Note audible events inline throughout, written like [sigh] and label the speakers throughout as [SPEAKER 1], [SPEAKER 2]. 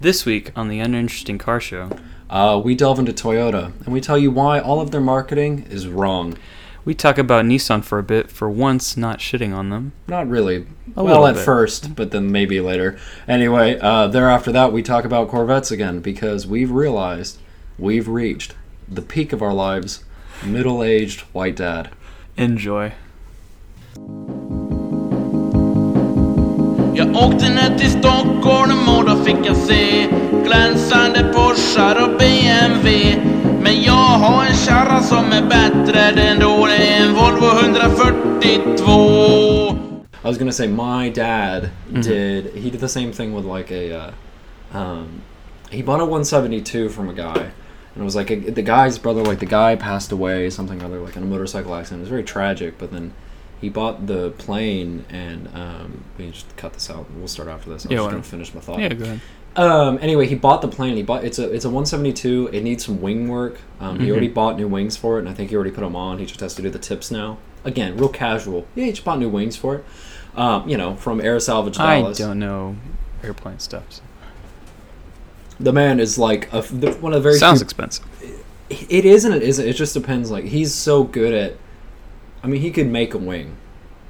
[SPEAKER 1] This week on the Uninteresting Car Show,
[SPEAKER 2] Uh, we delve into Toyota and we tell you why all of their marketing is wrong.
[SPEAKER 1] we talk about Nissan for a bit, for once not shitting on them.
[SPEAKER 2] Not really.
[SPEAKER 1] A little
[SPEAKER 2] well, at
[SPEAKER 1] bit.
[SPEAKER 2] first, but then maybe later. Anyway, uh, thereafter that, we talk about Corvettes again because we've realized we've reached the peak of our lives middle aged white dad.
[SPEAKER 1] Enjoy.
[SPEAKER 3] Jag åkte ner till Stockholm och då fick jag se glänsande Porschar och BMW. Men jag har en kärra som är bättre, den då det är en Volvo 142.
[SPEAKER 2] I was gonna say my dad
[SPEAKER 1] Mm-hmm.
[SPEAKER 2] did he did the same thing with like a uh, um, he bought a 172 from a guy and it was like a, the guy's brother like the guy passed away something or other like in a motorcycle accident it was very tragic but then he bought the plane and um, we just cut this out we'll start after this I'm
[SPEAKER 1] Yeah,
[SPEAKER 2] just
[SPEAKER 1] why
[SPEAKER 2] gonna
[SPEAKER 1] not?
[SPEAKER 2] finish my thought
[SPEAKER 1] Yeah, go ahead.
[SPEAKER 2] um, anyway, he bought the plane. He bought it's a it's a 172. It needs some wing work. Um, He
[SPEAKER 1] Mm-hmm.
[SPEAKER 2] already bought new wings for it, and I think he already put them on. He just has to do the tips now. Again, real casual. Yeah, he just bought new wings for it. Um, you know, from Air Salvage
[SPEAKER 1] I
[SPEAKER 2] Dallas.
[SPEAKER 1] don't know airplane stuff. so-
[SPEAKER 2] The man is like a, the, one of the very
[SPEAKER 1] Sounds
[SPEAKER 2] few-
[SPEAKER 1] expensive.
[SPEAKER 2] it is and it isn't. It just depends. Like he's so good at. I mean, he could make a wing.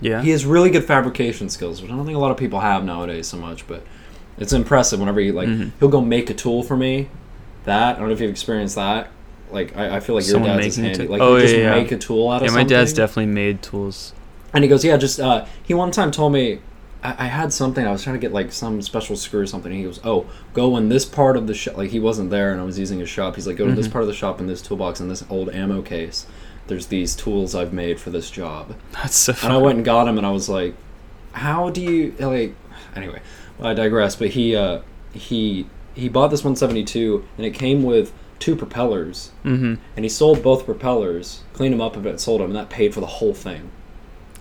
[SPEAKER 1] Yeah.
[SPEAKER 2] He has really good fabrication skills, which I don't think a lot of people have nowadays so much, but it's impressive whenever you like
[SPEAKER 1] Mm-hmm.
[SPEAKER 2] he'll go make a tool for me. That I don't know if you've experienced that. Like I, I feel like your
[SPEAKER 1] Someone
[SPEAKER 2] dad's is
[SPEAKER 1] making a
[SPEAKER 2] handy.
[SPEAKER 1] tool?
[SPEAKER 2] Like
[SPEAKER 1] Oh,
[SPEAKER 2] he'll just
[SPEAKER 1] yeah, yeah.
[SPEAKER 2] make a tool out of
[SPEAKER 1] yeah, my
[SPEAKER 2] something.
[SPEAKER 1] dad's definitely made tools. [laughs]
[SPEAKER 2] And he goes, yeah, just uh, he one time told me I, I had something. I was trying to get like some special screw or something. And he goes, oh, go in this part of the shop. Like he wasn't there, and I was using his shop. He's like, go to
[SPEAKER 1] Mm-hmm.
[SPEAKER 2] this part of the shop in this toolbox in this old ammo case. There's these tools I've made for this job.
[SPEAKER 1] That's so
[SPEAKER 2] And
[SPEAKER 1] funny.
[SPEAKER 2] I went and got him, and I was like, "How do you like?" Anyway, well, I digress. But he uh, he he bought this 172, and it came with two propellers,
[SPEAKER 1] Mm-hmm.
[SPEAKER 2] and he sold both propellers, cleaned them up a bit, sold them, and that paid for the whole thing.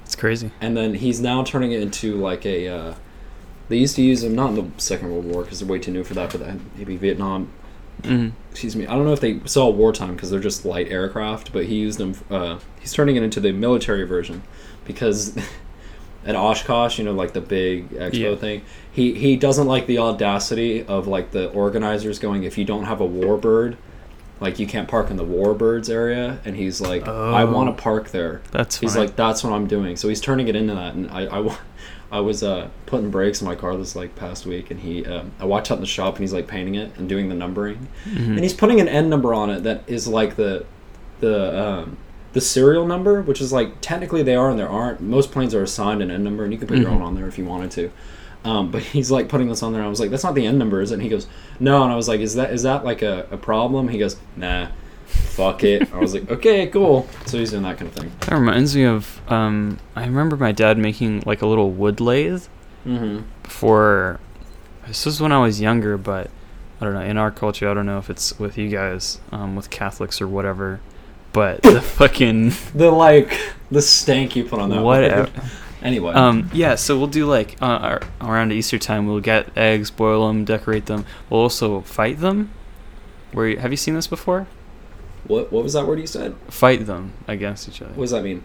[SPEAKER 1] It's crazy.
[SPEAKER 2] And then he's now turning it into like a. Uh, they used to use them not in the Second World War because they're way too new for that, but then maybe Vietnam.
[SPEAKER 1] Mhm.
[SPEAKER 2] Excuse me. I don't know if they saw wartime because they're just light aircraft, but he used them. Uh, he's turning it into the military version because [laughs] at Oshkosh, you know, like the big expo
[SPEAKER 1] Yeah.
[SPEAKER 2] thing, he he doesn't like the audacity of like the organizers going, if you don't have a warbird, like you can't park in the warbirds area, and he's like, I
[SPEAKER 1] Oh.
[SPEAKER 2] want to park there.
[SPEAKER 1] That's
[SPEAKER 2] He's
[SPEAKER 1] fine.
[SPEAKER 2] like, that's what I'm doing. So he's turning it into that. And I, I, wa- I was uh, putting brakes in my car this like past week, and he, um, I walked out in the shop, and he's like painting it and doing the numbering,
[SPEAKER 1] Mm-hmm.
[SPEAKER 2] and he's putting an N number on it that is like the, the, um, the serial number, which is like technically they are and there aren't. Most planes are assigned an N number, and you can put your own
[SPEAKER 1] Mm-hmm.
[SPEAKER 2] on there if you wanted to. Um, but he's like putting this on there. And I was like, that's not the N number, is it? And he goes, no. And I was like, is that is that like a, a problem? He goes, nah. Fuck it. I was like, okay, cool. So he's doing that kind of thing.
[SPEAKER 1] That reminds me of um, I remember my dad making like a little wood lathe
[SPEAKER 2] Mm-hmm.
[SPEAKER 1] for this was when I was younger, but I don't know in our culture I don't know if it's with you guys um, with Catholics or whatever,
[SPEAKER 2] [laughs]
[SPEAKER 1] but the fucking
[SPEAKER 2] the like the stank you put on that
[SPEAKER 1] whatever.
[SPEAKER 2] word. anyway
[SPEAKER 1] Um, yeah, so we'll do like uh, ar- around Easter time we'll get eggs, boil them, decorate them. We'll also fight them. Where you, have you seen this before?
[SPEAKER 2] what what was that word you said
[SPEAKER 1] Fight them against each other.
[SPEAKER 2] what does that mean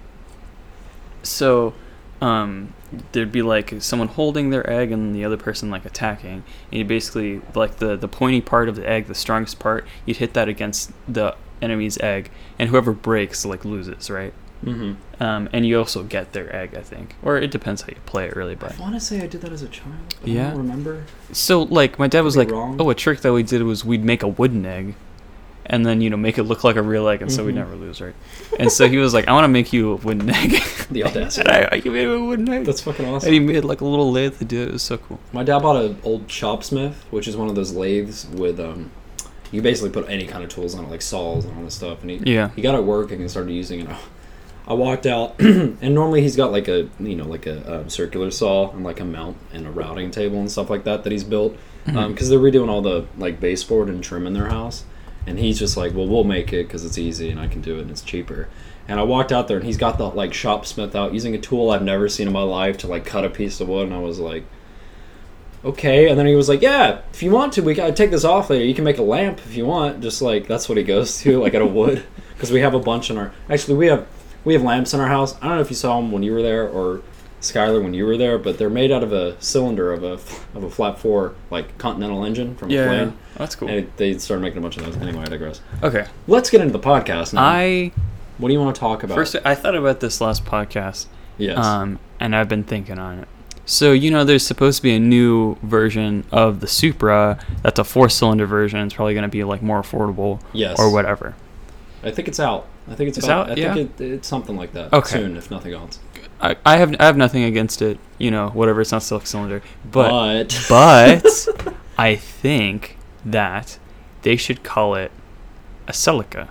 [SPEAKER 1] so um, there'd be like someone holding their egg and the other person like attacking and you basically like the the pointy part of the egg the strongest part you'd hit that against the enemy's egg and whoever breaks like loses right
[SPEAKER 2] mm-hmm.
[SPEAKER 1] um, and you also get their egg i think or it depends how you play it really but
[SPEAKER 2] i want to say i did that as a child but i
[SPEAKER 1] Yeah.
[SPEAKER 2] don't remember
[SPEAKER 1] so like my dad was
[SPEAKER 2] Could
[SPEAKER 1] like
[SPEAKER 2] be wrong.
[SPEAKER 1] oh a trick that we did was we'd make a wooden egg and then you know make it look like a real egg and so we'd
[SPEAKER 2] Mhm.
[SPEAKER 1] never lose right and so he was like i want to make you a wooden egg
[SPEAKER 2] [laughs]
[SPEAKER 1] [laughs]
[SPEAKER 2] the
[SPEAKER 1] and
[SPEAKER 2] audacity
[SPEAKER 1] I, I made him a wooden egg
[SPEAKER 2] that's fucking awesome
[SPEAKER 1] And he made like a little lathe to do it. It was so cool.
[SPEAKER 2] my dad bought an old chopsmith which is one of those lathes with um you basically put any kind of tools on it like saws and all this stuff and he
[SPEAKER 1] Yeah.
[SPEAKER 2] he got it working and started using it i walked out [clears throat] and normally he's got like a you know like a, um circular saw and like a mount and a routing table and stuff like that that he's built because they're redoing all the like baseboard and trim in their house and he's just like well we'll make it because it's easy and i can do it and it's cheaper and i walked out there and he's got the like shop smith out using a tool i've never seen in my life to like cut a piece of wood and i was like okay and then he was like yeah if you want to we gotta take this off later you can make a lamp if you want just like that's what he goes to [laughs] like out of wood because we have a bunch in our actually we have we have lamps in our house i don't know if you saw them when you were there or Skylar when you were there, but they're made out of a cylinder of a of a flat four like Continental engine from
[SPEAKER 1] Yeah,
[SPEAKER 2] a
[SPEAKER 1] yeah. Oh,
[SPEAKER 2] plane.
[SPEAKER 1] that's cool.
[SPEAKER 2] And they started making a bunch of those. Anyway, I digress.
[SPEAKER 1] Okay,
[SPEAKER 2] Let's get into the podcast now.
[SPEAKER 1] I
[SPEAKER 2] what do you want to talk about?
[SPEAKER 1] first I thought about this last podcast,
[SPEAKER 2] yes.
[SPEAKER 1] um, and I've been thinking on it. So you know, there's supposed to be a new version of the Supra that's a four-cylinder version. It's probably going to be like more affordable,
[SPEAKER 2] Yes.
[SPEAKER 1] or whatever.
[SPEAKER 2] I think it's out. I think it's,
[SPEAKER 1] It's
[SPEAKER 2] about,
[SPEAKER 1] out?
[SPEAKER 2] I
[SPEAKER 1] Yeah.
[SPEAKER 2] think it, it's something like that.
[SPEAKER 1] Okay.
[SPEAKER 2] Soon, if nothing else.
[SPEAKER 1] I, I have I have nothing against it. You know, whatever. It's not six-cylinder, but
[SPEAKER 2] But,
[SPEAKER 1] [laughs] But I think that they should call it a Celica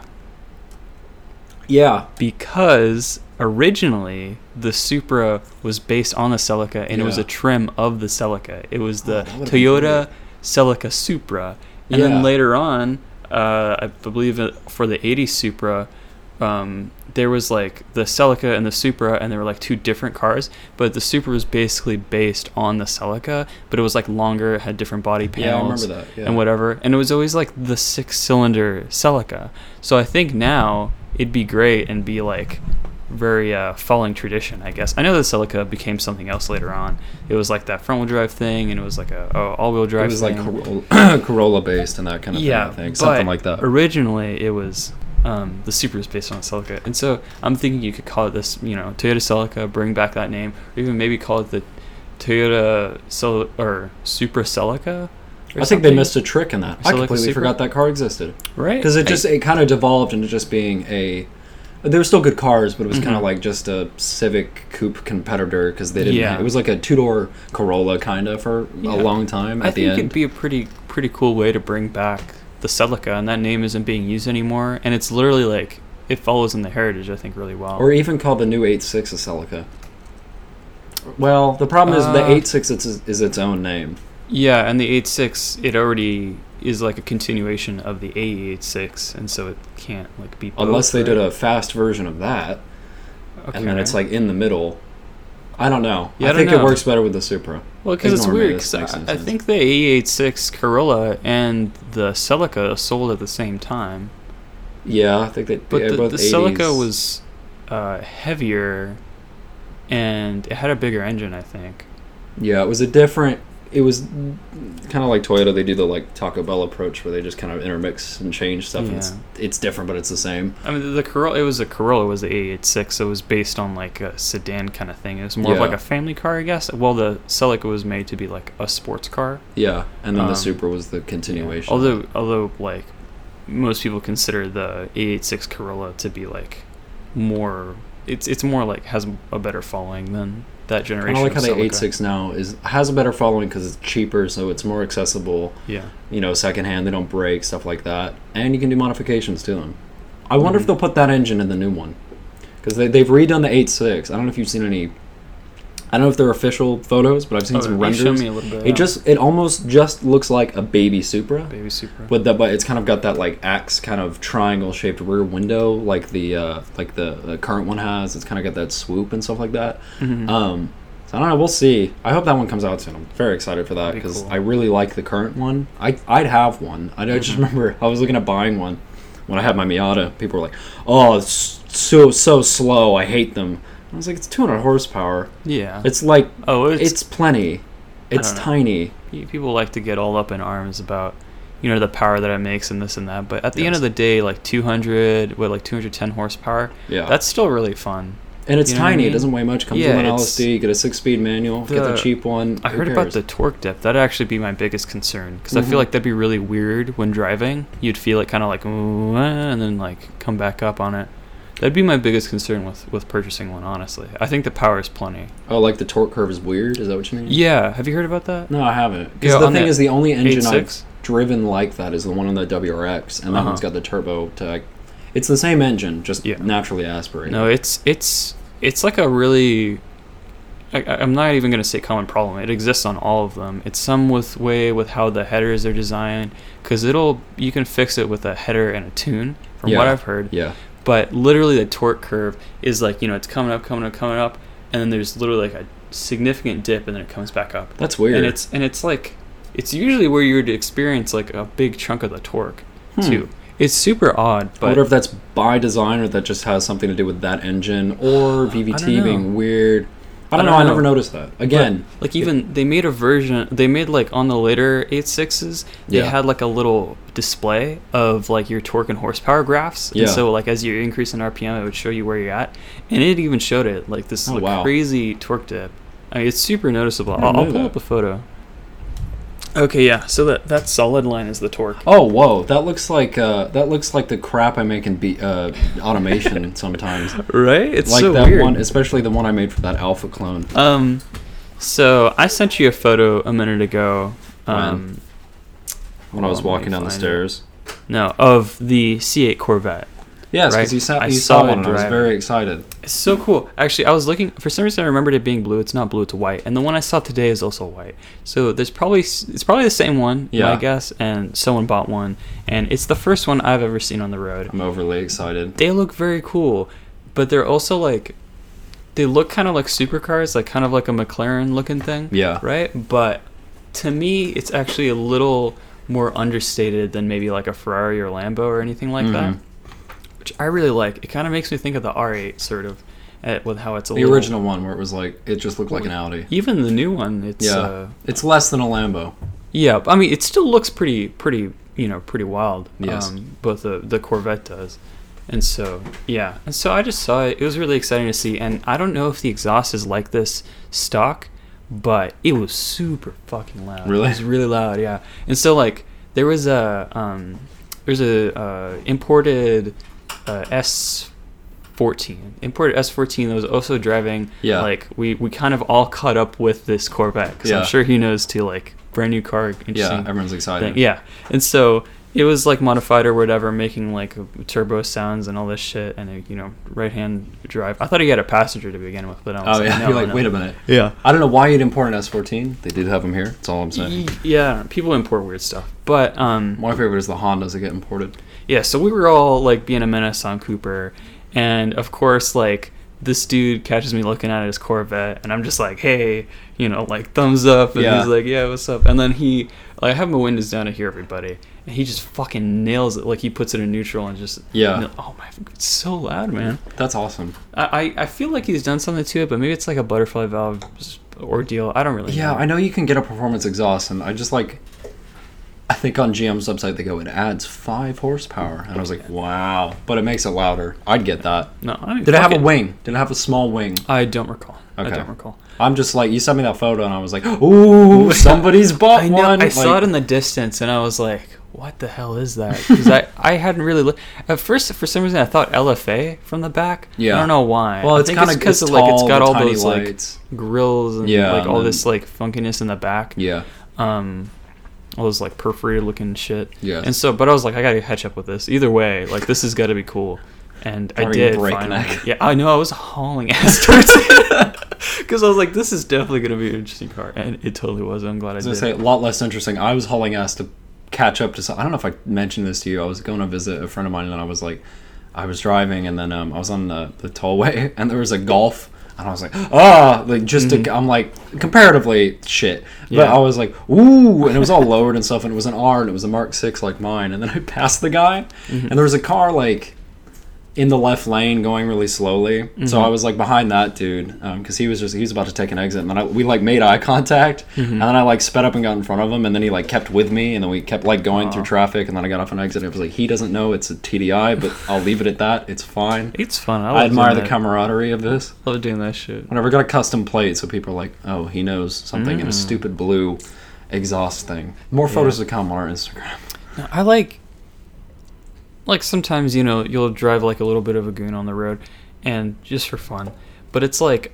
[SPEAKER 2] yeah,
[SPEAKER 1] because originally the Supra was based on the Celica and it was
[SPEAKER 2] Yeah. Oh,
[SPEAKER 1] a trim of the Celica. It was the
[SPEAKER 2] that would've been
[SPEAKER 1] Toyota Celica Supra. And
[SPEAKER 2] Yeah.
[SPEAKER 1] then later on, uh, I believe it- for the 80s Supra, um, there was like the Celica and the Supra, and they were like two different cars. But the Supra was basically based on the Celica, but it was like longer, had different body
[SPEAKER 2] Yeah, I remember
[SPEAKER 1] panels,
[SPEAKER 2] that, yeah.
[SPEAKER 1] and whatever. And it was always like the six-cylinder Celica. So I think now it'd be great and be like very uh, following tradition, I guess. I know the Celica became something else later on. It was like that front-wheel drive thing, and it was like a oh, all-wheel drive.
[SPEAKER 2] it was like
[SPEAKER 1] thing.
[SPEAKER 2] [clears throat] Corolla, Corolla based and that kind of
[SPEAKER 1] yeah,
[SPEAKER 2] thing. I
[SPEAKER 1] but
[SPEAKER 2] think something like that.
[SPEAKER 1] Originally, it was um, the Supra was based on Celica, and so I'm thinking you could call it this, you know, Toyota Celica, bring back that name, or even maybe call it the Toyota Cel or Supra Celica.
[SPEAKER 2] I think they missed a trick in that. I
[SPEAKER 1] Celica
[SPEAKER 2] completely
[SPEAKER 1] Supra?
[SPEAKER 2] forgot that car existed.
[SPEAKER 1] right
[SPEAKER 2] because it just it kind of devolved into just being a they were still good cars but it was kind of like just a civic coupe competitor because they didn't
[SPEAKER 1] Yeah.
[SPEAKER 2] it was like a two-door corolla kind of for
[SPEAKER 1] Yeah.
[SPEAKER 2] a long time
[SPEAKER 1] I
[SPEAKER 2] at the
[SPEAKER 1] think
[SPEAKER 2] end
[SPEAKER 1] it'd be a pretty pretty cool way to bring back the Celica, and that name isn't being used anymore, and it's literally like it follows in the heritage, I think, really well.
[SPEAKER 2] or even called the new 86 a celica well the problem is the
[SPEAKER 1] Uh,
[SPEAKER 2] 86 is, is its own name
[SPEAKER 1] Yeah, and the 86 it already is like a continuation of the AE86 and so it can't like be both,
[SPEAKER 2] unless they did
[SPEAKER 1] right?
[SPEAKER 2] a fast version of that
[SPEAKER 1] okay.
[SPEAKER 2] and then it's like in the middle i don't know
[SPEAKER 1] Yeah, I
[SPEAKER 2] i,
[SPEAKER 1] don't
[SPEAKER 2] think
[SPEAKER 1] know.
[SPEAKER 2] it works better with the supra
[SPEAKER 1] well because it's
[SPEAKER 2] Ignore me,
[SPEAKER 1] weird
[SPEAKER 2] this
[SPEAKER 1] 'cause
[SPEAKER 2] makes no
[SPEAKER 1] I, I
[SPEAKER 2] sense.
[SPEAKER 1] think the AE86 Corolla and the Celica sold at the same time
[SPEAKER 2] yeah i think that
[SPEAKER 1] but
[SPEAKER 2] yeah,
[SPEAKER 1] the,
[SPEAKER 2] both
[SPEAKER 1] the Celica
[SPEAKER 2] 80s.
[SPEAKER 1] was uh, heavier and it had a bigger engine I think
[SPEAKER 2] Yeah, it was a different. It was kind of like Toyota. They do the like Taco Bell approach where they just kind of intermix and change stuff. And it's it's different, but it's the same.
[SPEAKER 1] I mean the, the Corolla it was a Corolla was the AE86 so it was based on like a sedan kind of thing it was more of
[SPEAKER 2] Yeah.
[SPEAKER 1] like a family car I guess well the Celica was made to be like a sports car
[SPEAKER 2] Yeah, and then
[SPEAKER 1] Um,
[SPEAKER 2] the Supra was the continuation.
[SPEAKER 1] Although, although like most people consider the A86 Corolla to be like more, it's it's more like has a better following than that
[SPEAKER 2] I
[SPEAKER 1] generation.
[SPEAKER 2] don't like how
[SPEAKER 1] of
[SPEAKER 2] the
[SPEAKER 1] Celica.
[SPEAKER 2] 86 now is has a better following because it's cheaper, so it's more accessible.
[SPEAKER 1] Yeah,
[SPEAKER 2] You know, secondhand, they don't break stuff like that, and you can do modifications to them. I wonder if
[SPEAKER 1] Mm-hmm.
[SPEAKER 2] they'll put that engine in the new one because they they've redone the 86. I don't know if you've seen any. I don't know if they're official photos, but I've seen
[SPEAKER 1] Oh,
[SPEAKER 2] some
[SPEAKER 1] you
[SPEAKER 2] renders.
[SPEAKER 1] showed me a little bit.
[SPEAKER 2] It just it almost just looks like a baby Supra,
[SPEAKER 1] baby Supra.
[SPEAKER 2] but the, but it's kind of got that like axe kind of triangle shaped rear window like the uh, like the, the current one has. It's kind of got that swoop and stuff like that.
[SPEAKER 1] Mm-hmm.
[SPEAKER 2] Um, so I don't know. We'll see. I hope that one comes out soon. I'm very excited for that
[SPEAKER 1] Be
[SPEAKER 2] because
[SPEAKER 1] cool.
[SPEAKER 2] I really like the current one. I I'd have one. I, I just
[SPEAKER 1] Mm-hmm.
[SPEAKER 2] remember [laughs] I was looking at buying one when I had my Miata. People were like, "Oh, it's so so slow. I hate them." I was like, "It's 200 horsepower.
[SPEAKER 1] yeah,
[SPEAKER 2] It's like
[SPEAKER 1] oh, it's,
[SPEAKER 2] it's plenty. It's
[SPEAKER 1] know.
[SPEAKER 2] tiny."
[SPEAKER 1] pe- people like to get all up in arms about you know the power that it makes and this and that. But at the end
[SPEAKER 2] Yes.
[SPEAKER 1] of the day, like 200, what like 210 horsepower.
[SPEAKER 2] Yeah.
[SPEAKER 1] that's still really fun.
[SPEAKER 2] And it's
[SPEAKER 1] You know what I
[SPEAKER 2] tiny.
[SPEAKER 1] mean?
[SPEAKER 2] It doesn't weigh much. Comes
[SPEAKER 1] Yeah,
[SPEAKER 2] with an
[SPEAKER 1] it's-
[SPEAKER 2] LSD. Get a six-speed manual. get
[SPEAKER 1] The-
[SPEAKER 2] the cheap one.
[SPEAKER 1] I
[SPEAKER 2] who
[SPEAKER 1] heard about
[SPEAKER 2] cares? Mm-hmm.
[SPEAKER 1] the torque dip. That'd actually be my biggest concern because I feel like that'd be really weird when driving. You'd feel it kind of like "Ooh, ah," and then like come back up on it. That'd be my biggest concern with with purchasing one. Honestly, I think the power is plenty.
[SPEAKER 2] oh, like the torque curve is weird. Is that what you mean?
[SPEAKER 1] Yeah, have you heard about that?
[SPEAKER 2] No, I haven't. Because
[SPEAKER 1] Yeah,
[SPEAKER 2] the
[SPEAKER 1] on
[SPEAKER 2] thing
[SPEAKER 1] that
[SPEAKER 2] is, the only engine I've
[SPEAKER 1] 86?
[SPEAKER 2] driven like that is the one on the WRX, and that
[SPEAKER 1] Uh-huh.
[SPEAKER 2] one's got the turbo tech. It's the same engine, just
[SPEAKER 1] Yeah.
[SPEAKER 2] naturally aspirated.
[SPEAKER 1] No, it's it's it's like a really. I, I- I'm not even gonna say common problem. It exists on all of them. It's some with way with how the headers are designed, because it'll you can fix it with a header and a tune, from what
[SPEAKER 2] Yeah.
[SPEAKER 1] I've heard.
[SPEAKER 2] yeah,
[SPEAKER 1] but literally the torque curve is like you know it's coming up coming up coming up and then there's literally like a significant dip and then it comes back up
[SPEAKER 2] that's weird.
[SPEAKER 1] and it's and it's like it's usually where you would experience like a big chunk of the torque too it's super odd
[SPEAKER 2] Hmm. I wonder if
[SPEAKER 1] but
[SPEAKER 2] that's by design or that just has something to do with that engine or VVT
[SPEAKER 1] know.
[SPEAKER 2] being weird. I don't, know, I never noticed that. Again,
[SPEAKER 1] Like even they made a version. They made like on the later 86s, they
[SPEAKER 2] Yeah.
[SPEAKER 1] had like a little display of like your torque and horsepower graphs.
[SPEAKER 2] Yeah.
[SPEAKER 1] And so like as you increase in RPM, it would show you where you're at, and it even showed it like this
[SPEAKER 2] Oh,
[SPEAKER 1] like,
[SPEAKER 2] wow.
[SPEAKER 1] crazy torque dip. I mean, it's super noticeable.
[SPEAKER 2] I didn't
[SPEAKER 1] I'll, I'll
[SPEAKER 2] know
[SPEAKER 1] pull
[SPEAKER 2] that.
[SPEAKER 1] up a photo. Okay, yeah. So that that solid line is the torque.
[SPEAKER 2] Oh whoa, that looks like uh, that looks like the crap I make in be- uh,
[SPEAKER 1] [laughs]
[SPEAKER 2] automation sometimes.
[SPEAKER 1] Right? It's
[SPEAKER 2] Like
[SPEAKER 1] so
[SPEAKER 2] that
[SPEAKER 1] weird.
[SPEAKER 2] one, especially the one I made for that alpha clone.
[SPEAKER 1] Um, so I sent you a photo a minute ago. Um,
[SPEAKER 2] when I was
[SPEAKER 1] Hold on, let
[SPEAKER 2] walking
[SPEAKER 1] me
[SPEAKER 2] down the
[SPEAKER 1] find it.
[SPEAKER 2] stairs.
[SPEAKER 1] no, of the C8 Corvette.
[SPEAKER 2] Yes,
[SPEAKER 1] Right.
[SPEAKER 2] because he
[SPEAKER 1] I
[SPEAKER 2] sat, he
[SPEAKER 1] saw
[SPEAKER 2] saw
[SPEAKER 1] it
[SPEAKER 2] one and I was
[SPEAKER 1] driving.
[SPEAKER 2] very excited.
[SPEAKER 1] It's so cool. Actually, I was looking for some reason. I remembered it being blue. It's not blue. It's white. And the one I saw today is also white. So there's probably s- it's probably the same one.
[SPEAKER 2] Yeah.
[SPEAKER 1] I guess. And someone bought one, and it's the first one I've ever seen on the road.
[SPEAKER 2] I'm overly excited.
[SPEAKER 1] They look very cool, but they're also like they look kind of like supercars, like kind of like a McLaren looking thing.
[SPEAKER 2] Yeah.
[SPEAKER 1] [laughs] Right. But to me, it's actually a little more understated than maybe like a Ferrari or Lambo or anything like that
[SPEAKER 2] Mhm.
[SPEAKER 1] which I really like. It kind of makes me think of the R8 sort of, at, with how it's a
[SPEAKER 2] The
[SPEAKER 1] little,
[SPEAKER 2] original one where it was like it just looked like an Audi.
[SPEAKER 1] Even the new one, it's
[SPEAKER 2] Yeah,
[SPEAKER 1] yeah. Uh,
[SPEAKER 2] it's less than a Lambo.
[SPEAKER 1] yeah. I mean, it still looks pretty, pretty, you know, pretty wild.
[SPEAKER 2] Yes.
[SPEAKER 1] but the the Corvette does, and so yeah, and so I just saw it. It was really exciting to see, and I don't know if the exhaust is like this stock, but it was super fucking loud.
[SPEAKER 2] Really?
[SPEAKER 1] it was really loud. Yeah, and so like there was a um, there's a uh, imported uh, S 14 imported s14 that was also driving
[SPEAKER 2] Yeah.
[SPEAKER 1] like we we kind of all caught up with this corvette because
[SPEAKER 2] Yeah.
[SPEAKER 1] i'm sure he knows too like brand new car interesting
[SPEAKER 2] Yeah, everyone's excited.
[SPEAKER 1] thing yeah and so it was like modified or whatever making like turbo sounds and all this shit and a, you know right hand drive i thought he had a passenger to begin with but i was
[SPEAKER 2] Oh yeah,
[SPEAKER 1] no,
[SPEAKER 2] [laughs] you're like,
[SPEAKER 1] no.
[SPEAKER 2] wait a minute.
[SPEAKER 1] yeah
[SPEAKER 2] I don't know why you'd import an S14. They did have them here. That's all I'm saying.
[SPEAKER 1] Y- yeah people import weird stuff but um
[SPEAKER 2] My favorite is the Hondas that get imported.
[SPEAKER 1] yeah, so we were all like being a menace on Cooper, and of course, like this dude catches me looking at his Corvette, and I'm just like, hey, you know, like thumbs up, and
[SPEAKER 2] Yeah.
[SPEAKER 1] he's like, yeah, what's up? And then he, like, I have my windows down to hear everybody, and he just fucking nails it, like he puts it in neutral and just
[SPEAKER 2] Yeah.
[SPEAKER 1] no- oh my, it's so loud, man.
[SPEAKER 2] That's awesome.
[SPEAKER 1] I, I I feel like he's done something to it, but maybe it's like a butterfly valve s- ordeal. I don't really.
[SPEAKER 2] Yeah,
[SPEAKER 1] know.
[SPEAKER 2] I know you can get a performance exhaust, and I just like. I think on GM's website they go it adds five horsepower, and I was like, wow, but it makes it louder. I'd get that.
[SPEAKER 1] No, I mean,
[SPEAKER 2] Did it
[SPEAKER 1] fuck
[SPEAKER 2] have a wing? Did it have a small wing?
[SPEAKER 1] I don't recall. I
[SPEAKER 2] Okay.
[SPEAKER 1] don't recall.
[SPEAKER 2] I'm just like you sent me that photo, and I was
[SPEAKER 1] [laughs]
[SPEAKER 2] like, ooh, somebody's bought
[SPEAKER 1] I know.
[SPEAKER 2] Oh, one.
[SPEAKER 1] I
[SPEAKER 2] Like,
[SPEAKER 1] saw it in the distance, and I was like, "What the hell is that?" Because
[SPEAKER 2] [laughs]
[SPEAKER 1] I, I hadn't really. Li- At first, for some reason, I thought LFA from the back. I
[SPEAKER 2] Yeah.
[SPEAKER 1] don't know why.
[SPEAKER 2] Well,
[SPEAKER 1] I
[SPEAKER 2] it's
[SPEAKER 1] think
[SPEAKER 2] kinda-
[SPEAKER 1] because
[SPEAKER 2] it's
[SPEAKER 1] like it's
[SPEAKER 2] tall,
[SPEAKER 1] got
[SPEAKER 2] the
[SPEAKER 1] all
[SPEAKER 2] tiny
[SPEAKER 1] those
[SPEAKER 2] lights.
[SPEAKER 1] like grills and
[SPEAKER 2] Yeah,
[SPEAKER 1] like all
[SPEAKER 2] and
[SPEAKER 1] this
[SPEAKER 2] then-
[SPEAKER 1] like funkiness in the back.
[SPEAKER 2] Yeah,
[SPEAKER 1] Um. All those like perforated looking shit.
[SPEAKER 2] Yes.
[SPEAKER 1] And so, but I was like, I gotta catch up with this. Either way, like this has got to be cool. And I
[SPEAKER 2] Probably
[SPEAKER 1] did
[SPEAKER 2] breakneck.
[SPEAKER 1] finally. Yeah, I know. I was hauling [laughs] ass towards it
[SPEAKER 2] [laughs]
[SPEAKER 1] [laughs] because I was like, this is definitely gonna be an interesting car, and it totally was. I'm glad I,
[SPEAKER 2] I
[SPEAKER 1] did.
[SPEAKER 2] was gonna say a lot less interesting. I was hauling ass to catch up to. Some, I don't know if I mentioned this to you. I was going to visit a friend of mine, and I was like, I was driving, and then um, I was on the, the tollway, [laughs] and there was a golf, and I was like, ah, like just
[SPEAKER 1] Mm-hmm.
[SPEAKER 2] to, I'm like comparatively shit, but
[SPEAKER 1] Yeah.
[SPEAKER 2] I was like, ooh, and it was all [laughs] lowered and stuff, and it was an R, and it was a Mark Six like mine, and then I [laughs] passed the guy,
[SPEAKER 1] Mm-hmm.
[SPEAKER 2] and there was a car like in the left lane going really slowly. So
[SPEAKER 1] Mm-hmm.
[SPEAKER 2] I was like behind that dude because he was just he was about to take an exit, and then I, we like made eye contact,
[SPEAKER 1] Mm-hmm.
[SPEAKER 2] and then I like sped up and got in front of him, and then he like kept with me, and then we kept like going through traffic, and then I got off an exit. And it was like he doesn't know it's a TDI, but I'll leave it at that. It's fine.
[SPEAKER 1] It's fun. [laughs] I,
[SPEAKER 2] I
[SPEAKER 1] love
[SPEAKER 2] admire
[SPEAKER 1] doing
[SPEAKER 2] the
[SPEAKER 1] that.
[SPEAKER 2] camaraderie of this.
[SPEAKER 1] I love doing that shit.
[SPEAKER 2] Whenever I got a custom plate, so people are like, "Oh, he knows something,"
[SPEAKER 1] Mm.
[SPEAKER 2] in a stupid blue exhaust thing. More photos to come on our Instagram. [laughs]
[SPEAKER 1] I like, like sometimes you know you'll drive like a little bit of a goon on the road, and just for fun. But it's like,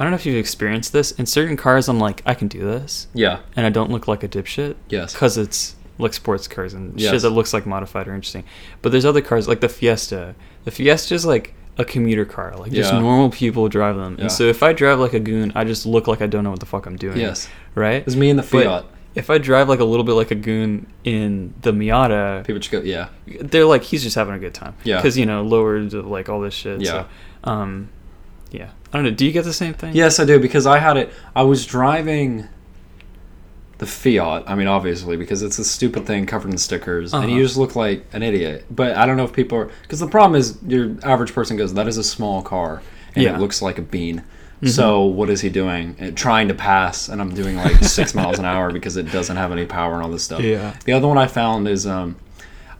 [SPEAKER 1] I don't know if you've experienced this. In certain cars, I'm like, I can do this,
[SPEAKER 2] Yeah,
[SPEAKER 1] and I don't look like a dipshit.
[SPEAKER 2] Yes.
[SPEAKER 1] Because it's like sports cars and shit
[SPEAKER 2] Yes.
[SPEAKER 1] that looks like modified or interesting. But there's other cars like the Fiesta. The Fiesta is like a commuter car. Like just
[SPEAKER 2] Yeah.
[SPEAKER 1] normal people drive them.
[SPEAKER 2] Yeah.
[SPEAKER 1] And so if I drive like a goon, I just look like I don't know what the fuck I'm doing.
[SPEAKER 2] Yes.
[SPEAKER 1] Right.
[SPEAKER 2] it's me and the
[SPEAKER 1] But
[SPEAKER 2] Fiat.
[SPEAKER 1] if I drive like a little bit like a goon in the Miata,
[SPEAKER 2] people just go, "Yeah,
[SPEAKER 1] they're like he's just having a good time.
[SPEAKER 2] Yeah.
[SPEAKER 1] Because you know lowered like all this shit.
[SPEAKER 2] Yeah.
[SPEAKER 1] So, um, yeah. I don't know. Do you get the same thing?
[SPEAKER 2] Yes, I do because I had it. I was driving the Fiat. I mean, obviously, because it's a stupid thing covered in stickers, and
[SPEAKER 1] Uh-huh.
[SPEAKER 2] you just look like an idiot. But I don't know if people are because the problem is your average person goes, "That is a small car," and
[SPEAKER 1] Yeah. Mm-hmm.
[SPEAKER 2] it looks like a bean. So what is he doing? Uh, trying to pass, and I'm doing
[SPEAKER 1] [laughs]
[SPEAKER 2] like six miles an hour because it doesn't have any power and all this stuff.
[SPEAKER 4] Yeah.
[SPEAKER 2] The other one I found is um,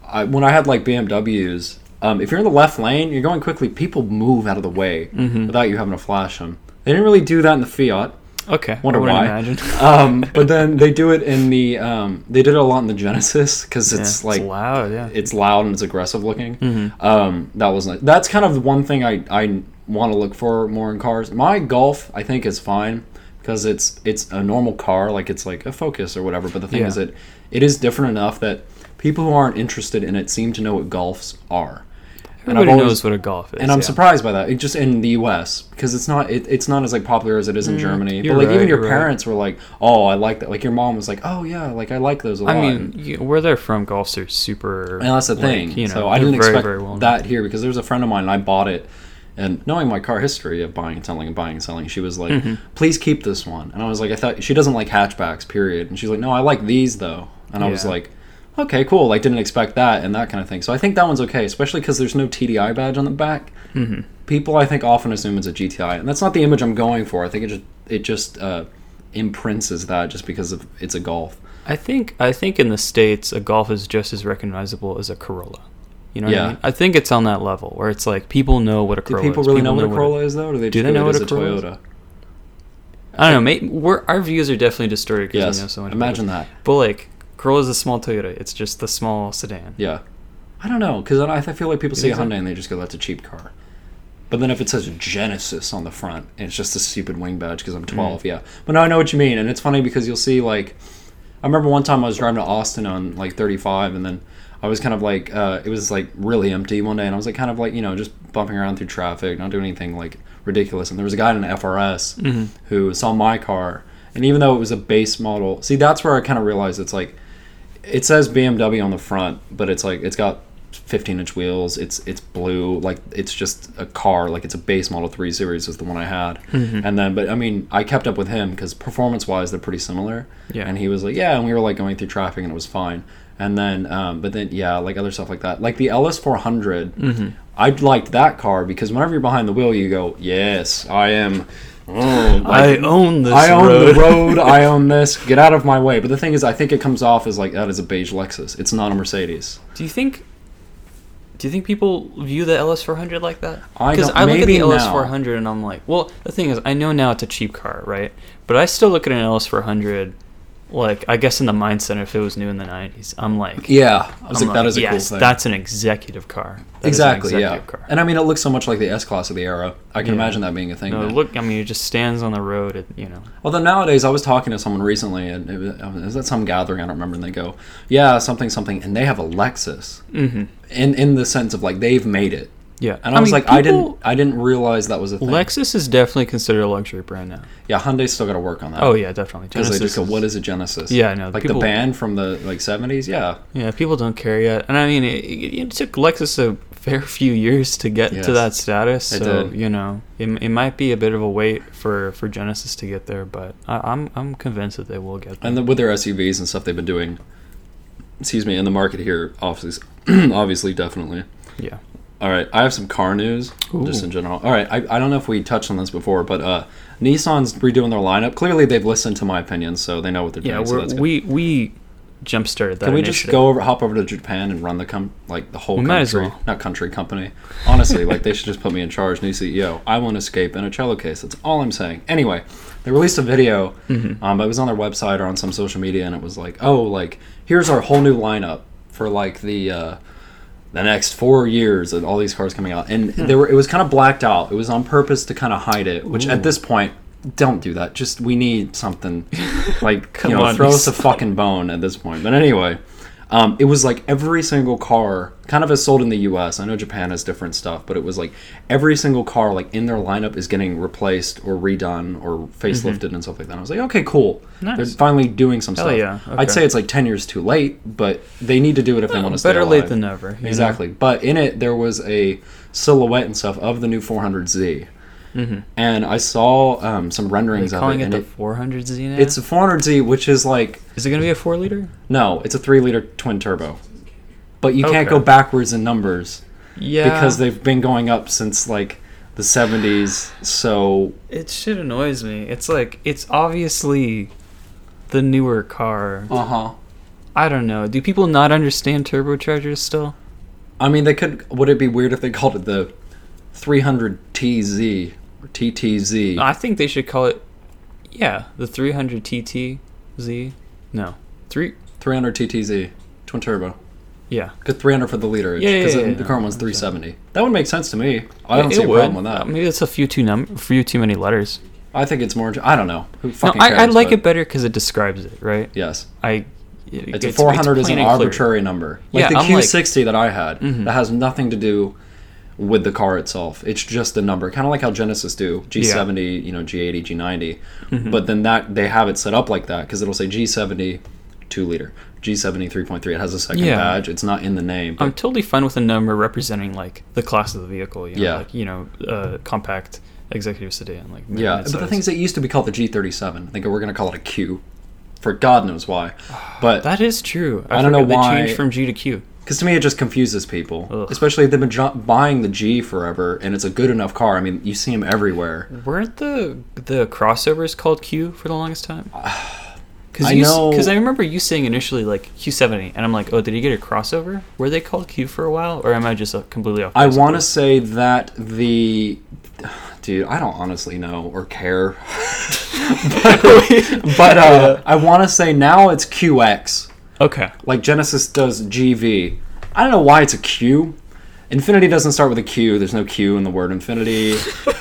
[SPEAKER 2] I, when I had like BMWs, um, if you're in the left lane, you're going quickly. People move out of the way
[SPEAKER 1] Mm-hmm.
[SPEAKER 2] without you having to flash them. They didn't really do that in the Fiat.
[SPEAKER 1] Okay.
[SPEAKER 2] Wonder
[SPEAKER 1] I wouldn't
[SPEAKER 2] why. [laughs]
[SPEAKER 1] Imagine.
[SPEAKER 2] Um, but then they do it in the um, they did it a lot in the Genesis because it's
[SPEAKER 1] Yeah,
[SPEAKER 2] like
[SPEAKER 1] it's loud. Yeah.
[SPEAKER 2] it's loud and it's aggressive looking.
[SPEAKER 1] Mm-hmm.
[SPEAKER 2] Um, that was nice. That's kind of one thing I, I want to look for more in cars. My Golf I think is fine because it's it's a normal car, like it's like a Focus or whatever. But the thing
[SPEAKER 1] Yeah.
[SPEAKER 2] is that it is different enough that people who aren't interested in it seem to know what Golfs are. And I've
[SPEAKER 1] Everybody
[SPEAKER 2] always-
[SPEAKER 1] knows what a golf is.
[SPEAKER 2] and I'm
[SPEAKER 1] yeah.
[SPEAKER 2] surprised by that. It just in the U.S. because it's not it, it's not as like popular as it is in Germany.
[SPEAKER 1] Mm,
[SPEAKER 2] But
[SPEAKER 1] you're
[SPEAKER 2] like
[SPEAKER 1] right,
[SPEAKER 2] even your
[SPEAKER 1] you're right.
[SPEAKER 2] parents were like, "Oh, I like that." Like your mom was like, "Oh yeah, like I like those a lot."
[SPEAKER 1] I mean,
[SPEAKER 2] and,
[SPEAKER 1] you, where they're from, golfs are super.
[SPEAKER 2] and that's the
[SPEAKER 1] like,
[SPEAKER 2] thing.
[SPEAKER 1] You know,
[SPEAKER 2] so I
[SPEAKER 1] they're
[SPEAKER 2] didn't
[SPEAKER 1] very,
[SPEAKER 2] expect
[SPEAKER 1] very well known.
[SPEAKER 2] that here because there was a friend of mine and I bought it. And knowing my car history of buying and selling and buying and selling, she was like,
[SPEAKER 1] Mm-hmm.
[SPEAKER 2] "Please keep this one." And I was like, "I thought she doesn't like hatchbacks, period." And she's like, "No, I like these though." And I was
[SPEAKER 1] Yeah.
[SPEAKER 2] like, "Okay, cool." Like didn't expect that and that kind of thing. So I think that one's okay, especially because there's no TDI badge on the back
[SPEAKER 1] Mm-hmm.
[SPEAKER 2] people I think often assume it's a GTI, and that's not the image I'm going for. I think it just it just uh, imprints as that just because of it's a Golf.
[SPEAKER 1] I think I think in the states a golf is just as recognizable as a Corolla. You know what
[SPEAKER 2] Yeah.
[SPEAKER 1] I mean? I think it's on that level where it's like people know what a
[SPEAKER 2] Do
[SPEAKER 1] Corolla
[SPEAKER 2] people
[SPEAKER 1] is.
[SPEAKER 2] really know what a Corolla is though? Or do they just
[SPEAKER 1] they
[SPEAKER 2] know
[SPEAKER 1] know
[SPEAKER 2] it
[SPEAKER 1] what
[SPEAKER 2] is
[SPEAKER 1] a
[SPEAKER 2] a
[SPEAKER 1] Corolla is?
[SPEAKER 2] Toyota?
[SPEAKER 1] I don't know. Maybe we're, our views are definitely distorted because we know
[SPEAKER 2] Yes.
[SPEAKER 1] so much. about
[SPEAKER 2] Imagine
[SPEAKER 1] it.
[SPEAKER 2] that.
[SPEAKER 1] But like Corolla is a small Toyota. It's just the small sedan.
[SPEAKER 2] Yeah. I don't know because I, I feel like people see a
[SPEAKER 1] think so?
[SPEAKER 2] Hyundai and they just go, "That's a cheap car." But then if it says Genesis on the front, and it's just a stupid wing badge because I'm 12,
[SPEAKER 1] Mm.
[SPEAKER 2] yeah. But no, I know what you mean, and it's funny because you'll see like, I remember one time I was driving to Austin on like 35, and then I was kind of like, uh, it was like really empty one day, and I was like kind of like you know just bumping around through traffic, not doing anything like ridiculous, and there was a guy in an FRS
[SPEAKER 1] Mm-hmm.
[SPEAKER 2] who saw my car, and even though it was a base model, see that's where I kind of realized it's like it says BMW on the front, but it's like it's got 15 inch wheels. It's it's blue, like it's just a car, like it's a base model three series is the one I had.
[SPEAKER 1] Mm-hmm.
[SPEAKER 2] And then, but I mean, I kept up with him because performance wise, they're pretty similar.
[SPEAKER 1] Yeah.
[SPEAKER 2] And he was like, yeah, and we were like going through traffic and it was fine. And then, um, but then, yeah, like other stuff like that, like the LS400.
[SPEAKER 1] Mm-hmm.
[SPEAKER 2] I liked that car because whenever you're behind the wheel, you go, yes, I am. Oh, like,
[SPEAKER 1] I own this.
[SPEAKER 2] I own
[SPEAKER 1] road.
[SPEAKER 2] the
[SPEAKER 1] [laughs]
[SPEAKER 2] road. I own this. Get out of my way. But the thing is, I think it comes off as like that is a beige Lexus. It's not a Mercedes.
[SPEAKER 1] Do you think? Do you think people view the LS400 like that?
[SPEAKER 2] I
[SPEAKER 1] Because
[SPEAKER 2] don't-
[SPEAKER 1] I, look at the
[SPEAKER 2] maybe now.
[SPEAKER 1] LS400 and I'm like, well, the thing is, I know now it's a cheap car, right? But I still look at an LS400, like I guess in the mindset if it was new in the 90s, I'm like,
[SPEAKER 2] Yeah, I
[SPEAKER 1] I'm
[SPEAKER 2] was like, that is a
[SPEAKER 1] yes,
[SPEAKER 2] cool thing.
[SPEAKER 1] that's an executive car. That is an
[SPEAKER 2] exactly yeah.
[SPEAKER 1] executive Car.
[SPEAKER 2] And I mean, it looks so much like the S class of the era. I can
[SPEAKER 1] Yeah.
[SPEAKER 2] imagine that being a thing.
[SPEAKER 1] No,
[SPEAKER 2] now.
[SPEAKER 1] look, I mean, it just stands on the road. It, you know,
[SPEAKER 2] Although nowadays, I was talking to someone recently, and it was, it was at some gathering I don't remember, and they go, "Yeah, something, something," and they have a Lexus. Mm-hmm. In in the sense of like they've made it.
[SPEAKER 1] yeah.
[SPEAKER 2] And I, was
[SPEAKER 1] mean,
[SPEAKER 2] like, I didn't,
[SPEAKER 1] people-
[SPEAKER 2] I didn't realize that was a thing.
[SPEAKER 1] Lexus is definitely considered a luxury brand now.
[SPEAKER 2] yeah, Hyundai's still got to work on that.
[SPEAKER 1] Oh yeah, definitely.
[SPEAKER 2] because they
[SPEAKER 1] Genesis
[SPEAKER 2] just go,
[SPEAKER 1] is-
[SPEAKER 2] "What is a Genesis?"
[SPEAKER 1] Yeah, I know.
[SPEAKER 2] Like
[SPEAKER 1] People-
[SPEAKER 2] the band from the like '70s. Yeah,
[SPEAKER 1] Yeah, people don't care yet, and I mean, it, it it took Lexus a fair [laughs] few years to get
[SPEAKER 2] Yes.
[SPEAKER 1] to that status.
[SPEAKER 2] It
[SPEAKER 1] So
[SPEAKER 2] did.
[SPEAKER 1] you know, it, it might be a bit of a wait for, for Genesis to get there, but I, I'm I'm convinced that they will get there.
[SPEAKER 2] and the, with their SUVs and stuff they've been doing, excuse me, in the market here, obviously, [clears throat] obviously, definitely.
[SPEAKER 1] yeah,
[SPEAKER 2] All right, I have some car news, just
[SPEAKER 1] Ooh.
[SPEAKER 2] in general. All right, I, I don't know if we touched on this before, but uh, Nissan's redoing their lineup. Clearly, they've listened to my opinions, so they know what they're
[SPEAKER 1] yeah.
[SPEAKER 2] doing. so
[SPEAKER 1] we're,
[SPEAKER 2] that's good.
[SPEAKER 1] we we jump started that.
[SPEAKER 2] Can we
[SPEAKER 1] initiative.
[SPEAKER 2] just go over, hop over to Japan and run the com- like the whole
[SPEAKER 1] We
[SPEAKER 2] country,
[SPEAKER 1] might as well.
[SPEAKER 2] not country company? Honestly, like they should just put me in charge, new CEO. I want escape in a cello case. That's all I'm saying. Anyway, they released a video.
[SPEAKER 1] Mm-hmm.
[SPEAKER 2] Um, it was on their website or on some social media, and it was like, oh, like here's our whole new lineup for like the. Uh, the next four years of all these cars coming out, and
[SPEAKER 1] Hmm.
[SPEAKER 2] they were it was kind of blacked out. It was on purpose to kind of hide it, which at this point, don't do that. Just we need
[SPEAKER 1] [laughs]
[SPEAKER 2] something like you know,
[SPEAKER 1] on,
[SPEAKER 2] throw
[SPEAKER 1] you
[SPEAKER 2] us a fucking bone at this point. But anyway, um, it was like every single car, kind of as sold in the U.S. I know Japan has different stuff, but it was like every single car, like in their lineup, is getting replaced or redone or facelifted and stuff like that. I was like, okay, cool. They're
[SPEAKER 1] Mm-hmm. Nice.
[SPEAKER 2] finally doing some stuff.
[SPEAKER 1] yeah, okay.
[SPEAKER 2] I'd say it's like ten years too late, but they need to do it if they want to. stay
[SPEAKER 1] better late
[SPEAKER 2] alive.
[SPEAKER 1] than never, you know?
[SPEAKER 2] Exactly. But in it, there was a silhouette and stuff of the new 400Z. And I saw um, some renderings
[SPEAKER 1] They're
[SPEAKER 2] of
[SPEAKER 1] Mm-hmm. calling
[SPEAKER 2] it.
[SPEAKER 1] it
[SPEAKER 2] and
[SPEAKER 1] the
[SPEAKER 2] it-
[SPEAKER 1] 400Z now.
[SPEAKER 2] it's a 400Z, which is like
[SPEAKER 1] is it going to be a four liter?
[SPEAKER 2] no, it's a three liter twin turbo. But you can't
[SPEAKER 1] Okay.
[SPEAKER 2] go backwards in numbers
[SPEAKER 1] Yeah,
[SPEAKER 2] because they've been going up since like the 70s. So
[SPEAKER 1] It shit annoys me. It's like it's obviously the newer car.
[SPEAKER 2] uh huh.
[SPEAKER 1] I don't know. Do people not understand turbochargers still?
[SPEAKER 2] I mean, they could. Would it be weird if they called it the 300 TZ or TTZ?
[SPEAKER 1] I think they should call it yeah, the 300 TTZ. No. 3
[SPEAKER 2] 300 TTZ twin turbo.
[SPEAKER 1] yeah.
[SPEAKER 2] Because 300 for the liter.
[SPEAKER 1] Yeah, yeah,
[SPEAKER 2] Because
[SPEAKER 1] yeah,
[SPEAKER 2] the,
[SPEAKER 1] yeah.
[SPEAKER 2] the current one's 370. That would make sense to me. I don't
[SPEAKER 1] It
[SPEAKER 2] see a
[SPEAKER 1] would.
[SPEAKER 2] problem with that.
[SPEAKER 1] Maybe it's a few too num few too many letters.
[SPEAKER 2] I think it's more. int- I don't know. Who
[SPEAKER 1] No,
[SPEAKER 2] fucking
[SPEAKER 1] I,
[SPEAKER 2] cares?
[SPEAKER 1] I like
[SPEAKER 2] but
[SPEAKER 1] it better because it describes it, right?
[SPEAKER 2] Yes.
[SPEAKER 1] I.
[SPEAKER 2] It's, a 400 is
[SPEAKER 1] plain
[SPEAKER 2] an
[SPEAKER 1] and clear.
[SPEAKER 2] arbitrary number. Like
[SPEAKER 1] Yeah,
[SPEAKER 2] the
[SPEAKER 1] I'm like- Mm-hmm.
[SPEAKER 2] Q60 that I had, that has nothing to do with the car itself. It's just the number, kind of like how Genesis do G70, you know, G80, G90.
[SPEAKER 1] Mm-hmm.
[SPEAKER 2] But then that they have it set up like that because it'll say G70 two liter, G70 3.3. It has a second
[SPEAKER 1] Yeah.
[SPEAKER 2] badge. It's not in the name. but-
[SPEAKER 1] I'm totally fine with a number representing like the class of the vehicle. You know,
[SPEAKER 2] Yeah.
[SPEAKER 1] Like, you know, uh, compact executive sedan. Like
[SPEAKER 2] yeah,
[SPEAKER 1] mid-size.
[SPEAKER 2] but the thing is, it used to be called the G37. I think we're gonna call it a Q, for God knows
[SPEAKER 1] [sighs]
[SPEAKER 2] why. But
[SPEAKER 1] that is true.
[SPEAKER 2] I don't know
[SPEAKER 1] forgot
[SPEAKER 2] why-
[SPEAKER 1] they changed from G to Q.
[SPEAKER 2] Because to me, it just confuses people,
[SPEAKER 1] Ugh.
[SPEAKER 2] especially if they've been jo- buying the G forever, and it's a good enough car. I mean, you see them everywhere.
[SPEAKER 1] Weren't the the crossovers called Q for the longest time? Because
[SPEAKER 2] Uh, I
[SPEAKER 1] you,
[SPEAKER 2] know-
[SPEAKER 1] because I remember you saying initially like Q70, and I'm like, oh, did he get a crossover? Were they called Q for a while, or am I just uh, completely off?
[SPEAKER 2] I
[SPEAKER 1] base?
[SPEAKER 2] want to say that the dude, I don't honestly know or care, [laughs] but, but uh, I want to say now it's QX.
[SPEAKER 1] [laughs] okay.
[SPEAKER 2] Like Genesis does GV. I don't know why it's a Q. Infinity doesn't start with a Q. There's no Q in the
[SPEAKER 1] [laughs]
[SPEAKER 2] word infinity.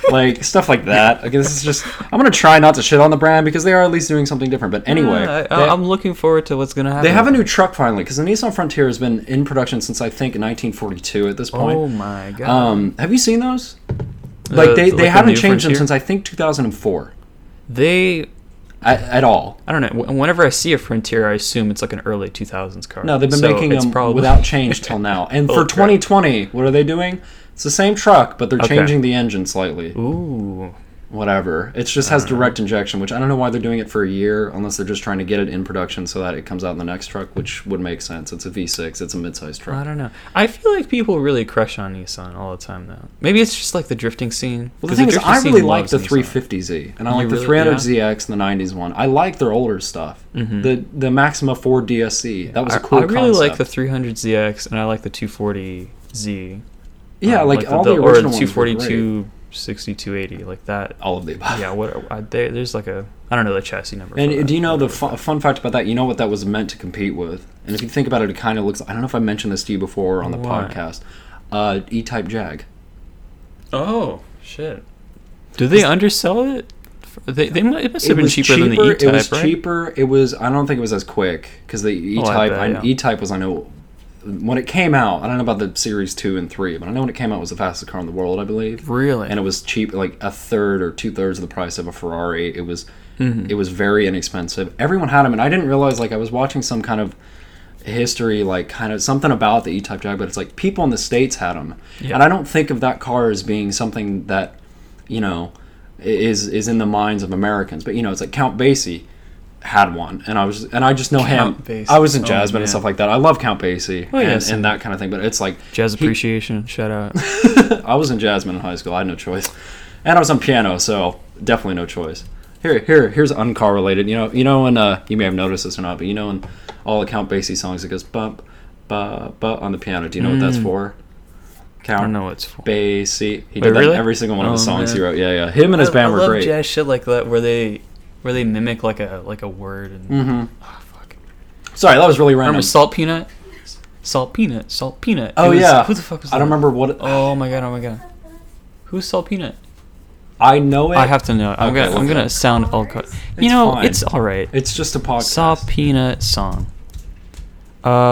[SPEAKER 2] like stuff like that. Like this is just. I'm gonna try not to shit on the brand because they are at least doing something different. But anyway,
[SPEAKER 1] Yeah, Uh, I,
[SPEAKER 2] they-
[SPEAKER 1] I'm looking forward to what's gonna happen.
[SPEAKER 2] They have a new truck finally because the Nissan Frontier has been in production since I think 1942 at this point.
[SPEAKER 1] Oh my god.
[SPEAKER 2] Um, have you seen those? Like
[SPEAKER 1] Uh,
[SPEAKER 2] they,
[SPEAKER 1] like
[SPEAKER 2] they
[SPEAKER 1] the
[SPEAKER 2] haven't
[SPEAKER 1] new
[SPEAKER 2] changed them
[SPEAKER 1] Frontier?
[SPEAKER 2] since I think 2004
[SPEAKER 1] They,
[SPEAKER 2] at, at all.
[SPEAKER 1] I don't know. wh- Whenever I see a Frontier, I assume it's like an early 2000s car.
[SPEAKER 2] No, they've been
[SPEAKER 1] So
[SPEAKER 2] making
[SPEAKER 1] it's
[SPEAKER 2] them
[SPEAKER 1] probably- [laughs]
[SPEAKER 2] without change till now. And for
[SPEAKER 1] crap.
[SPEAKER 2] 2020, what are they doing? It's the same truck, but they're
[SPEAKER 1] Okay.
[SPEAKER 2] changing the engine slightly.
[SPEAKER 1] Ooh,
[SPEAKER 2] Whatever. It just
[SPEAKER 1] Uh.
[SPEAKER 2] has direct injection, which I don't know why they're doing it for a year, unless they're just trying to get it in production so that it comes out in the next truck, which would make sense. It's a V6. It's a mid-sized truck.
[SPEAKER 1] I don't know. I feel like people really crush on Nissan all the time now. Maybe it's just like the drifting scene.
[SPEAKER 2] Well, the
[SPEAKER 1] 'cause
[SPEAKER 2] thing is,
[SPEAKER 1] drifting
[SPEAKER 2] I
[SPEAKER 1] scene
[SPEAKER 2] really
[SPEAKER 1] loves
[SPEAKER 2] like the
[SPEAKER 1] Nissan.
[SPEAKER 2] 350Z, and I like the
[SPEAKER 1] really-
[SPEAKER 2] 300ZX and the 90s one. I like their older stuff.
[SPEAKER 1] Mm-hmm.
[SPEAKER 2] The the Maxima 4 DSC E, that was
[SPEAKER 1] I,
[SPEAKER 2] a cool.
[SPEAKER 1] I really like
[SPEAKER 2] concept.
[SPEAKER 1] the 300ZX and I like the 240Z.
[SPEAKER 2] yeah,
[SPEAKER 1] Um,
[SPEAKER 2] like, all the,
[SPEAKER 1] or
[SPEAKER 2] original ones were great.
[SPEAKER 1] 242, 60, 280, like that.
[SPEAKER 2] all of the above.
[SPEAKER 1] Yeah, what? I, there, there's like a I don't know the chassis number. for
[SPEAKER 2] And
[SPEAKER 1] that.
[SPEAKER 2] do you know the fun, fun fact about that? You know what that was meant to compete with, and if you think about it, it kind of looks. I don't know if I mentioned this to you before on the
[SPEAKER 1] What?
[SPEAKER 2] podcast. Uh, E-Type Jag.
[SPEAKER 1] Oh shit! Do they undersell it? F- They, they mu- it must have been
[SPEAKER 2] was
[SPEAKER 1] cheaper, than the E-Type,
[SPEAKER 2] It was
[SPEAKER 1] right? Oh,
[SPEAKER 2] cheaper. It was. I don't think it was as quick because the E type.
[SPEAKER 1] bet,
[SPEAKER 2] I
[SPEAKER 1] yeah.
[SPEAKER 2] E type was. I know when it came out. I don't know about the series two and three, but I know when it came out it was the fastest car in the world. I believe.
[SPEAKER 1] Really?
[SPEAKER 2] And it was cheap, like a third or two thirds of the price of a Ferrari. It was.
[SPEAKER 1] Mm-hmm.
[SPEAKER 2] It was very inexpensive. Everyone had them, and I didn't realize. Like I was watching some kind of history, like kind of something about the E-Type Jag, but it's like people in the states had them,
[SPEAKER 1] Yeah.
[SPEAKER 2] and I don't think of that car as being something that you know i- is is in the minds of Americans. But you know, it's like Count Basie had one, and I was and I just know
[SPEAKER 1] Count
[SPEAKER 2] him.
[SPEAKER 1] Basie.
[SPEAKER 2] I was in
[SPEAKER 1] Oh,
[SPEAKER 2] jazz
[SPEAKER 1] man.
[SPEAKER 2] band and stuff like that. I love Count Basie
[SPEAKER 1] Oh,
[SPEAKER 2] and,
[SPEAKER 1] yes.
[SPEAKER 2] and that kind of thing. But it's like
[SPEAKER 1] Jazz
[SPEAKER 2] he-
[SPEAKER 1] appreciation, shout out.
[SPEAKER 2] I was in jazz band in high school. I had no choice, and I was on piano, so definitely no choice. Here, here, here's uncar related. You know, you know, and uh, you may have noticed this or not, but you know, in all the Count Basie songs, it goes bump, ba, ba on the piano. Do you know what that's for? Count
[SPEAKER 1] Mm. I don't know what's for.
[SPEAKER 2] Basie. He
[SPEAKER 1] Wait,
[SPEAKER 2] did that
[SPEAKER 1] really?
[SPEAKER 2] in every single one of the
[SPEAKER 1] Oh,
[SPEAKER 2] songs he
[SPEAKER 1] man.
[SPEAKER 2] wrote. Yeah, yeah. Him and his
[SPEAKER 1] I
[SPEAKER 2] band were
[SPEAKER 1] love
[SPEAKER 2] great.
[SPEAKER 1] jazz shit like that where they where they mimic like a like a word and
[SPEAKER 2] Mm.
[SPEAKER 1] Ah, fuck.
[SPEAKER 2] Mm-hmm. Sorry, that was really random.
[SPEAKER 1] Remember salt peanut? Salt peanut, salt peanut.
[SPEAKER 2] Oh
[SPEAKER 1] It was-
[SPEAKER 2] yeah.
[SPEAKER 1] Who the fuck was
[SPEAKER 2] I don't
[SPEAKER 1] that?
[SPEAKER 2] remember what.
[SPEAKER 1] Oh my god, oh my god. Who's salt peanut?
[SPEAKER 2] I know it.
[SPEAKER 1] I have to know. I'm
[SPEAKER 2] Okay,
[SPEAKER 1] gonna I'm
[SPEAKER 2] look it
[SPEAKER 1] gonna
[SPEAKER 2] up.
[SPEAKER 1] sound all cut.
[SPEAKER 2] It's
[SPEAKER 1] You know,
[SPEAKER 2] fine.
[SPEAKER 1] it's alright.
[SPEAKER 2] It's just a podcast.
[SPEAKER 1] Saw Peanut song.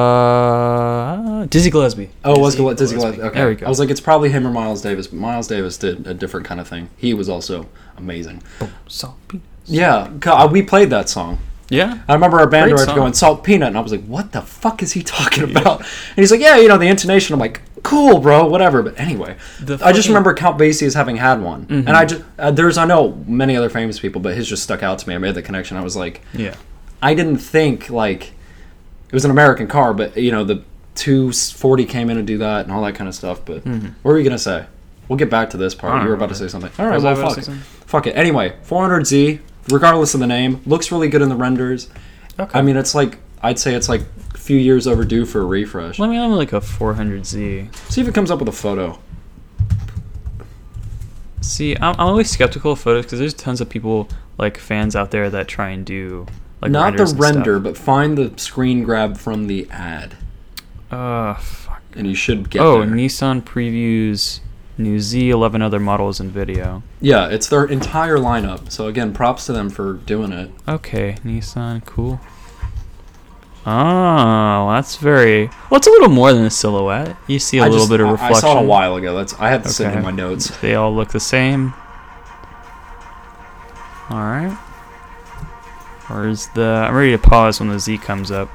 [SPEAKER 1] Uh, Dizzy Gillespie.
[SPEAKER 2] Oh, it was Gillespie. Dizzy Gillespie. Okay.
[SPEAKER 1] There we go.
[SPEAKER 2] I was like, it's probably him or Miles Davis. But Miles Davis did a different kind of thing. He was also amazing.
[SPEAKER 1] Saw Peanut.
[SPEAKER 2] Yeah, 'cause, uh, we played that song.
[SPEAKER 1] Yeah.
[SPEAKER 2] I remember our band
[SPEAKER 1] Great
[SPEAKER 2] director
[SPEAKER 1] song.
[SPEAKER 2] going salt peanut, and I was like, "What the fuck is he talking about?" And he's like, "Yeah, you know the intonation." I'm like, "Cool, bro, whatever." But anyway,
[SPEAKER 1] The
[SPEAKER 2] I just
[SPEAKER 1] fucking- Mm-hmm.
[SPEAKER 2] remember Count Basie as having had one, and I just uh, there's I know many other famous people, but his just stuck out to me. I made the connection. I was like,
[SPEAKER 1] Yeah.
[SPEAKER 2] I didn't think like it was an American car, but you know the 240 came in to do that and all that kind of stuff. But what were you gonna say? We'll get back to this part.
[SPEAKER 1] Mm-hmm. don't
[SPEAKER 2] You were
[SPEAKER 1] know.
[SPEAKER 2] about to say something. All right,
[SPEAKER 1] Was I
[SPEAKER 2] well,
[SPEAKER 1] about to
[SPEAKER 2] fuck.
[SPEAKER 1] say something?
[SPEAKER 2] Fuck it. Anyway, 400Z, regardless of the name, looks really good in the renders.
[SPEAKER 1] Okay.
[SPEAKER 2] I mean, it's like I'd say it's like a few years overdue for a refresh.
[SPEAKER 1] let me have like a 400Z.
[SPEAKER 2] See if it comes up with a photo.
[SPEAKER 1] See, I'm, I'm always skeptical of photos because there's tons of people like fans out there that try and do like
[SPEAKER 2] Not the
[SPEAKER 1] renders and stuff.
[SPEAKER 2] render, but find the screen grab from the ad,
[SPEAKER 1] Uh, fuck.
[SPEAKER 2] and you should get.
[SPEAKER 1] oh,
[SPEAKER 2] there.
[SPEAKER 1] Nissan previews new Z, 11 other models in video.
[SPEAKER 2] yeah, it's their entire lineup. So again, props to them for doing it.
[SPEAKER 1] Okay, Nissan, cool. Oh, that's very. Well, it's a little more than a silhouette. You see a
[SPEAKER 2] I
[SPEAKER 1] little
[SPEAKER 2] just-
[SPEAKER 1] bit of
[SPEAKER 2] I-
[SPEAKER 1] reflection.
[SPEAKER 2] I saw it a while ago. That's I had to send
[SPEAKER 1] Okay.
[SPEAKER 2] in my notes.
[SPEAKER 1] They all look the same. All right. Where's the? I'm ready to pause when the Z comes
[SPEAKER 2] [laughs]
[SPEAKER 1] up.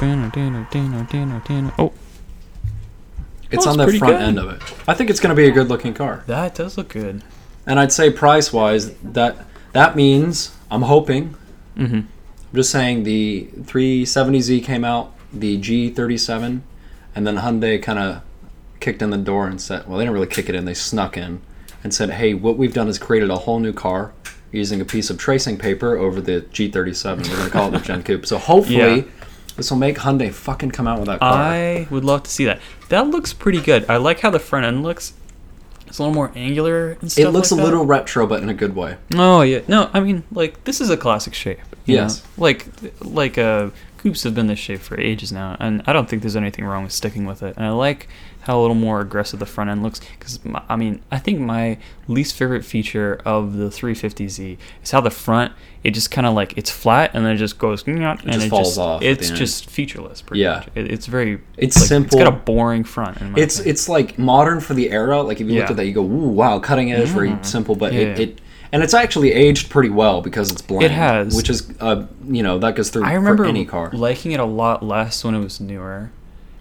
[SPEAKER 1] Dinner, dinner, dinner, dinner, dinner. Oh,
[SPEAKER 2] It's
[SPEAKER 1] Oh,
[SPEAKER 2] on
[SPEAKER 1] it's
[SPEAKER 2] the
[SPEAKER 1] pretty
[SPEAKER 2] front
[SPEAKER 1] good.
[SPEAKER 2] end of it. I think it's going to be a good looking car.
[SPEAKER 1] that does look good.
[SPEAKER 2] And I'd say price wise, that that means I'm hoping.
[SPEAKER 1] hmm
[SPEAKER 2] I'm just saying the 370Z came out, the G37, and then Hyundai kind of kicked in the door and said, well, they didn't really kick it in, they snuck in and said, hey, what we've done is created a whole new car using a piece of tracing paper over the G37. We're going to call it the Gen Coupe.
[SPEAKER 1] [laughs]
[SPEAKER 2] So hopefully.
[SPEAKER 1] Yeah.
[SPEAKER 2] This will make Hyundai fucking come out with that car.
[SPEAKER 1] I would love to see that. That looks pretty good. I like how the front end looks. It's a little more angular and stuff.
[SPEAKER 2] it looks
[SPEAKER 1] like
[SPEAKER 2] a
[SPEAKER 1] that.
[SPEAKER 2] little retro, but in a good way.
[SPEAKER 1] Oh yeah, no, I mean like this is a classic shape. you
[SPEAKER 2] Yes.
[SPEAKER 1] know? like like uh, coupes have been this shape for ages now, and I don't think there's anything wrong with sticking with it. And I like how a little more aggressive the front end looks, because I mean I think my least favorite feature of the 350Z is how the front it just kind of like it's flat and then it just goes and it
[SPEAKER 2] just
[SPEAKER 1] it
[SPEAKER 2] falls off at
[SPEAKER 1] It's
[SPEAKER 2] the end.
[SPEAKER 1] just featureless. Pretty
[SPEAKER 2] Yeah.
[SPEAKER 1] much. It, it's very
[SPEAKER 2] It's
[SPEAKER 1] like,
[SPEAKER 2] simple.
[SPEAKER 1] It's got a boring front. In my
[SPEAKER 2] It's
[SPEAKER 1] opinion.
[SPEAKER 2] it's like modern for the era. Like if you looked
[SPEAKER 1] Yeah. Mm.
[SPEAKER 2] at that, you go, "Ooh, wow, cutting edge, very simple." But it,
[SPEAKER 1] Yeah.
[SPEAKER 2] it and it's actually aged pretty well because it's bland.
[SPEAKER 1] It has.
[SPEAKER 2] which is uh, you know, that goes through
[SPEAKER 1] I remember
[SPEAKER 2] for any car.
[SPEAKER 1] liking it a lot less when it was newer.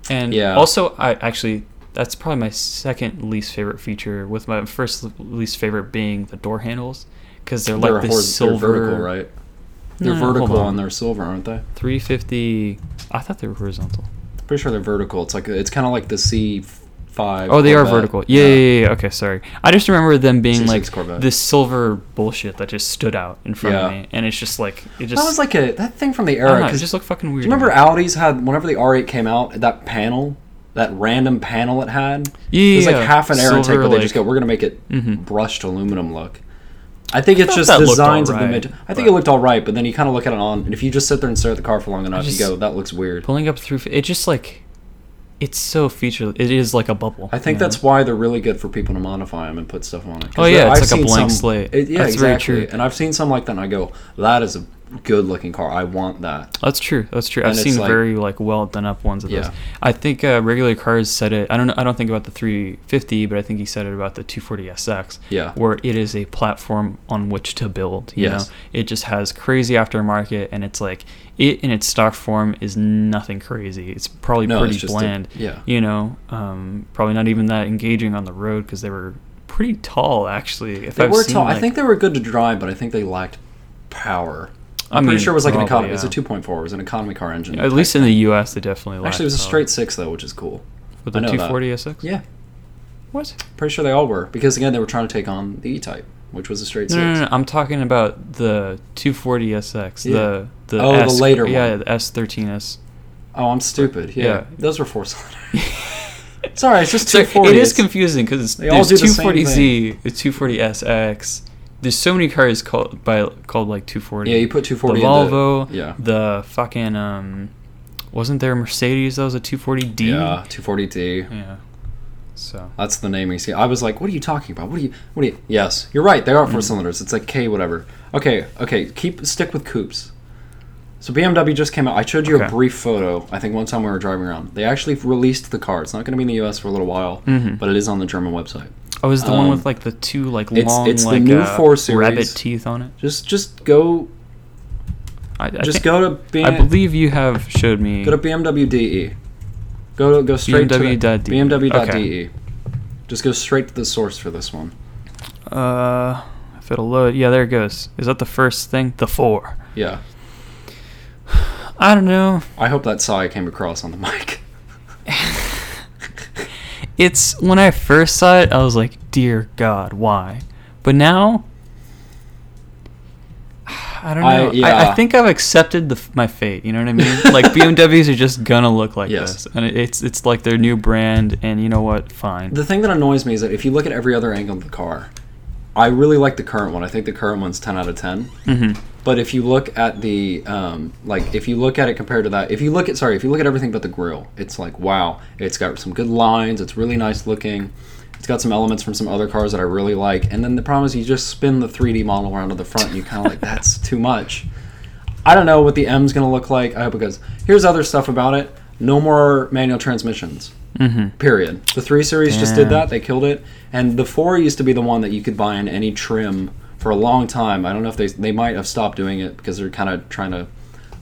[SPEAKER 1] And
[SPEAKER 2] Yeah.
[SPEAKER 1] also, I actually that's probably my second least favorite feature. With my first l- least favorite being the door handles because they're,
[SPEAKER 2] they're,
[SPEAKER 1] like
[SPEAKER 2] hor-
[SPEAKER 1] this silver
[SPEAKER 2] they're vertical, right? They're
[SPEAKER 1] No, hold
[SPEAKER 2] vertical
[SPEAKER 1] on.
[SPEAKER 2] and they're silver, aren't they?
[SPEAKER 1] 350. I thought they were horizontal.
[SPEAKER 2] Pretty sure they're vertical. It's like it's kind of like the C five.
[SPEAKER 1] Oh, they are vertical. Yeah, yeah, yeah, yeah. Okay, sorry. I just remember them being like
[SPEAKER 2] C6 Corvette.
[SPEAKER 1] this silver bullshit that just stood out in front of
[SPEAKER 2] Yeah.
[SPEAKER 1] me, and it's just like it just.
[SPEAKER 2] That was like a that thing from the
[SPEAKER 1] I don't
[SPEAKER 2] era.
[SPEAKER 1] know, it
[SPEAKER 2] 'cause
[SPEAKER 1] just looked fucking weird.
[SPEAKER 2] do you remember Audi's had whenever the R8 came out, that panel, that random panel it had.
[SPEAKER 1] Yeah,
[SPEAKER 2] It's
[SPEAKER 1] yeah,
[SPEAKER 2] like half an air intake,
[SPEAKER 1] silver,
[SPEAKER 2] but they
[SPEAKER 1] like-
[SPEAKER 2] just go, we're going to make it brushed aluminum look. I think it's
[SPEAKER 1] thought
[SPEAKER 2] just
[SPEAKER 1] that looked
[SPEAKER 2] designs of the
[SPEAKER 1] alright,
[SPEAKER 2] mid. I think
[SPEAKER 1] but-
[SPEAKER 2] it looked all right, but then you kind of look at it on, and if you just sit there and stare at the car for long enough,
[SPEAKER 1] just-
[SPEAKER 2] you go, that looks weird.
[SPEAKER 1] pulling up through it just like it's so feature it is like a bubble
[SPEAKER 2] I think
[SPEAKER 1] you know?
[SPEAKER 2] that's why they're really good for people to modify them and put stuff on it. 'Cause
[SPEAKER 1] Oh, yeah,
[SPEAKER 2] there-
[SPEAKER 1] it's like a
[SPEAKER 2] seen
[SPEAKER 1] blank
[SPEAKER 2] some-
[SPEAKER 1] slate.
[SPEAKER 2] It, yeah,
[SPEAKER 1] That's very
[SPEAKER 2] exactly.
[SPEAKER 1] true.
[SPEAKER 2] And I've seen some like that, and I go, that is a good looking car. I want that.
[SPEAKER 1] that's true that's true i've
[SPEAKER 2] And it's
[SPEAKER 1] seen
[SPEAKER 2] like-
[SPEAKER 1] very like well done up ones of
[SPEAKER 2] Yeah.
[SPEAKER 1] those i think uh, regular cars said it i don't know i don't think about the 350 but i think he said it about the 240sx
[SPEAKER 2] Yeah.
[SPEAKER 1] where it is a platform on which to build you
[SPEAKER 2] Yes.
[SPEAKER 1] know it just has crazy aftermarket and it's like it in its stock form is nothing crazy it's probably
[SPEAKER 2] No, it's
[SPEAKER 1] pretty
[SPEAKER 2] just a-
[SPEAKER 1] bland
[SPEAKER 2] yeah.
[SPEAKER 1] you know um probably not even that engaging on the road because they were pretty tall actually if
[SPEAKER 2] They
[SPEAKER 1] I've
[SPEAKER 2] were
[SPEAKER 1] seen,
[SPEAKER 2] tall. I
[SPEAKER 1] like-
[SPEAKER 2] think they were good to drive, but I think they lacked power.
[SPEAKER 1] I
[SPEAKER 2] I'm pretty
[SPEAKER 1] mean,
[SPEAKER 2] sure it was like an
[SPEAKER 1] probably,
[SPEAKER 2] economy. It's
[SPEAKER 1] yeah.
[SPEAKER 2] It was a 2.4. It was an economy car engine.
[SPEAKER 1] At least in the U.S., they definitely lack
[SPEAKER 2] Actually, it was a
[SPEAKER 1] power.
[SPEAKER 2] straight six though, which is cool.
[SPEAKER 1] with
[SPEAKER 2] I
[SPEAKER 1] the
[SPEAKER 2] know that.
[SPEAKER 1] 240 SX.
[SPEAKER 2] Yeah,
[SPEAKER 1] What?
[SPEAKER 2] pretty sure they all were because again they were trying to take on the E type, which was a straight
[SPEAKER 1] No,
[SPEAKER 2] six.
[SPEAKER 1] no, no, no, I'm talking about the 240 SX. The the
[SPEAKER 2] Oh, the
[SPEAKER 1] S,
[SPEAKER 2] later
[SPEAKER 1] yeah,
[SPEAKER 2] one.
[SPEAKER 1] the S13s.
[SPEAKER 2] Oh, I'm stupid. Yeah,
[SPEAKER 1] [laughs] Yeah.
[SPEAKER 2] those were four cylinder. Sorry, [laughs] it's just
[SPEAKER 1] So
[SPEAKER 2] two forty.
[SPEAKER 1] it is confusing because
[SPEAKER 2] They all
[SPEAKER 1] there's
[SPEAKER 2] do the
[SPEAKER 1] 240Z, the 240 SX. There's so many cars called by called like 240.
[SPEAKER 2] Yeah, you put 240
[SPEAKER 1] The
[SPEAKER 2] in the-
[SPEAKER 1] Volvo.
[SPEAKER 2] yeah.
[SPEAKER 1] The fucking um, wasn't there a Mercedes that was a 240D?
[SPEAKER 2] Yeah, two forty D.
[SPEAKER 1] Yeah. So.
[SPEAKER 2] That's the naming scheme. I was like, what are you talking about? What are you? What are you? Yes, you're right. They are
[SPEAKER 1] Mm.
[SPEAKER 2] four cylinders. It's like K whatever. Okay, okay. Keep stick with coupes. So BMW just came out. I showed you a
[SPEAKER 1] Okay.
[SPEAKER 2] brief photo. I think one time we were driving around. They actually released the car. It's not going to be in the U.S. for a little while,
[SPEAKER 1] Mm-hmm.
[SPEAKER 2] but it is on the German website.
[SPEAKER 1] Oh, is it the one
[SPEAKER 2] Um,
[SPEAKER 1] with like the two like
[SPEAKER 2] it's-
[SPEAKER 1] long
[SPEAKER 2] it's the
[SPEAKER 1] like
[SPEAKER 2] new
[SPEAKER 1] uh,
[SPEAKER 2] 4 Series.
[SPEAKER 1] rabbit teeth on it?
[SPEAKER 2] Just just go
[SPEAKER 1] I, I
[SPEAKER 2] just
[SPEAKER 1] think-
[SPEAKER 2] go to B-
[SPEAKER 1] I believe you have showed me.
[SPEAKER 2] go to BMW DE. E. Go to, go straight to
[SPEAKER 1] BMW.de.
[SPEAKER 2] the- BMW.de.
[SPEAKER 1] E. Okay.
[SPEAKER 2] E. Just go straight to the source for this one.
[SPEAKER 1] uh, if it'll load, yeah, there it goes. Is that the first thing? The four.
[SPEAKER 2] Yeah.
[SPEAKER 1] I don't know.
[SPEAKER 2] [laughs] I hope that sigh came across on the mic.
[SPEAKER 1] it's when I first saw it, I was like, "Dear God, why?" But now, I don't
[SPEAKER 2] I-
[SPEAKER 1] know. I, I,
[SPEAKER 2] yeah.
[SPEAKER 1] think I've accepted the, f- my fate. You know what I
[SPEAKER 2] [laughs]
[SPEAKER 1] mean? like BMWs are just gonna look like
[SPEAKER 2] Yes.
[SPEAKER 1] this, and it, it's it's like their new brand. And you know what? Fine.
[SPEAKER 2] The thing that annoys me is that if you look at every other angle of the car, I really like the current one. I think the current one's ten out of 10
[SPEAKER 1] Mhm.
[SPEAKER 2] But if you look at the um, like, if you look at it compared to that, if you look at sorry, if you look at everything but the grill, it's like wow, it's got some good lines. It's really nice looking. It's got some elements from some other cars that I really like. And then the problem is you just spin the 3D model around to the front. and You kind of like that's too much. I don't know what the M's gonna look like. I hope it goes. Here's other stuff about it. No more manual transmissions.
[SPEAKER 1] Mm-hmm.
[SPEAKER 2] Period. The three series just did
[SPEAKER 1] Damn.
[SPEAKER 2] that. They killed it. And the four used to be the one that you could buy in any trim for a long time. I don't know if they they might have stopped doing it because they're kind of trying to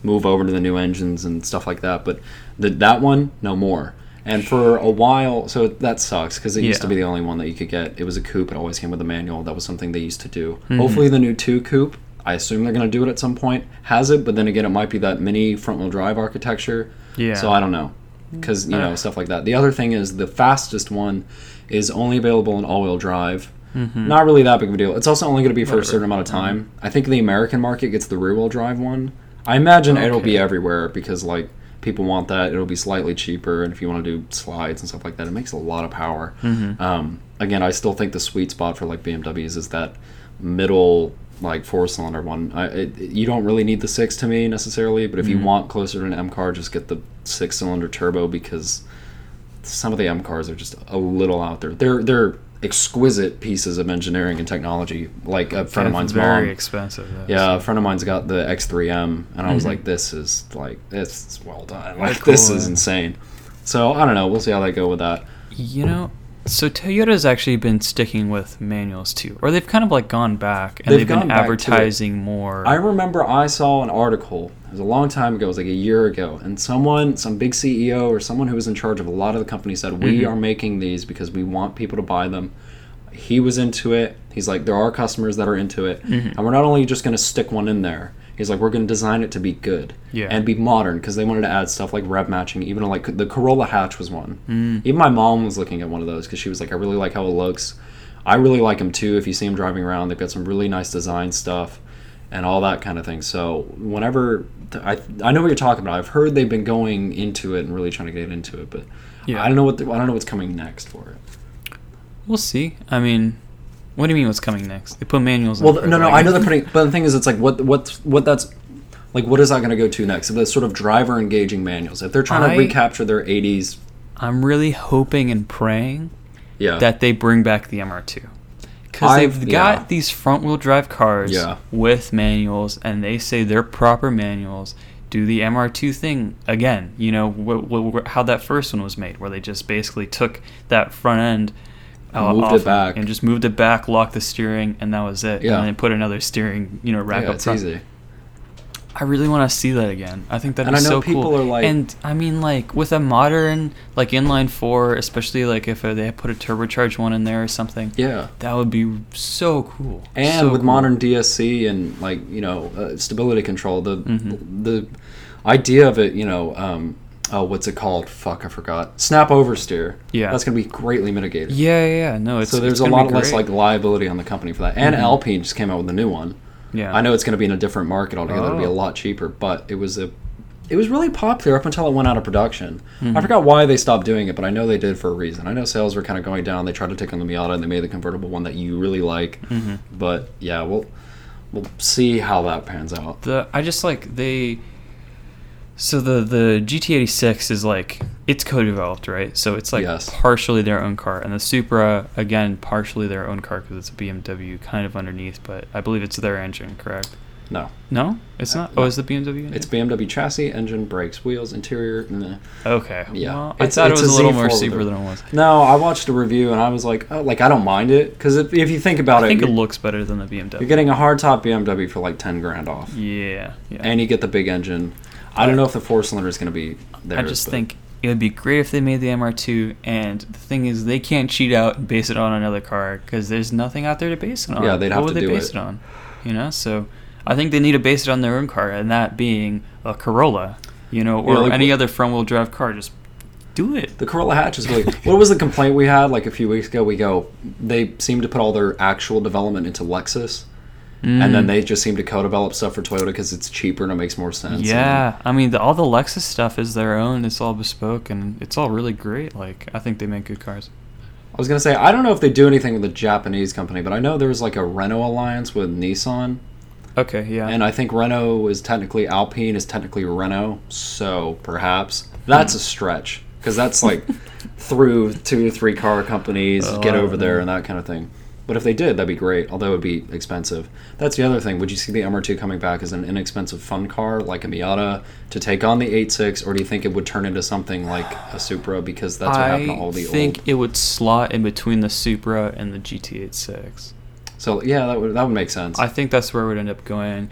[SPEAKER 2] move over to the new engines and stuff like that. But the, that one, no more. And for a while, so that sucks because it used
[SPEAKER 1] Yeah.
[SPEAKER 2] to be the only one that you could get. It was a coupe. It always came with a manual. That was something they used to do. Hopefully, the new two coupe. I assume they're going to do it at some point. Has it, but then again, it might be that mini front wheel drive architecture.
[SPEAKER 1] Yeah.
[SPEAKER 2] So I don't know, because you know
[SPEAKER 1] Ugh.
[SPEAKER 2] stuff like that. The other thing is the fastest one is only available in all-wheel drive.
[SPEAKER 1] Mm-hmm.
[SPEAKER 2] Not really that big of a deal. It's also only going to be for a certain amount of time. I think the American market gets the rear-wheel drive one. I imagine it'll be
[SPEAKER 1] Okay.
[SPEAKER 2] everywhere because like people want that. It'll be slightly cheaper, and if you want to do slides and stuff like that, it makes a lot of power. Um, again, I still think the sweet spot for like BMWs is that middle like four cylinder one. I, it, it- you don't really need the six to me necessarily, but if you want closer to an M car, just get the six cylinder turbo because some of the M cars are just a little out there. They're they're exquisite pieces of engineering and technology. Like a friend of mine's
[SPEAKER 1] very
[SPEAKER 2] mom.
[SPEAKER 1] expensive. though,
[SPEAKER 2] Yeah, a friend of mine's got the X3M, and I was like, "This is like this is well done. [laughs] Like this
[SPEAKER 1] cool,
[SPEAKER 2] is
[SPEAKER 1] yeah.
[SPEAKER 2] insane." So I don't know. We'll see how they go with that.
[SPEAKER 1] You know, so Toyota's actually been sticking with manuals too, or they've kind of like gone back and
[SPEAKER 2] They've
[SPEAKER 1] they've,
[SPEAKER 2] gone
[SPEAKER 1] been
[SPEAKER 2] back to it.
[SPEAKER 1] advertising more.
[SPEAKER 2] I remember I saw an article. It was a long time ago. It was like a year ago, and someone, some big CEO or someone who was in charge of a lot of the company, said, "We are making these because we want people to buy them." He was into it. He's like, "There are customers that are into it,
[SPEAKER 1] Mm-hmm.
[SPEAKER 2] and we're not only just going to stick one in there." He's like, "We're going to design it to be good
[SPEAKER 1] Yeah.
[SPEAKER 2] and be modern," because they wanted to add stuff like rev matching. Even like the Corolla hatch was one.
[SPEAKER 1] Mm.
[SPEAKER 2] Even my mom was looking at one of those because she was like, "I really like how it looks." I really like them too. If you see them driving around, they've got some really nice design stuff and all that kind of thing. So whenever I I know what you're talking about. I've heard they've been going into it and really trying to get into it, but
[SPEAKER 1] Yeah.
[SPEAKER 2] I don't know what the, I don't know what's coming next for it.
[SPEAKER 1] We'll see. I mean, what do you mean what's coming next? They put manuals.
[SPEAKER 2] Well,
[SPEAKER 1] in for
[SPEAKER 2] no, no,
[SPEAKER 1] like-
[SPEAKER 2] I know
[SPEAKER 1] [laughs]
[SPEAKER 2] they're putting, but the thing is, it's like what what what that's like. What is that going to go to next? If that's sort of driver engaging manuals, if they're trying
[SPEAKER 1] I-
[SPEAKER 2] to recapture their '80s,
[SPEAKER 1] I'm really hoping and praying
[SPEAKER 2] yeah,
[SPEAKER 1] that they bring back the MR2 because
[SPEAKER 2] I-
[SPEAKER 1] they've got
[SPEAKER 2] yeah.
[SPEAKER 1] these front-wheel drive cars
[SPEAKER 2] Yeah.
[SPEAKER 1] with manuals, and they say they're proper manuals. Do the MR2 thing again, you know, wh- wh- wh- how that first one was made, where they just basically took that front end uh,
[SPEAKER 2] Moved it
[SPEAKER 1] off
[SPEAKER 2] back.
[SPEAKER 1] and just moved it back, locked the steering, and that was it.
[SPEAKER 2] Yeah.
[SPEAKER 1] And then put another steering, you know, rack
[SPEAKER 2] yeah,
[SPEAKER 1] up
[SPEAKER 2] it's
[SPEAKER 1] front.
[SPEAKER 2] easy.
[SPEAKER 1] I really want to see that again. I think that'd
[SPEAKER 2] And
[SPEAKER 1] be
[SPEAKER 2] I
[SPEAKER 1] so
[SPEAKER 2] know people
[SPEAKER 1] cool.
[SPEAKER 2] are like-
[SPEAKER 1] and I mean, like with a modern like inline four, especially like if uh, they put a turbocharged one in there or something.
[SPEAKER 2] Yeah.
[SPEAKER 1] that would be so cool.
[SPEAKER 2] and
[SPEAKER 1] So
[SPEAKER 2] with
[SPEAKER 1] cool.
[SPEAKER 2] modern DSC and like you know uh, stability control, the
[SPEAKER 1] Mm-hmm.
[SPEAKER 2] the idea of it, you know, um, oh, what's it called? Fuck, I forgot. Snap oversteer.
[SPEAKER 1] Yeah.
[SPEAKER 2] that's going to be greatly mitigated.
[SPEAKER 1] Yeah, yeah, yeah. No, it's
[SPEAKER 2] So there's
[SPEAKER 1] it's
[SPEAKER 2] a
[SPEAKER 1] gonna
[SPEAKER 2] lot
[SPEAKER 1] be
[SPEAKER 2] less
[SPEAKER 1] great. Mm-hmm.
[SPEAKER 2] like liability on the company for that. And Alpine just came out with a new one.
[SPEAKER 1] yeah.
[SPEAKER 2] I know it's going to be in a different market altogether. It'll be a
[SPEAKER 1] Oh.
[SPEAKER 2] lot cheaper, but it was a it was really popular up until it went out of production.
[SPEAKER 1] Hmm.
[SPEAKER 2] I forgot why they stopped doing it, but I know they did for a reason. I know sales were kind of going down. They tried to take on the Miata and they made the convertible one that you really like.
[SPEAKER 1] Mm-hmm.
[SPEAKER 2] But yeah, we'll we'll see how that pans out.
[SPEAKER 1] the I just like they so the the GT86 is like it's co-developed, right? So it's like
[SPEAKER 2] Yes.
[SPEAKER 1] partially their own car, and the Supra again partially their own car because it's a BMW kind of underneath, but I believe it's their engine, correct?
[SPEAKER 2] No,
[SPEAKER 1] No, it's not. Oh, is the BMW? Engine?
[SPEAKER 2] it's BMW chassis, engine, brakes, wheels, interior. Nah.
[SPEAKER 1] okay.
[SPEAKER 2] yeah.
[SPEAKER 1] well,
[SPEAKER 2] It's-
[SPEAKER 1] I thought
[SPEAKER 2] it's
[SPEAKER 1] it was a
[SPEAKER 2] a
[SPEAKER 1] little more
[SPEAKER 2] Z4
[SPEAKER 1] super
[SPEAKER 2] with
[SPEAKER 1] than it was.
[SPEAKER 2] No, I watched a review and I was like, oh, like I don't mind it because if, if you think about
[SPEAKER 1] I
[SPEAKER 2] it,
[SPEAKER 1] think it
[SPEAKER 2] you're,
[SPEAKER 1] looks better than the BMW.
[SPEAKER 2] you're getting a hardtop BMW for like ten grand off.
[SPEAKER 1] yeah, yeah.
[SPEAKER 2] and you get the big engine. I don't know if the four cylinder is going to be there.
[SPEAKER 1] I just
[SPEAKER 2] but-
[SPEAKER 1] think it would be great if they made the MR2. And the thing is, they can't cheat out and base it on another car because there's nothing out there to base it on.
[SPEAKER 2] Yeah, they'd have
[SPEAKER 1] what would
[SPEAKER 2] to
[SPEAKER 1] they
[SPEAKER 2] do
[SPEAKER 1] base
[SPEAKER 2] it.
[SPEAKER 1] it. on? You know, so I think they need to base it on their own car, and that being a Corolla, you know, or
[SPEAKER 2] Yeah, like
[SPEAKER 1] any
[SPEAKER 2] wh-
[SPEAKER 1] other front-wheel drive car. Just do it.
[SPEAKER 2] The Corolla hatch is really. what was the complaint we had like a few weeks ago? We go, they seem to put all their actual development into Lexus, and
[SPEAKER 1] Hmm.
[SPEAKER 2] then they just seem to co-develop stuff for Toyota because it's cheaper and it makes more sense. and-
[SPEAKER 1] Yeah, I mean, the, all the Lexus stuff is their own. It's all bespoke, and it's all really great. Like, I think they make good cars.
[SPEAKER 2] I was gonna say I don't know if they do anything with a Japanese company, but I know there was like a Renault alliance with Nissan,
[SPEAKER 1] Okay, yeah.
[SPEAKER 2] and I think Renault is technically Alpine is technically Renault, so perhaps that's a stretch because
[SPEAKER 1] [laughs]
[SPEAKER 2] that's like through two or three car companies
[SPEAKER 1] Oh,
[SPEAKER 2] get
[SPEAKER 1] I
[SPEAKER 2] over
[SPEAKER 1] don't
[SPEAKER 2] there and that kind of thing. But if they did, that'd be great. Although it would be expensive. That's the other thing. Would you see the MR2 coming back as an inexpensive fun car like a Miata to take on the 86, or do you think it would turn into something like a Supra because that's what happened to all the
[SPEAKER 1] I think
[SPEAKER 2] old?
[SPEAKER 1] it would slot in between the Supra and the GT86.
[SPEAKER 2] So yeah, that would that would make sense.
[SPEAKER 1] I think that's where it would end up going.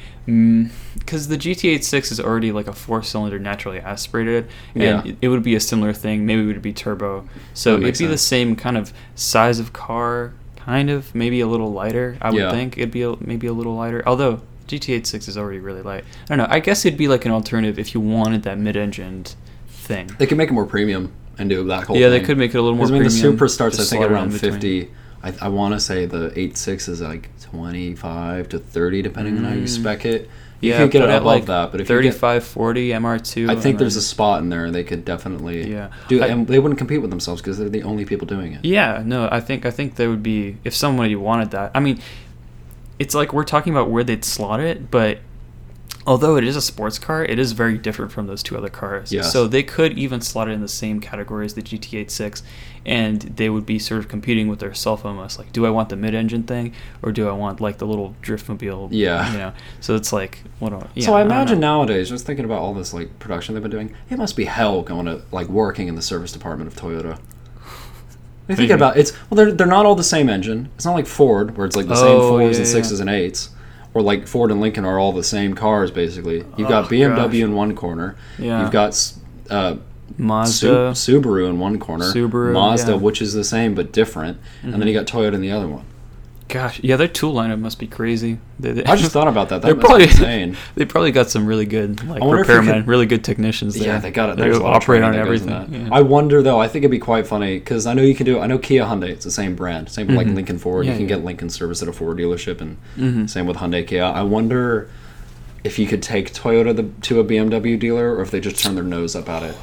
[SPEAKER 1] Because the GT86 is already like a four cylinder naturally aspirated, and
[SPEAKER 2] Yeah.
[SPEAKER 1] it- it would be a similar thing. Maybe it would be turbo. So
[SPEAKER 2] That
[SPEAKER 1] it'd be
[SPEAKER 2] makes
[SPEAKER 1] the
[SPEAKER 2] sense.
[SPEAKER 1] same kind of size of car, kind of, maybe a little lighter, I would
[SPEAKER 2] Yeah.
[SPEAKER 1] think. It'd be a, maybe a little lighter. Although GT86 is already really light. I don't know. I guess it'd be like an alternative if you wanted that mid engined thing.
[SPEAKER 2] They could make it more premium and do that whole.
[SPEAKER 1] Yeah, they
[SPEAKER 2] thing.
[SPEAKER 1] could make it a little more
[SPEAKER 2] 'Cause, I mean, the
[SPEAKER 1] premium,
[SPEAKER 2] Supra starts, I
[SPEAKER 1] just
[SPEAKER 2] think,
[SPEAKER 1] slide it
[SPEAKER 2] around
[SPEAKER 1] in between.
[SPEAKER 2] fifty. I, I want to say the 86 is like twenty-five to thirty, depending on how you spec it. You could get
[SPEAKER 1] put it
[SPEAKER 2] it
[SPEAKER 1] Mm. at,
[SPEAKER 2] above
[SPEAKER 1] like,
[SPEAKER 2] that, but if you get,
[SPEAKER 1] 35, 40 MR2.
[SPEAKER 2] I
[SPEAKER 1] and
[SPEAKER 2] think there's
[SPEAKER 1] then-
[SPEAKER 2] a spot in there they could definitely
[SPEAKER 1] Yeah.
[SPEAKER 2] do,
[SPEAKER 1] I-
[SPEAKER 2] and they wouldn't compete with themselves because they're the only people doing it.
[SPEAKER 1] Yeah, no, I think I think there would be if somebody wanted that. I mean, it's like we're talking about where they'd slot it, but although it is a sports car, it is very different from those two other cars.
[SPEAKER 2] Yes.
[SPEAKER 1] So they could even slot it in the same category as the GT86, and they would be sort of competing with themselves almost. Like, do I want the mid-engine thing, or do I want like the little driftmobile?
[SPEAKER 2] Yeah.
[SPEAKER 1] You know, so it's like what? do yeah,
[SPEAKER 2] so I
[SPEAKER 1] don't
[SPEAKER 2] imagine
[SPEAKER 1] know.
[SPEAKER 2] nowadays, just thinking about all this like production they've been doing, it must be hell going to like working in the service department of Toyota. I think
[SPEAKER 1] Maybe.
[SPEAKER 2] about it's well, they're they're not all the same engine. It's not like Ford where it's like the
[SPEAKER 1] Oh,
[SPEAKER 2] same fours and
[SPEAKER 1] yeah,
[SPEAKER 2] sixes and eights, or like Ford and Lincoln are all the same cars basically. You've got
[SPEAKER 1] Oh,
[SPEAKER 2] BMW
[SPEAKER 1] gosh.
[SPEAKER 2] in one corner.
[SPEAKER 1] Yeah.
[SPEAKER 2] You've got uh, Su-
[SPEAKER 1] Mazda.
[SPEAKER 2] Subaru in one corner.
[SPEAKER 1] Subaru,
[SPEAKER 2] Mazda,
[SPEAKER 1] yeah. Mm-hmm.
[SPEAKER 2] which is the same but different, and then you got Toyota in the other one.
[SPEAKER 1] Gosh, yeah, their tool lineup must be crazy. They, they- [laughs]
[SPEAKER 2] I just thought about that. That
[SPEAKER 1] They're
[SPEAKER 2] must
[SPEAKER 1] probably
[SPEAKER 2] be insane.
[SPEAKER 1] [laughs] They probably got some really good like
[SPEAKER 2] I wonder if you
[SPEAKER 1] repairmen,
[SPEAKER 2] could-
[SPEAKER 1] really good technicians. There.
[SPEAKER 2] Yeah, they got it.
[SPEAKER 1] They
[SPEAKER 2] There's a lot of
[SPEAKER 1] operate
[SPEAKER 2] training
[SPEAKER 1] on
[SPEAKER 2] that goes in
[SPEAKER 1] everything.
[SPEAKER 2] that.
[SPEAKER 1] Yeah.
[SPEAKER 2] I wonder though. I think it'd be quite funny because I know you can do. I know Kia Hyundai. It's the same brand, same with like Lincoln Ford.
[SPEAKER 1] Yeah,
[SPEAKER 2] you can
[SPEAKER 1] yeah.
[SPEAKER 2] get Lincoln service at a Ford dealership, and same with Hyundai Kia. I wonder if you could take Toyota the, to a BMW dealer, or if they just turn their nose up at it.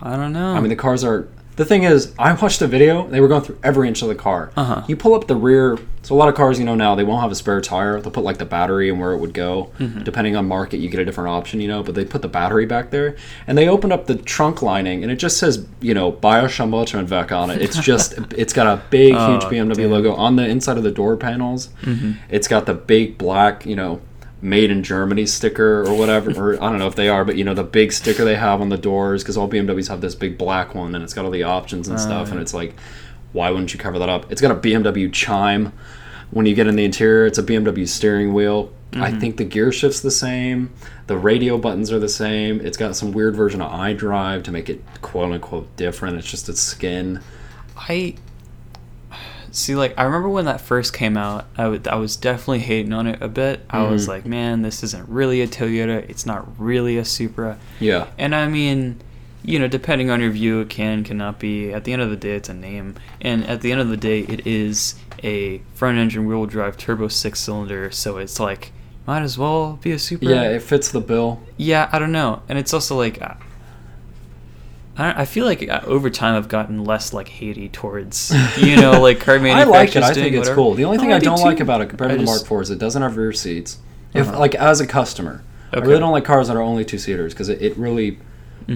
[SPEAKER 1] I don't know.
[SPEAKER 2] I mean, the cars are. The thing is, I watched a video. They were going through every inch of the car.
[SPEAKER 1] Uh-huh.
[SPEAKER 2] You pull up the rear. So a lot of cars, you know, now they won't have a spare tire. They'll put like the battery and where it would go.
[SPEAKER 1] Mm-hmm.
[SPEAKER 2] Depending on market, you get a different option, you know. But they put the battery back there, and they opened up the trunk lining, and it just says, you know, Biochamotoinvec on it. It's
[SPEAKER 1] [laughs]
[SPEAKER 2] just, it's got a big,
[SPEAKER 1] Oh,
[SPEAKER 2] huge BMW
[SPEAKER 1] damn.
[SPEAKER 2] logo on the inside of the door panels. It's got the big black, you know. Made in Germany sticker or whatever, or I don't know if they are, but you know the big sticker they have on the doors because all BMWs have this big black one and it's got all the options and stuff, and it's like, why wouldn't you cover that up? It's got a BMW chime. When you get in the interior, it's a BMW steering wheel. I think the gear shift's the same. The radio buttons are the same. It's got some weird version of iDrive to make it quote unquote different. It's just a skin.
[SPEAKER 1] I see. Like I remember when that first came out, I would I was definitely hating on it a bit. I
[SPEAKER 2] Mm-hmm.
[SPEAKER 1] was like, man, this isn't really a Toyota. It's not really a Supra.
[SPEAKER 2] Yeah.
[SPEAKER 1] And I mean, you know, depending on your view, it can, cannot be. At the end of the day, it's a name. And at the end of the day, it is a front engine wheel drive turbo six cylinder. So it's like, might as well be a super.
[SPEAKER 2] Yeah, it fits the bill.
[SPEAKER 1] Yeah, I don't know. And it's also like, I, I, don't- I feel like uh, over time I've gotten less like hatey towards, you know,
[SPEAKER 2] [laughs]
[SPEAKER 1] like car
[SPEAKER 2] I
[SPEAKER 1] manufacturers.
[SPEAKER 2] like it. I
[SPEAKER 1] doing
[SPEAKER 2] think it's
[SPEAKER 1] whatever.
[SPEAKER 2] cool. The only
[SPEAKER 1] No,
[SPEAKER 2] thing I,
[SPEAKER 1] do
[SPEAKER 2] don't
[SPEAKER 1] too.
[SPEAKER 2] like about it compared
[SPEAKER 1] Oh, I
[SPEAKER 2] to the
[SPEAKER 1] just-
[SPEAKER 2] Mark IV is it doesn't have rear seats. If
[SPEAKER 1] Uh-huh.
[SPEAKER 2] like as a customer, I
[SPEAKER 1] Okay. Mm-hmm.
[SPEAKER 2] really don't like cars that are only two seaters because it, it really,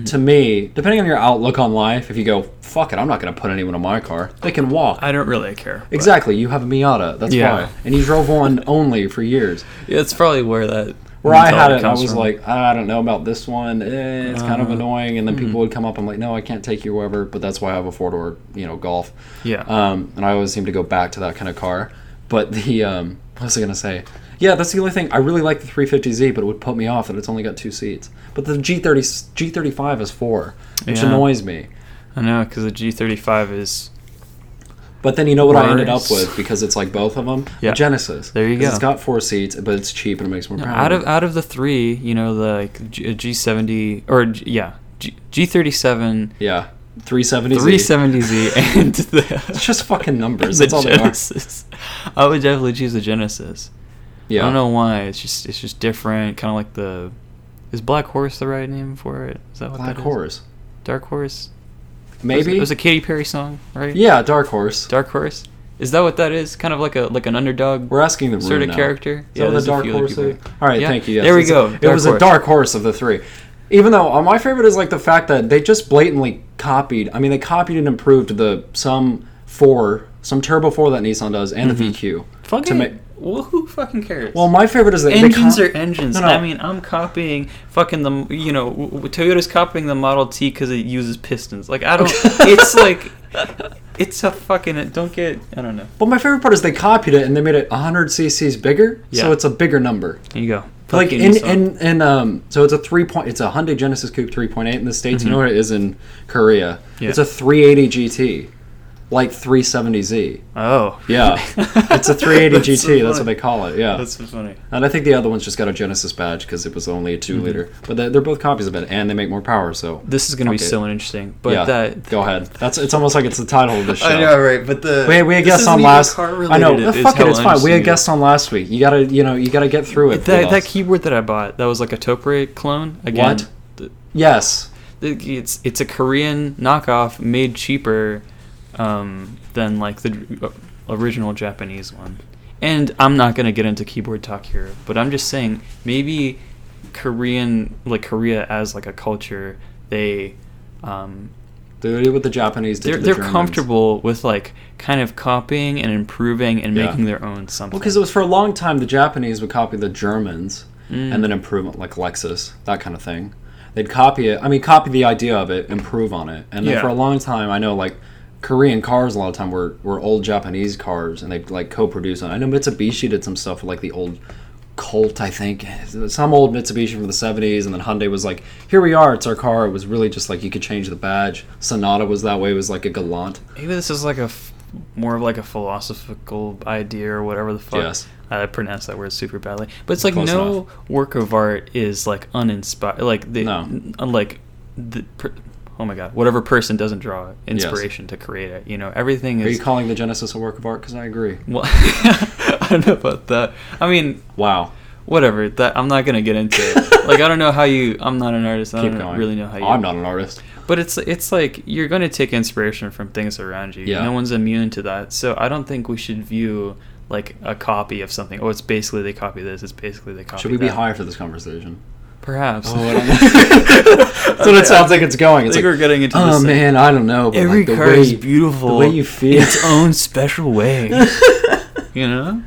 [SPEAKER 2] to me, depending on your outlook on life, if you go fuck it, I'm not going to put anyone in my car. They can walk.
[SPEAKER 1] I don't really care. but-
[SPEAKER 2] exactly. You have a Miata. That's
[SPEAKER 1] Yeah.
[SPEAKER 2] why. And you
[SPEAKER 1] [laughs]
[SPEAKER 2] drove one only for years.
[SPEAKER 1] Yeah, it's probably where that.
[SPEAKER 2] Where I had
[SPEAKER 1] mentality
[SPEAKER 2] it, I
[SPEAKER 1] comes
[SPEAKER 2] was
[SPEAKER 1] from.
[SPEAKER 2] like, I don't know about this one. Eh, it's kind of
[SPEAKER 1] Uh,
[SPEAKER 2] annoying. And then people would come up. I'm like, no, I can't take you wherever. But that's why I have a four door, you know, Golf.
[SPEAKER 1] yeah.
[SPEAKER 2] Um, and I always seem to go back to that kind of car. But the um, what was I gonna say? Yeah, that's the only thing. I really like the 350Z, but it would put me off that it's only got two seats. But the G30 G35 has four, which
[SPEAKER 1] Yeah.
[SPEAKER 2] annoys me.
[SPEAKER 1] I know because the G35 is
[SPEAKER 2] But then you know what I ended up
[SPEAKER 1] Worse.
[SPEAKER 2] with because it's like both of them.
[SPEAKER 1] Yeah.
[SPEAKER 2] The Genesis.
[SPEAKER 1] There you
[SPEAKER 2] 'Cause It's
[SPEAKER 1] go.
[SPEAKER 2] got four seats, but it's cheap and it makes more power.
[SPEAKER 1] out of out of the uh, three, you know, the like G- G70 or G- yeah, G- G37
[SPEAKER 2] yeah, 370. [laughs]
[SPEAKER 1] 370Z and the,
[SPEAKER 2] It's just fucking
[SPEAKER 1] [laughs]
[SPEAKER 2] numbers.
[SPEAKER 1] the
[SPEAKER 2] That's all they are.
[SPEAKER 1] Genesis. I would definitely choose the Genesis.
[SPEAKER 2] Yeah.
[SPEAKER 1] I don't know why. It's just it's just different. Kind of like the is Black Horse the right name for it? Is that what
[SPEAKER 2] Black
[SPEAKER 1] that is?
[SPEAKER 2] Horse.
[SPEAKER 1] Dark Horse.
[SPEAKER 2] Maybe.
[SPEAKER 1] it was a Katy Perry song, right?
[SPEAKER 2] yeah, Dark Horse.
[SPEAKER 1] Dark Horse. Is that what that is? Kind of like a like an underdog
[SPEAKER 2] We're asking the room
[SPEAKER 1] sort of
[SPEAKER 2] now.
[SPEAKER 1] character.
[SPEAKER 2] So
[SPEAKER 1] there's
[SPEAKER 2] the
[SPEAKER 1] a
[SPEAKER 2] dark
[SPEAKER 1] few other
[SPEAKER 2] horse.
[SPEAKER 1] people.
[SPEAKER 2] there? All right,
[SPEAKER 1] Yeah.
[SPEAKER 2] thank you. Yes,
[SPEAKER 1] There we
[SPEAKER 2] it's a-
[SPEAKER 1] go.
[SPEAKER 2] it
[SPEAKER 1] Dark
[SPEAKER 2] was a
[SPEAKER 1] horse.
[SPEAKER 2] dark horse of the three. Even though uh, my favorite is like the fact that they just blatantly copied. I mean, they copied and improved the some four, some turbo four that Nissan does, and
[SPEAKER 1] Mm-hmm.
[SPEAKER 2] the VQ.
[SPEAKER 1] Fucking.
[SPEAKER 2] to make-
[SPEAKER 1] well, who fucking cares?
[SPEAKER 2] Well, my favorite is that they
[SPEAKER 1] engines
[SPEAKER 2] co-
[SPEAKER 1] are engines.
[SPEAKER 2] No, no.
[SPEAKER 1] I mean, I'm copying fucking the you know w- w- Toyota's copying the Model T because it uses pistons. Like [laughs] I don't. it's like it's a fucking. uh, Don't get. I don't know.
[SPEAKER 2] But my favorite part is they copied it and they made it 100 cc's bigger, so
[SPEAKER 1] Yeah.
[SPEAKER 2] it's a bigger number.
[SPEAKER 1] There you go.
[SPEAKER 2] like
[SPEAKER 1] Fucking
[SPEAKER 2] in
[SPEAKER 1] Nissan.
[SPEAKER 2] in, in um so it's a three point it's a Hyundai Genesis Coupe 3.8 in the states you know what it is in Korea
[SPEAKER 1] Mm-hmm. Yeah.
[SPEAKER 2] it's a 380 GT like 370Z
[SPEAKER 1] oh [laughs]
[SPEAKER 2] yeah it's a 380
[SPEAKER 1] That's so
[SPEAKER 2] GT that's what
[SPEAKER 1] funny.
[SPEAKER 2] they call it yeah
[SPEAKER 1] that's so funny.
[SPEAKER 2] and I think the other one's just got a Genesis badge because it was only a
[SPEAKER 1] Mm-hmm.
[SPEAKER 2] 2 liter but they- they're both copies of it and they make more power so
[SPEAKER 1] This is gonna be
[SPEAKER 2] Fuck it.
[SPEAKER 1] so interesting. But
[SPEAKER 2] yeah
[SPEAKER 1] that
[SPEAKER 2] go ahead that's it's almost like it's the title
[SPEAKER 1] [laughs]
[SPEAKER 2] of the show
[SPEAKER 1] right? But the
[SPEAKER 2] we, we had
[SPEAKER 1] this
[SPEAKER 2] guests
[SPEAKER 1] isn't
[SPEAKER 2] on
[SPEAKER 1] even
[SPEAKER 2] last.
[SPEAKER 1] car
[SPEAKER 2] I know.
[SPEAKER 1] related, is
[SPEAKER 2] fuck it.
[SPEAKER 1] how
[SPEAKER 2] It's fine. We
[SPEAKER 1] interesting
[SPEAKER 2] had
[SPEAKER 1] it is.
[SPEAKER 2] guests on last week. You gotta, you know, you gotta get through it.
[SPEAKER 1] That,
[SPEAKER 2] with
[SPEAKER 1] that
[SPEAKER 2] us.
[SPEAKER 1] keyboard that I bought that was like a Toprate clone again.
[SPEAKER 2] What? yes.
[SPEAKER 1] the- it's it's a Korean knockoff made cheaper um, than like the uh, original Japanese one. And I'm not gonna get into keyboard talk here, but I'm just saying maybe Korean like Korea as like a culture they um,
[SPEAKER 2] They did what the Japanese did.
[SPEAKER 1] they're
[SPEAKER 2] to the
[SPEAKER 1] they're
[SPEAKER 2] Germans.
[SPEAKER 1] comfortable with like kind of copying and improving and
[SPEAKER 2] Yeah.
[SPEAKER 1] making their own something.
[SPEAKER 2] Well, because it was for a long time the Japanese would copy the Germans and
[SPEAKER 1] Mm.
[SPEAKER 2] then improve it, like Lexus, that kind of thing. They'd copy it. I mean, copy the idea of it, improve on it, and then
[SPEAKER 1] Yeah.
[SPEAKER 2] for a long time, I know like Korean cars a lot of time were were old Japanese cars, and they'd like co-produce on. it. I know Mitsubishi did some stuff with like the old Colt, I think, some old Mitsubishi from the '70s, and then Hyundai was like, "Here we are, it's our car." It was really just like you could change the badge. Sonata was that way. It was like a Galant.
[SPEAKER 1] Maybe this is like a f- more of like a philosophical idea or whatever the fuck.
[SPEAKER 2] Yes.
[SPEAKER 1] I pronounce that word super badly, but it's like
[SPEAKER 2] Close
[SPEAKER 1] no work of art is like uninspired. Like the
[SPEAKER 2] No.
[SPEAKER 1] n- uh, like the per- oh my god, whatever person doesn't draw inspiration to create it. You know, everything
[SPEAKER 2] Are you
[SPEAKER 1] is.
[SPEAKER 2] calling the Genesis a work of art? Because I agree.
[SPEAKER 1] [laughs] well, [laughs] I don't know about that. I mean,
[SPEAKER 2] Wow.
[SPEAKER 1] whatever. That I'm not gonna get into.
[SPEAKER 2] [laughs]
[SPEAKER 1] it. Like I don't know how you. I'm not an artist. I
[SPEAKER 2] Keep
[SPEAKER 1] don't
[SPEAKER 2] going.
[SPEAKER 1] really know how you.
[SPEAKER 2] I'm not an artist.
[SPEAKER 1] But it's it's like you're going to take inspiration from things around you.
[SPEAKER 2] Yeah.
[SPEAKER 1] No one's immune to that. So I don't think we should view like a copy of something. Oh, it's basically they copy this. It's basically they copy.
[SPEAKER 2] Should we be
[SPEAKER 1] that."
[SPEAKER 2] higher for this
[SPEAKER 1] [laughs]
[SPEAKER 2] conversation?
[SPEAKER 1] Perhaps.
[SPEAKER 2] Oh, I [laughs] don't know. That's what it sounds like it's going.
[SPEAKER 1] I
[SPEAKER 2] It's
[SPEAKER 1] think
[SPEAKER 2] like,
[SPEAKER 1] we're getting into
[SPEAKER 2] oh
[SPEAKER 1] this.
[SPEAKER 2] man, I don't know. But
[SPEAKER 1] Every
[SPEAKER 2] like, the
[SPEAKER 1] car
[SPEAKER 2] way,
[SPEAKER 1] is beautiful.
[SPEAKER 2] The way you feel.
[SPEAKER 1] in its own special way. [laughs] you know.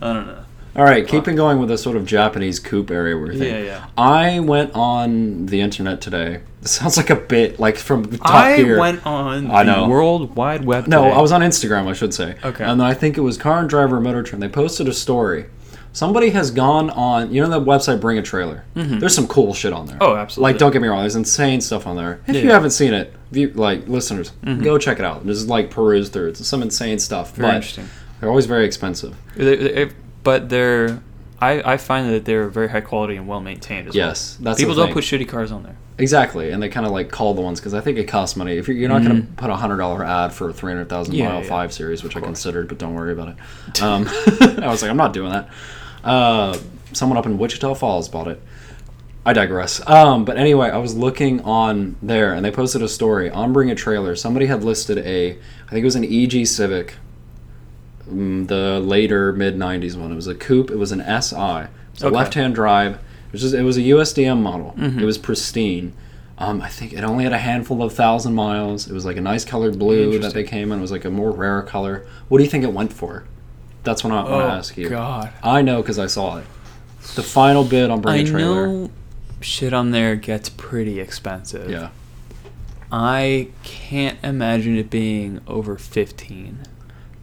[SPEAKER 1] I don't know.
[SPEAKER 2] [laughs] All right, keeping going with the sort of Japanese coupe area we're thinking.
[SPEAKER 1] Yeah, yeah.
[SPEAKER 2] I went on the internet today. This sounds like a bit like from the top
[SPEAKER 1] I
[SPEAKER 2] here.
[SPEAKER 1] went on
[SPEAKER 2] I
[SPEAKER 1] the
[SPEAKER 2] know.
[SPEAKER 1] World Wide Web.
[SPEAKER 2] No,
[SPEAKER 1] today.
[SPEAKER 2] I was on Instagram, I should say.
[SPEAKER 1] Okay.
[SPEAKER 2] And I think it was Car and Driver Motor Trend. They posted a story. Somebody has gone on, you know, that website Bring a Trailer. There's some cool shit on there.
[SPEAKER 1] Mm-hmm. Oh, absolutely.
[SPEAKER 2] Like, don't get me wrong, there's insane stuff on there. If you
[SPEAKER 1] Yeah. Mm-hmm.
[SPEAKER 2] haven't seen it, if you, like listeners, go check it out. Just like peruse through. It's some insane stuff.
[SPEAKER 1] Very
[SPEAKER 2] but
[SPEAKER 1] interesting.
[SPEAKER 2] They're always very expensive.
[SPEAKER 1] They- they- but they're. I, I find that they're very high quality and well maintained. As well.
[SPEAKER 2] Yes, that's the
[SPEAKER 1] People don't
[SPEAKER 2] thing.
[SPEAKER 1] put shitty cars on there.
[SPEAKER 2] exactly, and they kind of like call the ones because I think it costs money. If you're, you're not going to put a hundred dollar ad for a three hundred thousand
[SPEAKER 1] Mm-hmm. Yeah,
[SPEAKER 2] mile
[SPEAKER 1] yeah,
[SPEAKER 2] five series, which I considered, but don't worry about
[SPEAKER 1] [laughs]
[SPEAKER 2] it. Um, [laughs] I was like, I'm not doing that. Uh, someone up in Wichita Falls bought it. I digress. Um, but anyway, I was looking on there, and they posted a story on Bring a Trailer. Somebody had listed a, I think it was an EG Civic, mm, the later mid '90s one. It was a coupe. It was an SI, It was a
[SPEAKER 1] Okay. Mm-hmm.
[SPEAKER 2] left-hand drive. It was, just, it was a USDM model. It was pristine. Um, I think it only had a handful of thousand miles. It was like a nice colored blue that
[SPEAKER 1] Interesting.
[SPEAKER 2] they came in. It was like a more rare color. What do you think it went for? That's what I want to ask you.
[SPEAKER 1] Oh, God.
[SPEAKER 2] I know because I saw it. The final bid on Bring
[SPEAKER 1] I
[SPEAKER 2] a Trailer.
[SPEAKER 1] know shit on there gets pretty expensive.
[SPEAKER 2] Yeah.
[SPEAKER 1] I can't imagine it being over 15.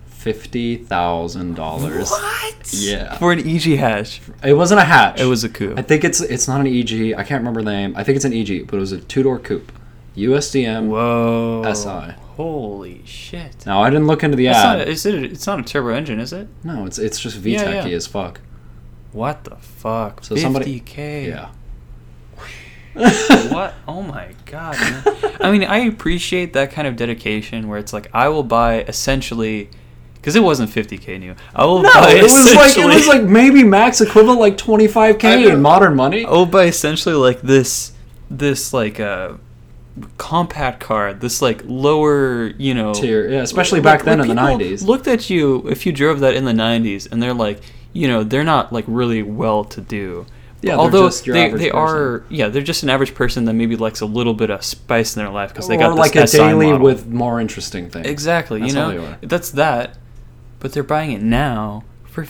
[SPEAKER 2] fifty thousand dollars.
[SPEAKER 1] What?
[SPEAKER 2] Yeah.
[SPEAKER 1] For an EG hash.
[SPEAKER 2] It wasn't a hatch.
[SPEAKER 1] It was a coup.
[SPEAKER 2] I think it's it's not an EG. I can't remember the name. I think it's an EG, but it was a two door coupe, USDM.
[SPEAKER 1] Whoa.
[SPEAKER 2] SI.
[SPEAKER 1] Holy shit.
[SPEAKER 2] Now I didn't look into the
[SPEAKER 1] It's, not,
[SPEAKER 2] ad.
[SPEAKER 1] is it, it's not a turbo engine, is it?
[SPEAKER 2] no, it's it's just
[SPEAKER 1] Yeah,
[SPEAKER 2] VTEC
[SPEAKER 1] yeah.
[SPEAKER 2] as fuck.
[SPEAKER 1] What the fuck?
[SPEAKER 2] So
[SPEAKER 1] 50K.
[SPEAKER 2] somebody- Yeah.
[SPEAKER 1] what?
[SPEAKER 2] [laughs]
[SPEAKER 1] Oh my god! man. I mean, I appreciate that kind of dedication where it's like I will buy essentially because it wasn't 50k new. I will buy
[SPEAKER 2] it was like it
[SPEAKER 1] essentially.
[SPEAKER 2] was like maybe max equivalent like 25k in modern money.
[SPEAKER 1] I Oh. will buy essentially like this this like uh compact card this like lower you know
[SPEAKER 2] Tier, yeah, especially
[SPEAKER 1] like-
[SPEAKER 2] back then
[SPEAKER 1] like
[SPEAKER 2] in the
[SPEAKER 1] people
[SPEAKER 2] 90s.
[SPEAKER 1] looked at you if you drove that in the 90s and they're like you know they're not like really well to do
[SPEAKER 2] Yeah, they're
[SPEAKER 1] although
[SPEAKER 2] just your
[SPEAKER 1] they,
[SPEAKER 2] average
[SPEAKER 1] they are yeah they're just an average person that maybe likes a little bit of spice in their life because they
[SPEAKER 2] or
[SPEAKER 1] got this
[SPEAKER 2] like a
[SPEAKER 1] SI
[SPEAKER 2] daily
[SPEAKER 1] model.
[SPEAKER 2] with more interesting things.
[SPEAKER 1] exactly
[SPEAKER 2] That's
[SPEAKER 1] you
[SPEAKER 2] how
[SPEAKER 1] know
[SPEAKER 2] they are.
[SPEAKER 1] that's that but they're buying it now for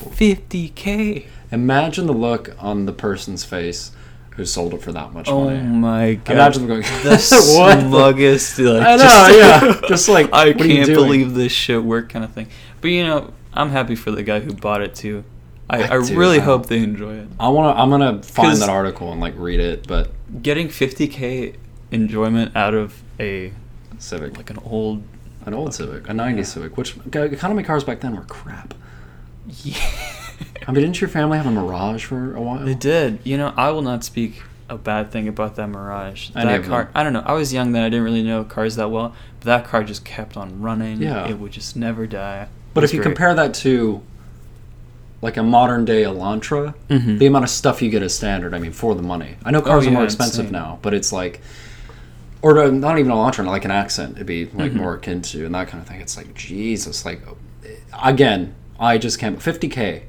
[SPEAKER 1] 50k
[SPEAKER 2] Imagine the look on the person's face who sold it for that much
[SPEAKER 1] oh
[SPEAKER 2] money.
[SPEAKER 1] my god
[SPEAKER 2] Imagine them going,
[SPEAKER 1] the
[SPEAKER 2] [laughs] "What?"
[SPEAKER 1] sluggest like
[SPEAKER 2] I know,
[SPEAKER 1] just-
[SPEAKER 2] yeah. Just like,
[SPEAKER 1] I
[SPEAKER 2] what are you
[SPEAKER 1] can't
[SPEAKER 2] doing?
[SPEAKER 1] believe this shit worked kind of thing. But you know, I'm happy for the guy who bought it too. I, I,
[SPEAKER 2] I do,
[SPEAKER 1] really
[SPEAKER 2] I
[SPEAKER 1] hope
[SPEAKER 2] hope.
[SPEAKER 1] they enjoy it.
[SPEAKER 2] I want to. I'm gonna find
[SPEAKER 1] 'Cause-
[SPEAKER 2] that article and like read it, but
[SPEAKER 1] Getting 50k enjoyment out of a
[SPEAKER 2] Civic,
[SPEAKER 1] like an old
[SPEAKER 2] an old Civic, a '90s Civic, which g- economy cars back then were crap. I mean, didn't your family have a Mirage for a
[SPEAKER 1] [laughs]
[SPEAKER 2] while?
[SPEAKER 1] They did. You know, I will not speak a bad thing about that Mirage.
[SPEAKER 2] I
[SPEAKER 1] that
[SPEAKER 2] never-
[SPEAKER 1] car, I don't know. I was young then. I didn't really know cars that well. But that car just kept on running.
[SPEAKER 2] Yeah.
[SPEAKER 1] It would just never die.
[SPEAKER 2] But if you compare that to like a modern day Elantra,
[SPEAKER 1] Mm-hmm.
[SPEAKER 2] the amount of stuff you get is standard. I mean, for the money. I know cars
[SPEAKER 1] Oh, yeah,
[SPEAKER 2] are more expensive
[SPEAKER 1] insane.
[SPEAKER 2] now, but it's like, or no, not even Elantra, like an accent, it'd be
[SPEAKER 1] Mm-hmm.
[SPEAKER 2] like more akin to and that kind of thing. It's like Jesus, like again, I just can't. Fifty k.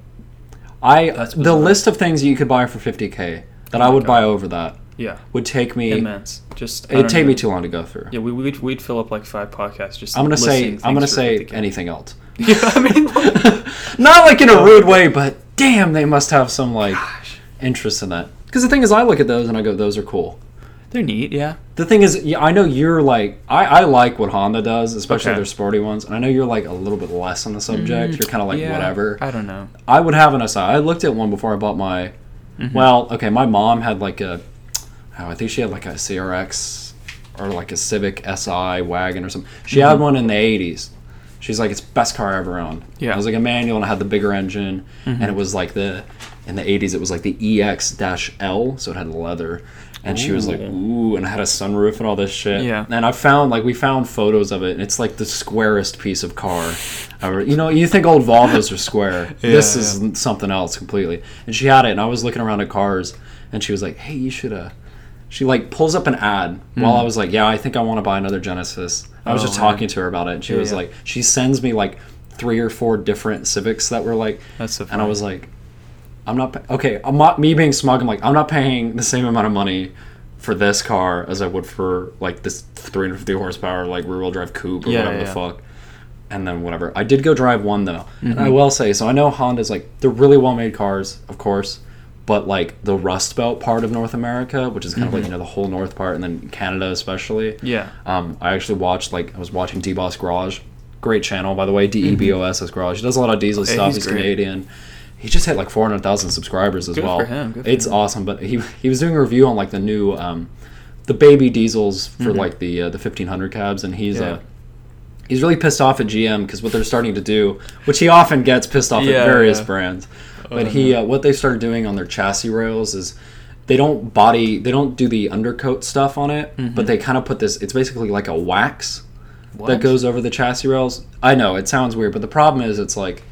[SPEAKER 2] I the
[SPEAKER 1] bizarre. Oh
[SPEAKER 2] list of things you could buy for fifty k that I would buy over that
[SPEAKER 1] yeah,
[SPEAKER 2] would take me.
[SPEAKER 1] immense. Just I
[SPEAKER 2] It'd
[SPEAKER 1] don't
[SPEAKER 2] take
[SPEAKER 1] even-
[SPEAKER 2] me too long to go through.
[SPEAKER 1] Yeah, we, we'd, we'd fill up like five podcasts just.
[SPEAKER 2] I'm gonna say
[SPEAKER 1] listing
[SPEAKER 2] I'm gonna
[SPEAKER 1] things for
[SPEAKER 2] say
[SPEAKER 1] 50K.
[SPEAKER 2] anything else.
[SPEAKER 1] [laughs] Yeah, I
[SPEAKER 2] [laughs]
[SPEAKER 1] mean,
[SPEAKER 2] not like in a rude way, but damn, they must have some like interest in that. Because the thing is, I look at those and I go, those are cool.
[SPEAKER 1] they're neat. Yeah,
[SPEAKER 2] The thing is, yeah, I know you're like, I, I like what Honda does, especially
[SPEAKER 1] Okay. Mm.
[SPEAKER 2] their sporty ones. And I know you're like a little bit less on the subject. You're kind of like,
[SPEAKER 1] yeah.
[SPEAKER 2] whatever.
[SPEAKER 1] I don't know.
[SPEAKER 2] I would have an SI. I looked at one before I bought my. Well, okay, my mom had like a. Oh, I think she had like a CRX or like a Civic SI wagon or something. She had one in the 80s. She's like, it's best car I ever owned.
[SPEAKER 1] Yeah.
[SPEAKER 2] It was like a manual and it had the bigger engine. And it was like the. In the 80s, it was like the EX L, so it had leather. And she was like, ooh, and it had a sunroof and all this shit.
[SPEAKER 1] Yeah.
[SPEAKER 2] And I found, like, we found photos of it, and it's like the squarest piece of car. ever. You know, you think old Volvos are square.
[SPEAKER 1] [laughs]
[SPEAKER 2] this
[SPEAKER 1] yeah.
[SPEAKER 2] is is something else completely. And she had it, and I was looking around at cars, and she was like, "Hey, you should." Uh, she like pulls up an ad while I was like, "Yeah, I think I want to buy another Genesis." I was
[SPEAKER 1] Hmm. Oh,
[SPEAKER 2] just
[SPEAKER 1] man.
[SPEAKER 2] talking to her about it, and she was
[SPEAKER 1] yeah.
[SPEAKER 2] like, she sends me like three or four different Civics that were like,
[SPEAKER 1] That's so
[SPEAKER 2] and I
[SPEAKER 1] funny.
[SPEAKER 2] was like, "I'm not pa- okay." I'm not me being smug. I'm like, I'm not paying the same amount of money. For this car, as I would for like this 350 horsepower, like rear wheel drive coupe or
[SPEAKER 1] Yeah,
[SPEAKER 2] whatever
[SPEAKER 1] yeah.
[SPEAKER 2] the fuck and then whatever. I did go drive one though, and
[SPEAKER 1] Mm-hmm.
[SPEAKER 2] I will say so. I know Honda's like they're really well made cars, of course, but like the Rust Belt part of North America, which is kind of
[SPEAKER 1] Mm-hmm.
[SPEAKER 2] like you know the whole North part, and then Canada especially.
[SPEAKER 1] Yeah.
[SPEAKER 2] Um, I actually watched like I was watching D Boss Garage, great channel by the way. D E B O S S Garage. He does a lot of diesel
[SPEAKER 1] Mm-hmm. Yeah,
[SPEAKER 2] stuff.
[SPEAKER 1] he's
[SPEAKER 2] He's,
[SPEAKER 1] great.
[SPEAKER 2] Canadian. He just hit like four hundred thousand subscribers as
[SPEAKER 1] Good
[SPEAKER 2] well.
[SPEAKER 1] for him, good for
[SPEAKER 2] it's awesome. But he he was doing a review on like the new um, the baby diesels for like the uh, the fifteen hundred cabs, and he's
[SPEAKER 1] Mm-hmm. Yeah.
[SPEAKER 2] uh he's really pissed off at GM because what they're starting to do, which he often gets pissed off
[SPEAKER 1] Yeah,
[SPEAKER 2] at various
[SPEAKER 1] yeah.
[SPEAKER 2] brands,
[SPEAKER 1] Oh,
[SPEAKER 2] but he uh, what they started doing on their chassis rails is they don't body they don't do the undercoat stuff on it, but they kind of put this. It's basically like a wax that
[SPEAKER 1] Mm-hmm. What?
[SPEAKER 2] goes over the chassis rails. I know it sounds weird, but the problem is it's like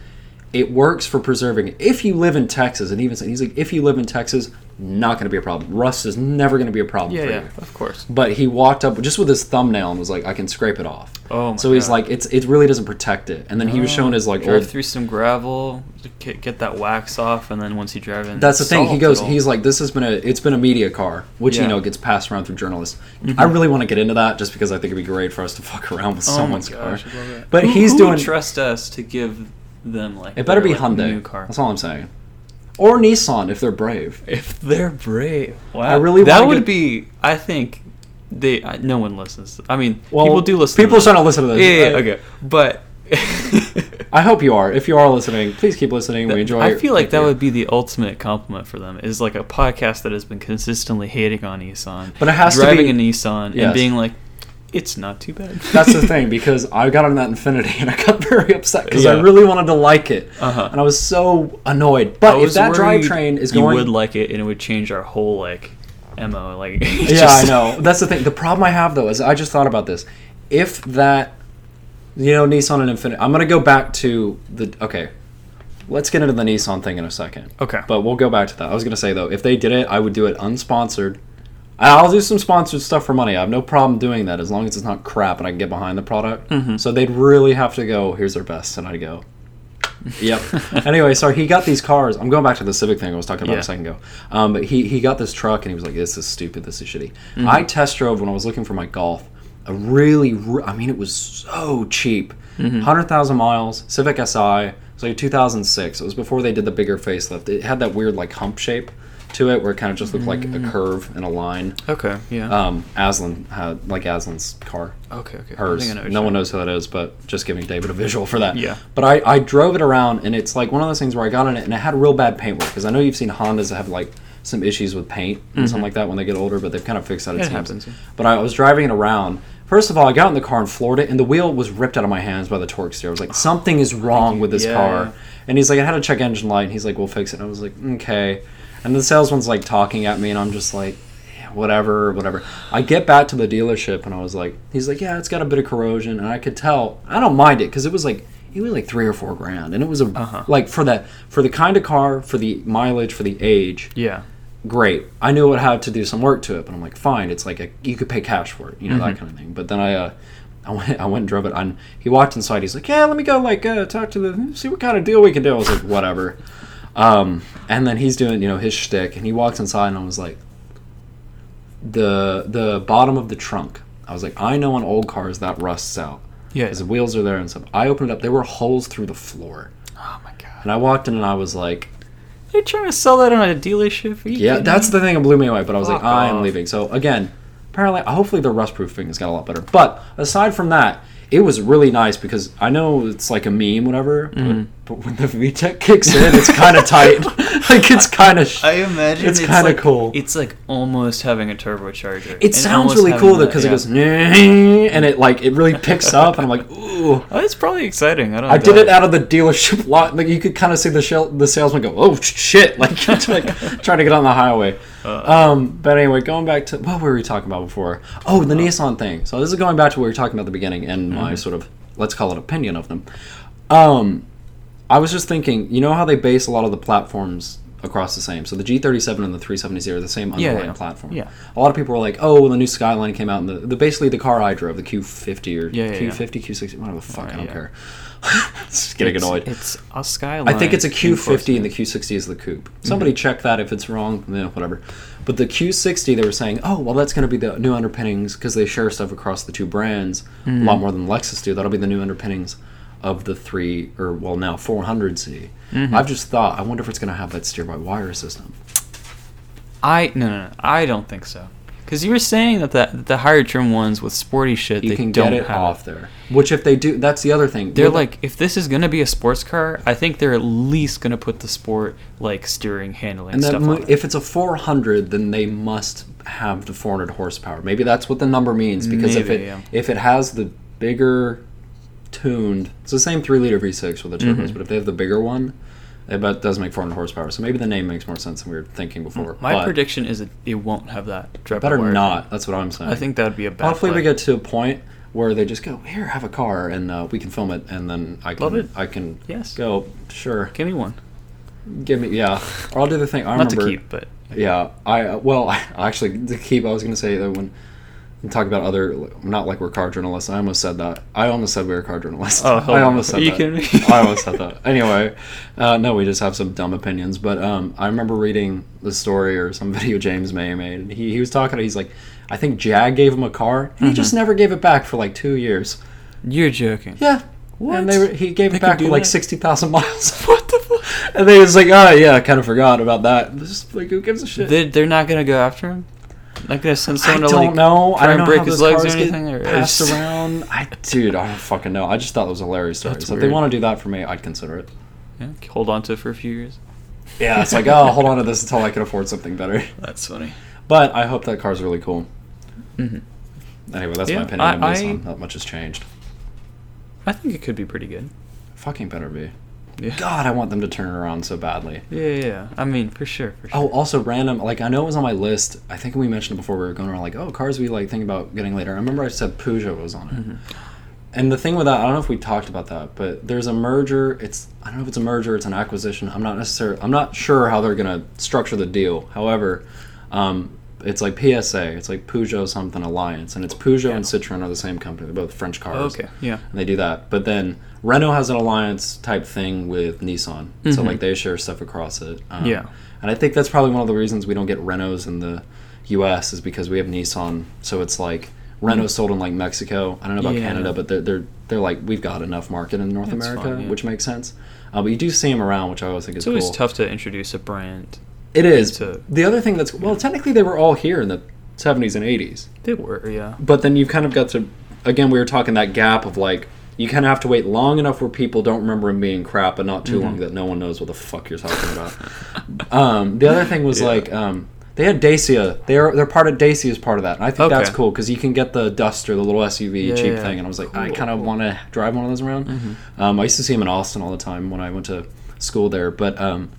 [SPEAKER 2] it works for preserving. If you live in Texas, and even he's like, if you live in Texas, not going to be a problem. Rust is never going to be a problem
[SPEAKER 1] Yeah,
[SPEAKER 2] for
[SPEAKER 1] yeah,
[SPEAKER 2] you
[SPEAKER 1] of course.
[SPEAKER 2] but he walked up just with his thumbnail and was like, "I can scrape it off."
[SPEAKER 1] Oh my
[SPEAKER 2] so he's
[SPEAKER 1] God. Oh,
[SPEAKER 2] like, "It's it really doesn't protect it." And then he was shown his like
[SPEAKER 1] Drive
[SPEAKER 2] old.
[SPEAKER 1] through some gravel, get, get that wax off, and then once you drive in,
[SPEAKER 2] That's the thing. He
[SPEAKER 1] solved
[SPEAKER 2] goes,
[SPEAKER 1] it all.
[SPEAKER 2] he's like, "This has been a it's been a media car, which
[SPEAKER 1] Yeah. Mm-hmm.
[SPEAKER 2] you know gets passed around through journalists." I really want to get into that just because I think it'd be great for us to [laughs] fuck around with
[SPEAKER 1] Oh my
[SPEAKER 2] someone's
[SPEAKER 1] gosh,
[SPEAKER 2] car.
[SPEAKER 1] I love that.
[SPEAKER 2] But
[SPEAKER 1] Who-
[SPEAKER 2] he's
[SPEAKER 1] who
[SPEAKER 2] doing.
[SPEAKER 1] Would trust us to give them like
[SPEAKER 2] it better
[SPEAKER 1] their,
[SPEAKER 2] be
[SPEAKER 1] like,
[SPEAKER 2] Hyundai.
[SPEAKER 1] new car.
[SPEAKER 2] That's all I'm saying. Or Nissan if they're brave.
[SPEAKER 1] If they're brave, wow,
[SPEAKER 2] I really
[SPEAKER 1] that
[SPEAKER 2] wanna
[SPEAKER 1] would
[SPEAKER 2] get-
[SPEAKER 1] be. I think they. I, no one listens. I mean,
[SPEAKER 2] Well,
[SPEAKER 1] people do listen.
[SPEAKER 2] People
[SPEAKER 1] to
[SPEAKER 2] are
[SPEAKER 1] this.
[SPEAKER 2] trying to listen to this.
[SPEAKER 1] Yeah, yeah, yeah,
[SPEAKER 2] I-
[SPEAKER 1] okay, but
[SPEAKER 2] [laughs] I hope you are. If you are listening, please keep listening. We enjoy.
[SPEAKER 1] I feel like
[SPEAKER 2] Thank
[SPEAKER 1] that
[SPEAKER 2] you.
[SPEAKER 1] would be the ultimate compliment for them. Is like a podcast that has been consistently hating on Nissan,
[SPEAKER 2] But it has to
[SPEAKER 1] driving
[SPEAKER 2] be-
[SPEAKER 1] a Nissan and
[SPEAKER 2] Yes.
[SPEAKER 1] being like, it's not too bad.
[SPEAKER 2] [laughs] That's
[SPEAKER 1] [laughs]
[SPEAKER 2] the thing because I got on that Infinity and I got [laughs] very upset because I
[SPEAKER 1] Yeah.
[SPEAKER 2] really wanted to like it,
[SPEAKER 1] Uh-huh.
[SPEAKER 2] and I was so annoyed. But
[SPEAKER 1] I
[SPEAKER 2] if
[SPEAKER 1] was
[SPEAKER 2] that
[SPEAKER 1] worried
[SPEAKER 2] drivetrain is
[SPEAKER 1] you would
[SPEAKER 2] going,
[SPEAKER 1] like it, and it would change our whole like mo. Like [laughs] it's
[SPEAKER 2] yeah,
[SPEAKER 1] just-
[SPEAKER 2] I know. That's the thing. The problem I have though is I just thought about this. If that, you know, Nissan and Infinity, I'm gonna go back to the okay. Let's get into the Nissan thing in a second.
[SPEAKER 1] Okay.
[SPEAKER 2] But we'll go back to that. I was gonna say though, if they did it, I would do it unsponsored. And I'll do some sponsored stuff for money. I have no problem doing that as long as it's not crap and I can get behind the product.
[SPEAKER 1] Mm-hmm.
[SPEAKER 2] So they'd really have to go. Here's our best, and I'd go. yep. Anyway, sorry. He got these cars. I'm going back to the Civic thing I was talking about
[SPEAKER 1] Yeah.
[SPEAKER 2] a second ago. Um, but he he got this truck and he was like, "This is stupid. This is shitty." I test drove when I was looking for my Golf. A really, re- I mean, it was so cheap. thousand miles. Civic Si. It was like 2006. It was before they did the bigger facelift. It had that weird like hump shape to it, where it kind of just looked like a curve and a line.
[SPEAKER 1] Okay. Yeah.
[SPEAKER 2] Um, Aslan had like Aslan's car
[SPEAKER 1] okay. Okay. I
[SPEAKER 2] hers.
[SPEAKER 1] think I know what
[SPEAKER 2] no
[SPEAKER 1] you're-
[SPEAKER 2] one knows who that is, but just giving David a visual for that.
[SPEAKER 1] Yeah.
[SPEAKER 2] But I, I drove it around, and it's like one of those things where I got in it, and it had real bad paint work. Because I know you've seen Hondas that have like some issues with paint and something like that when they get older, but they've kind of fixed that. It,
[SPEAKER 1] Mm-hmm. It
[SPEAKER 2] seems.
[SPEAKER 1] happens, yeah.
[SPEAKER 2] But I was driving it around. First of all, I got in the car and floored it, and the wheel was ripped out of my hands by the torque steer. I was
[SPEAKER 1] [sighs]
[SPEAKER 2] like, something is wrong with this
[SPEAKER 1] Yeah,
[SPEAKER 2] car.
[SPEAKER 1] yeah.
[SPEAKER 2] And he's like, I had a check engine light. And he's like, we'll fix it. And I was like, okay. And the salesman's like talking at me, and I'm just like, "Yeah, whatever, whatever. I get back to the dealership, and I was like, he's like, yeah, it's got a bit of corrosion, and I could tell. I don't mind it because it was like it was like three or four grand, and it was a like for that for the kind of car, for the mileage, for the age,
[SPEAKER 1] Yeah.
[SPEAKER 2] great. I knew it had to do some work to it, but I'm like, fine. It's like a, you could pay cash for it, you know that kind of thing. But then I, uh, I went, I went and drove it. And he walked inside. He's like, yeah, let me go, like, uh, talk to the, see what kind of deal we can do. I was like, whatever. Um, and then he's doing, you know, his shtick, and he walks inside, and I was like, the the bottom of the trunk. I was like, I know on old cars that rusts out
[SPEAKER 1] Yeah.
[SPEAKER 2] because the wheels are there and stuff. I opened it up. There were holes through the floor,
[SPEAKER 1] Oh my god.
[SPEAKER 2] and I walked in, and I was like,
[SPEAKER 1] They're trying to sell that on a dealership. Are you
[SPEAKER 2] Yeah,
[SPEAKER 1] kidding
[SPEAKER 2] that's the thing that blew me away. But I was
[SPEAKER 1] Fuck
[SPEAKER 2] like, I am
[SPEAKER 1] off.
[SPEAKER 2] leaving. So again, apparently, hopefully the rust proofing has got a lot better. But aside from that, it was really nice because I know it's like a meme, whatever.
[SPEAKER 1] Mm-hmm.
[SPEAKER 2] But, but when the VTEC kicks in, it's kind of
[SPEAKER 1] [laughs]
[SPEAKER 2] tight. [laughs] like it's kind of. Sh-
[SPEAKER 1] I imagine
[SPEAKER 2] It's kinda
[SPEAKER 1] like-
[SPEAKER 2] cool.
[SPEAKER 1] It's like almost having a turbocharger.
[SPEAKER 2] it sounds really cool though because it goes and it like it really picks up, and I'm like, ooh.
[SPEAKER 1] Oh, it's probably exciting. I don't.
[SPEAKER 2] I did
[SPEAKER 1] doubt
[SPEAKER 2] it out of the dealership [laughs] lot. Like you could kind of see the shell, the salesman go, "Oh shit!" [laughs] Like, it's like trying to get on the highway.
[SPEAKER 1] Uh.
[SPEAKER 2] um, but anyway, going back to what were we talking about before? Oh,
[SPEAKER 1] Uh.
[SPEAKER 2] the Nissan thing. So this is going back to what we were talking about at the beginning and
[SPEAKER 1] Mm-hmm.
[SPEAKER 2] my sort of let's call it opinion of them. Um, I was just thinking, you know how they base a lot of the platforms across the same. So the G37 and the 370 are the same underlying
[SPEAKER 1] yeah.
[SPEAKER 2] platform.
[SPEAKER 1] Yeah.
[SPEAKER 2] A lot of people were like, "Oh, well, the new Skyline came out and the, the basically the car I drove, the Q50 or
[SPEAKER 1] Yeah, yeah, yeah.
[SPEAKER 2] Q50, Q60, whatever the fuck, I don't
[SPEAKER 1] yeah.
[SPEAKER 2] care." It's just getting
[SPEAKER 1] It's,
[SPEAKER 2] annoyed.
[SPEAKER 1] it's a skyline.
[SPEAKER 2] I think it's a Q50
[SPEAKER 1] enforcement. Mhm.
[SPEAKER 2] and the Q60 is the coupe. Somebody check that if it's wrong, eh, whatever. But the Q60, they were saying, oh, well, that's going to be the new underpinnings because they share stuff across the two brands a
[SPEAKER 1] Mm.
[SPEAKER 2] lot more than Lexus do. That'll be the new underpinnings of the three, or well, now 400Z.
[SPEAKER 1] Mm-hmm.
[SPEAKER 2] I've just thought, I wonder if it's going to have that steer by wire system.
[SPEAKER 1] I no no no. I don't think so. Because you were saying that the, that the higher trim ones with sporty shit,
[SPEAKER 2] You
[SPEAKER 1] they
[SPEAKER 2] can
[SPEAKER 1] don't
[SPEAKER 2] get it
[SPEAKER 1] have
[SPEAKER 2] off there. Which, if they do, that's the other thing.
[SPEAKER 1] They're
[SPEAKER 2] With the-
[SPEAKER 1] like, if this is gonna be a sports car, I think they're at least gonna put the sport like steering, handling
[SPEAKER 2] And that
[SPEAKER 1] stuff
[SPEAKER 2] mu-
[SPEAKER 1] on it.
[SPEAKER 2] if it's a 400, then they must have the 400 horsepower. Maybe that's what the number means because if
[SPEAKER 1] Maybe,
[SPEAKER 2] it
[SPEAKER 1] yeah.
[SPEAKER 2] if it has the bigger tuned, it's the same three liter V6 with the turbos,
[SPEAKER 1] Mm-hmm.
[SPEAKER 2] but if they have the bigger one, it about does make 400 horsepower. So maybe the name makes more sense than we were thinking before.
[SPEAKER 1] Mm, My
[SPEAKER 2] but
[SPEAKER 1] prediction is it, it won't have that. drive
[SPEAKER 2] better
[SPEAKER 1] wire.
[SPEAKER 2] not. That's what I'm saying.
[SPEAKER 1] I think that would be a bad.
[SPEAKER 2] Hopefully
[SPEAKER 1] play.
[SPEAKER 2] we get to a point where they just go here, have a car, and uh, we can film it, and then I can
[SPEAKER 1] Love it.
[SPEAKER 2] I can
[SPEAKER 1] Yes.
[SPEAKER 2] go sure
[SPEAKER 1] Give me one.
[SPEAKER 2] give me yeah or I'll do the thing. I
[SPEAKER 1] Not to
[SPEAKER 2] remember
[SPEAKER 1] keep, but
[SPEAKER 2] Yeah, I uh, well, [laughs] I actually to keep. I was gonna say that when and talk about other not like we're car journalists. I almost said that. I almost said we were car journalists.
[SPEAKER 1] Oh, hell
[SPEAKER 2] [laughs] I
[SPEAKER 1] no.
[SPEAKER 2] almost said
[SPEAKER 1] Are you
[SPEAKER 2] that.
[SPEAKER 1] kidding me?
[SPEAKER 2] [laughs] I almost said that. Anyway, uh, no, we just have some dumb opinions. But um, I remember reading the story or some [laughs] video James May made. And he he was talking. He's like, I think Jag gave him a car. And
[SPEAKER 1] Mm-hmm.
[SPEAKER 2] He just never gave it back for like two years.
[SPEAKER 1] you're joking.
[SPEAKER 2] Yeah.
[SPEAKER 1] What?
[SPEAKER 2] And they were, he gave
[SPEAKER 1] They
[SPEAKER 2] it
[SPEAKER 1] could
[SPEAKER 2] back
[SPEAKER 1] do
[SPEAKER 2] with like
[SPEAKER 1] that?
[SPEAKER 2] 60,000 [laughs] miles. what the fuck? And they was like, oh, yeah, I kind of forgot about that. Just like, who gives a shit?
[SPEAKER 1] They, they're not gonna go after him. Not gonna send
[SPEAKER 2] I
[SPEAKER 1] someone
[SPEAKER 2] don't
[SPEAKER 1] to like
[SPEAKER 2] know. I
[SPEAKER 1] try and
[SPEAKER 2] don't know
[SPEAKER 1] break
[SPEAKER 2] how
[SPEAKER 1] his
[SPEAKER 2] those
[SPEAKER 1] legs
[SPEAKER 2] cars
[SPEAKER 1] or
[SPEAKER 2] get
[SPEAKER 1] anything, or- or
[SPEAKER 2] passed [laughs]
[SPEAKER 1] just-
[SPEAKER 2] around. I dude, I don't fucking know. I just thought that was a hilarious story.
[SPEAKER 1] That's
[SPEAKER 2] so if they
[SPEAKER 1] weird.
[SPEAKER 2] want to do that for me, I'd consider it.
[SPEAKER 1] [laughs] Yeah, hold on to it for a few years.
[SPEAKER 2] Yeah, it's like oh, hold on to this until I can afford something [laughs] better.
[SPEAKER 1] That's funny.
[SPEAKER 2] But I hope that car's really cool.
[SPEAKER 1] Mm-hmm.
[SPEAKER 2] Anyway, that's
[SPEAKER 1] Yeah,
[SPEAKER 2] my opinion
[SPEAKER 1] I-
[SPEAKER 2] on
[SPEAKER 1] I-
[SPEAKER 2] Nissan. Not much has changed.
[SPEAKER 1] I think it could be pretty good.
[SPEAKER 2] Fucking better be.
[SPEAKER 1] Yeah.
[SPEAKER 2] God, I want them to turn around so badly.
[SPEAKER 1] Yeah, yeah, yeah. I mean, for sure, for sure.
[SPEAKER 2] Oh, also random. Like I know it was on my list. I think we mentioned it before. We were going around like, oh, cars we like think about getting later. I remember I said Peugeot was on it.
[SPEAKER 1] Mm-hmm.
[SPEAKER 2] And the thing with that, I don't know if we talked about that, but there's a merger. It's I don't know if it's a merger. It's an acquisition. I'm not necessarily. I'm not sure how they're gonna structure the deal. However, um, it's like PSA. It's like Peugeot something alliance, and it's Peugeot and Citroen are the same company. They're both French cars
[SPEAKER 1] okay, yeah.
[SPEAKER 2] and they do that. But then Renault has an alliance type thing with Nissan, so like they share stuff across it. Um,
[SPEAKER 1] Mm-hmm. Yeah.
[SPEAKER 2] and I think that's probably one of the reasons we don't get Renaults in the U.S. is because we have Nissan, so it's like Renault sold in like Mexico. I don't know about
[SPEAKER 1] Yeah.
[SPEAKER 2] Canada, but they're they're they're like we've got enough market in North
[SPEAKER 1] That's
[SPEAKER 2] America,
[SPEAKER 1] fine, yeah.
[SPEAKER 2] which makes sense. Uh, but you do see them around, which I always think
[SPEAKER 1] It's
[SPEAKER 2] is
[SPEAKER 1] always
[SPEAKER 2] cool.
[SPEAKER 1] tough to introduce a brand.
[SPEAKER 2] It is.
[SPEAKER 1] to-
[SPEAKER 2] the other thing that's well, technically they were all here in the 70s and 80s
[SPEAKER 1] They were, yeah.
[SPEAKER 2] but then you've kind of got to again we were talking that gap of like you kind of have to wait long enough where people don't remember him being crap but not too long that no one knows what the fuck you're talking about [laughs] um, the other thing was like um, they had dacia they're they're part of dacia is part of that and i think that's
[SPEAKER 1] Okay.
[SPEAKER 2] cool because you can get the duster the little suv
[SPEAKER 1] Yeah,
[SPEAKER 2] cheap
[SPEAKER 1] yeah.
[SPEAKER 2] thing and i was like i
[SPEAKER 1] Cool,
[SPEAKER 2] kind of
[SPEAKER 1] cool. Mm-hmm.
[SPEAKER 2] want to drive one of those around um, i used to see him in austin all the time when i went to school there but um,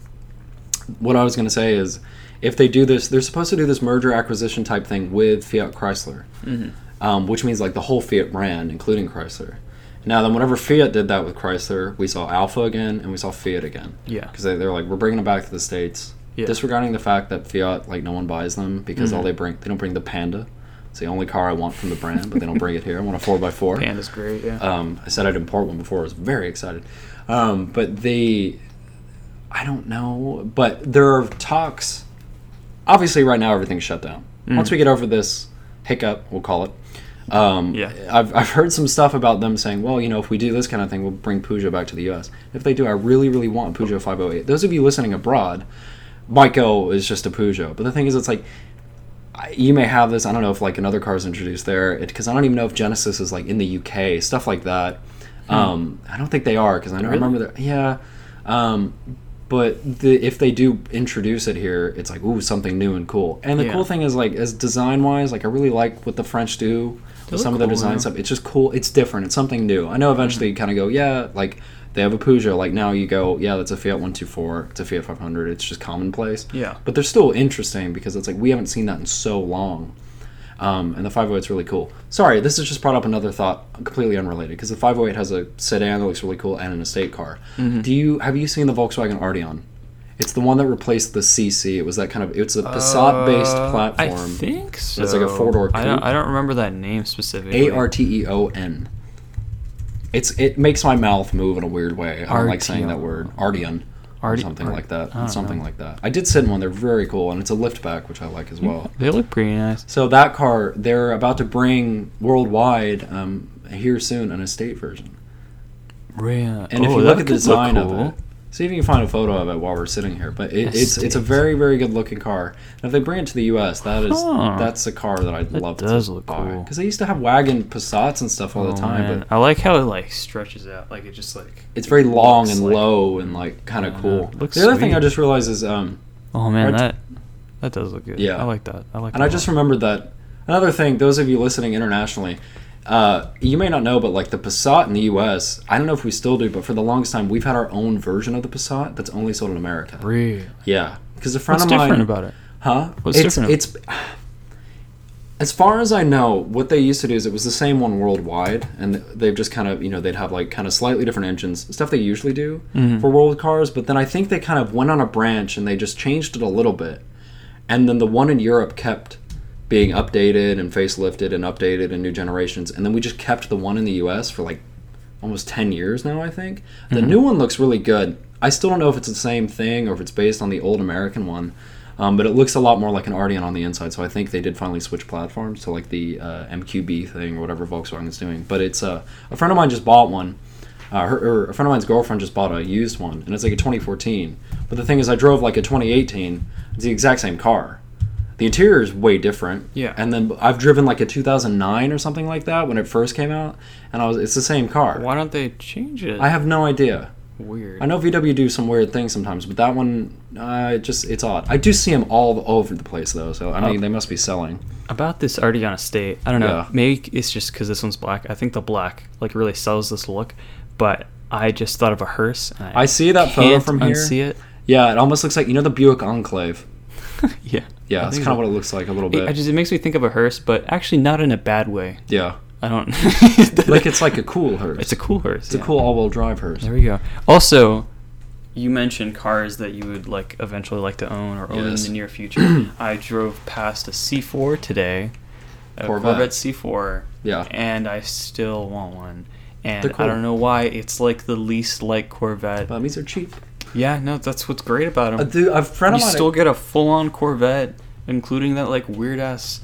[SPEAKER 2] what I was going to say is if they do this, they're supposed to do this merger acquisition type thing with Fiat Chrysler,
[SPEAKER 1] Mm-hmm.
[SPEAKER 2] um, which means like the whole Fiat brand, including Chrysler. Now, then, whenever Fiat did that with Chrysler, we saw Alpha again and we saw Fiat again.
[SPEAKER 1] Yeah.
[SPEAKER 2] Because they, they're like, we're bringing them back to the States,
[SPEAKER 1] Yeah.
[SPEAKER 2] disregarding the fact that Fiat, like, no one buys them because all they bring, they don't bring the Panda. It's the only car I want from the brand, but they don't bring it here. I want a 4x4.
[SPEAKER 1] Panda's great, yeah.
[SPEAKER 2] Um, I said I'd import one before. I was very excited. Um, but they, I don't know, but there are talks. Obviously, right now everything's shut down. Once we get over this hiccup, we'll call it. Um,
[SPEAKER 1] Yeah.
[SPEAKER 2] I've, I've heard some stuff about them saying, well, you know, if we do this kind of thing, we'll bring Peugeot back to the U.S. If they do, I really, really want a Peugeot 508. Those of you listening abroad might go, is just a Peugeot. But the thing is, it's like, I- you may have this. I don't know if like another car is introduced there because I don't even know if Genesis is like in the UK stuff like that. Um, I don't think they are because I don't
[SPEAKER 1] Hmm. Really?
[SPEAKER 2] remember that. Yeah, um, but the, if they do introduce it here, it's like ooh something new and cool. And the
[SPEAKER 1] Yeah.
[SPEAKER 2] cool thing is like as design wise, like I really like what the French do with
[SPEAKER 1] look
[SPEAKER 2] some of their
[SPEAKER 1] cool,
[SPEAKER 2] design
[SPEAKER 1] yeah. Mm-hmm.
[SPEAKER 2] stuff. It's just cool. It's different. It's something new. I know eventually you kind of go yeah like. They have a Peugeot. Like now, you go, yeah, that's a Fiat 124. It's a Fiat 500. It's just commonplace
[SPEAKER 1] Yeah.
[SPEAKER 2] but they're still interesting because it's like we haven't seen that in so long. Um, and the 508 is really cool. Sorry, this has just brought up another thought, completely unrelated, because the 508 has a sedan that looks really cool and an estate car.
[SPEAKER 1] Mm-hmm.
[SPEAKER 2] Do you have you seen the Volkswagen Arteon? It's the one that replaced the CC. It was that kind of it's a Passat based
[SPEAKER 1] Uh,
[SPEAKER 2] platform.
[SPEAKER 1] I think so.
[SPEAKER 2] It's like a four-door
[SPEAKER 1] I don't,
[SPEAKER 2] coupe.
[SPEAKER 1] I don't remember that name specifically.
[SPEAKER 2] A R T E O N. It's it makes my mouth move in a weird way. I don't like saying that
[SPEAKER 1] Arteon.
[SPEAKER 2] word. Arteon. Or
[SPEAKER 1] Arti-
[SPEAKER 2] something
[SPEAKER 1] Ar-
[SPEAKER 2] like
[SPEAKER 1] I don't
[SPEAKER 2] that. Something
[SPEAKER 1] know.
[SPEAKER 2] like that. I did sit in one. They're very cool, and it's a liftback, which I like
[SPEAKER 1] [laughs]
[SPEAKER 2] as well.
[SPEAKER 1] They look pretty nice.
[SPEAKER 2] So that car, they're about to bring worldwide um, here soon an estate version.
[SPEAKER 1] Yeah.
[SPEAKER 2] And if you look at the design of it, see if you can find a photo of it while we're sitting here. But it, it's it's a
[SPEAKER 1] Estate.
[SPEAKER 2] very very good looking car. And if they bring it to the U.S., that is
[SPEAKER 1] Huh.
[SPEAKER 2] that's a car that I'd
[SPEAKER 1] That
[SPEAKER 2] love
[SPEAKER 1] does
[SPEAKER 2] to
[SPEAKER 1] look
[SPEAKER 2] buy
[SPEAKER 1] cool.
[SPEAKER 2] because they used to have wagon Passats and stuff all the
[SPEAKER 1] Oh,
[SPEAKER 2] time,
[SPEAKER 1] man.
[SPEAKER 2] but
[SPEAKER 1] I like how it like stretches out. Like it just like.
[SPEAKER 2] it's very long and
[SPEAKER 1] Looks like-
[SPEAKER 2] low and like kind of
[SPEAKER 1] Yeah,
[SPEAKER 2] cool.
[SPEAKER 1] looks
[SPEAKER 2] the other thing
[SPEAKER 1] sweet.
[SPEAKER 2] I just realized is um,
[SPEAKER 1] Oh man,
[SPEAKER 2] Right.
[SPEAKER 1] that that does look good.
[SPEAKER 2] Yeah.
[SPEAKER 1] I like that. I like.
[SPEAKER 2] And
[SPEAKER 1] that
[SPEAKER 2] I
[SPEAKER 1] a
[SPEAKER 2] just
[SPEAKER 1] lot.
[SPEAKER 2] remembered that another thing, those of you listening internationally, uh, you may not know, but like the Passat in the US, I don't know if we still do, but for the longest time, we've had our own version of the Passat that's only sold in America.
[SPEAKER 1] Really?
[SPEAKER 2] Yeah. Because a friend
[SPEAKER 1] What's
[SPEAKER 2] of
[SPEAKER 1] different
[SPEAKER 2] mine.
[SPEAKER 1] about it?
[SPEAKER 2] Huh?
[SPEAKER 1] What's
[SPEAKER 2] it's,
[SPEAKER 1] different?
[SPEAKER 2] It's as far as I know, what they used to do is it was the same one worldwide, and they've just kind of you know they'd have like kind of slightly different engines, stuff they usually do
[SPEAKER 1] Mm-hmm.
[SPEAKER 2] for world cars. But then I think they kind of went on a branch and they just changed it a little bit, and then the one in Europe kept being updated and facelifted and updated in new generations, and then we just kept the one in the U.S. for like almost 10 years now, I think. The new one looks really good. I still don't know if it's the same thing or if it's based on the old American one, um, but it looks a lot more like an Ardeon on the inside. So I think they did finally switch platforms to like the uh, MQB thing or whatever Volkswagen's doing. But it's uh, a friend of mine just bought one. Uh, her, or a friend of mine's girlfriend just bought a used one, and it's like a 2014. But the thing is, I drove like a 2018. It's the exact same car. The interior is way different.
[SPEAKER 1] Yeah.
[SPEAKER 2] And then I've driven like a 2009 or something like that when it first came out, and I was it's the same car.
[SPEAKER 1] Why don't they change it?
[SPEAKER 2] I have no idea.
[SPEAKER 1] Weird.
[SPEAKER 2] I know VW do some weird things sometimes, but that one, uh, it just it's odd. I do see them all over the place though, so I mean
[SPEAKER 1] Okay.
[SPEAKER 2] they must be selling.
[SPEAKER 1] about this Arteon estate. I don't know.
[SPEAKER 2] Yeah.
[SPEAKER 1] Maybe it's just because this one's black. I think the black like really sells this look, but I just thought of a hearse. and
[SPEAKER 2] I see that photo
[SPEAKER 1] can't
[SPEAKER 2] from here.
[SPEAKER 1] Unsee it. [laughs]
[SPEAKER 2] Yeah, it almost looks like you know the Buick Enclave.
[SPEAKER 1] Yeah.
[SPEAKER 2] Yeah,
[SPEAKER 1] I
[SPEAKER 2] that's
[SPEAKER 1] think
[SPEAKER 2] kind
[SPEAKER 1] that-
[SPEAKER 2] of what it looks like a little
[SPEAKER 1] It,
[SPEAKER 2] bit.
[SPEAKER 1] I just it makes me think of a hearse, but actually not in a bad way.
[SPEAKER 2] yeah,
[SPEAKER 1] I don't.
[SPEAKER 2] [laughs] like it's like a cool hearse.
[SPEAKER 1] it's a cool hearse.
[SPEAKER 2] It's a cool all-wheel drive hearse.
[SPEAKER 1] There we go. Also, you mentioned cars that you would like eventually like to own or own
[SPEAKER 2] Yes.
[SPEAKER 1] in the near
[SPEAKER 2] [clears throat]
[SPEAKER 1] future. I drove past a C4 today, a
[SPEAKER 2] Corvette.
[SPEAKER 1] Corvette, C4.
[SPEAKER 2] Yeah.
[SPEAKER 1] And I still want one. And
[SPEAKER 2] They're cool.
[SPEAKER 1] I don't know why it's like the least like Corvette.
[SPEAKER 2] But these are cheap.
[SPEAKER 1] yeah, no, that's what's great about them.
[SPEAKER 2] Uh, dude, a friend
[SPEAKER 1] you
[SPEAKER 2] of mine.
[SPEAKER 1] still get a full-on Corvette, including that like weird ass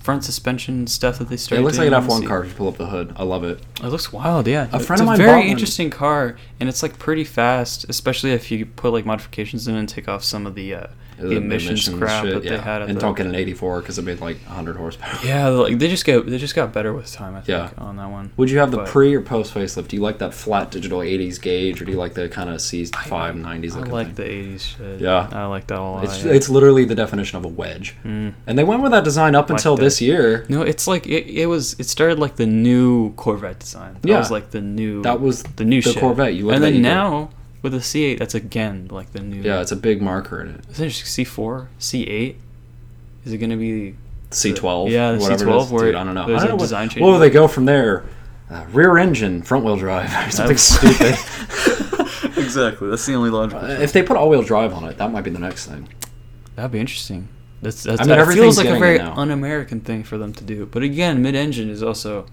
[SPEAKER 1] front suspension stuff that they
[SPEAKER 2] it
[SPEAKER 1] started.
[SPEAKER 2] looks like
[SPEAKER 1] doing
[SPEAKER 2] an
[SPEAKER 1] on the
[SPEAKER 2] F1
[SPEAKER 1] C-
[SPEAKER 2] car if you pull up the hood. I love it.
[SPEAKER 1] it looks wild, yeah.
[SPEAKER 2] A
[SPEAKER 1] it's
[SPEAKER 2] friend of
[SPEAKER 1] a
[SPEAKER 2] mine bought
[SPEAKER 1] very
[SPEAKER 2] one.
[SPEAKER 1] interesting car, and it's like pretty fast, especially if you put like modifications in and take off some of the, uh, the, emissions, crap that they had. At
[SPEAKER 2] and
[SPEAKER 1] the,
[SPEAKER 2] don't get an 84 because it made like 100 horsepower.
[SPEAKER 1] yeah, like they just got they just got better with time. I think
[SPEAKER 2] Yeah.
[SPEAKER 1] on that one.
[SPEAKER 2] Would you have the
[SPEAKER 1] But-
[SPEAKER 2] pre or post facelift? Do you like that flat digital 80s gauge, or do you like the kind of C5 90s
[SPEAKER 1] I
[SPEAKER 2] looking
[SPEAKER 1] like
[SPEAKER 2] thing?
[SPEAKER 1] the '80s shit.
[SPEAKER 2] Yeah.
[SPEAKER 1] I like that a lot.
[SPEAKER 2] It's,
[SPEAKER 1] yeah.
[SPEAKER 2] it's literally the definition of a wedge.
[SPEAKER 1] Hmm.
[SPEAKER 2] And they went with that design up until
[SPEAKER 1] that.
[SPEAKER 2] this year.
[SPEAKER 1] no, it's like it, it was. It started like the new Corvette design. That
[SPEAKER 2] Yeah.
[SPEAKER 1] was like the new.
[SPEAKER 2] That was
[SPEAKER 1] the new
[SPEAKER 2] the
[SPEAKER 1] shit.
[SPEAKER 2] Corvette. You look
[SPEAKER 1] and
[SPEAKER 2] at that,
[SPEAKER 1] then
[SPEAKER 2] you go-
[SPEAKER 1] now with the C8, that's again like the new.
[SPEAKER 2] Yeah, it's a big marker in it.
[SPEAKER 1] It's interesting. C4, C8. Is it gonna be
[SPEAKER 2] C12.
[SPEAKER 1] Yeah, the
[SPEAKER 2] whatever it is.
[SPEAKER 1] C12 where
[SPEAKER 2] Dude, I don't know.
[SPEAKER 1] there's
[SPEAKER 2] I don't know
[SPEAKER 1] a
[SPEAKER 2] what,
[SPEAKER 1] design change.
[SPEAKER 2] What do they go from there? Uh, rear engine, front wheel drive, [laughs] or [laughs] something stupid. [laughs]
[SPEAKER 1] [laughs]
[SPEAKER 2] Uh,
[SPEAKER 1] exactly. That's the only logical.
[SPEAKER 2] if they put all wheel drive on it, that might be the next thing.
[SPEAKER 1] Uh, That'd be interesting. That's, that's
[SPEAKER 2] mean,
[SPEAKER 1] that
[SPEAKER 2] everything's
[SPEAKER 1] feels like a
[SPEAKER 2] getting it
[SPEAKER 1] very
[SPEAKER 2] now.
[SPEAKER 1] un-American thing for them to do. But again, mid-engine is also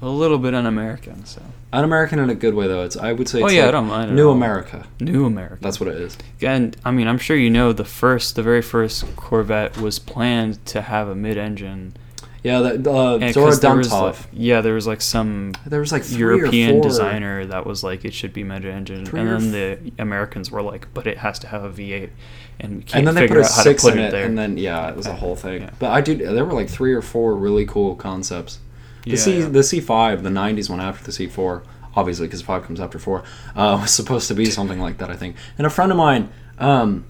[SPEAKER 1] a little bit un-American. So
[SPEAKER 2] Un-American in a good way, though. It's I would say.
[SPEAKER 1] Oh,
[SPEAKER 2] It's
[SPEAKER 1] yeah,
[SPEAKER 2] like
[SPEAKER 1] I don't mind at
[SPEAKER 2] New
[SPEAKER 1] all.
[SPEAKER 2] America.
[SPEAKER 1] new American.
[SPEAKER 2] That's what it is.
[SPEAKER 1] and I mean, I'm sure you know the first, the very first Corvette was planned to have a mid-engine.
[SPEAKER 2] Yeah, that uh,
[SPEAKER 1] And
[SPEAKER 2] Zora
[SPEAKER 1] 'cause there was
[SPEAKER 2] Dumtov.
[SPEAKER 1] like, yeah, there was like some
[SPEAKER 2] there was like three or
[SPEAKER 1] European
[SPEAKER 2] four.
[SPEAKER 1] designer that was like it should be mid-engine,
[SPEAKER 2] Three
[SPEAKER 1] and
[SPEAKER 2] or
[SPEAKER 1] then the Americans were like, but it has to have a V8, and we can't
[SPEAKER 2] and then they
[SPEAKER 1] figure
[SPEAKER 2] put a
[SPEAKER 1] out how to
[SPEAKER 2] six
[SPEAKER 1] put
[SPEAKER 2] in
[SPEAKER 1] it
[SPEAKER 2] it,
[SPEAKER 1] there.
[SPEAKER 2] and then yeah, it was a whole thing.
[SPEAKER 1] Yeah.
[SPEAKER 2] But I do. There were like three or four really cool concepts. The
[SPEAKER 1] Yeah,
[SPEAKER 2] C,
[SPEAKER 1] yeah.
[SPEAKER 2] the C five, the '90s one after the C four, obviously because five comes after four, uh, [laughs] was supposed
[SPEAKER 1] [laughs]
[SPEAKER 2] to be something like that, I think. And a friend of mine, um,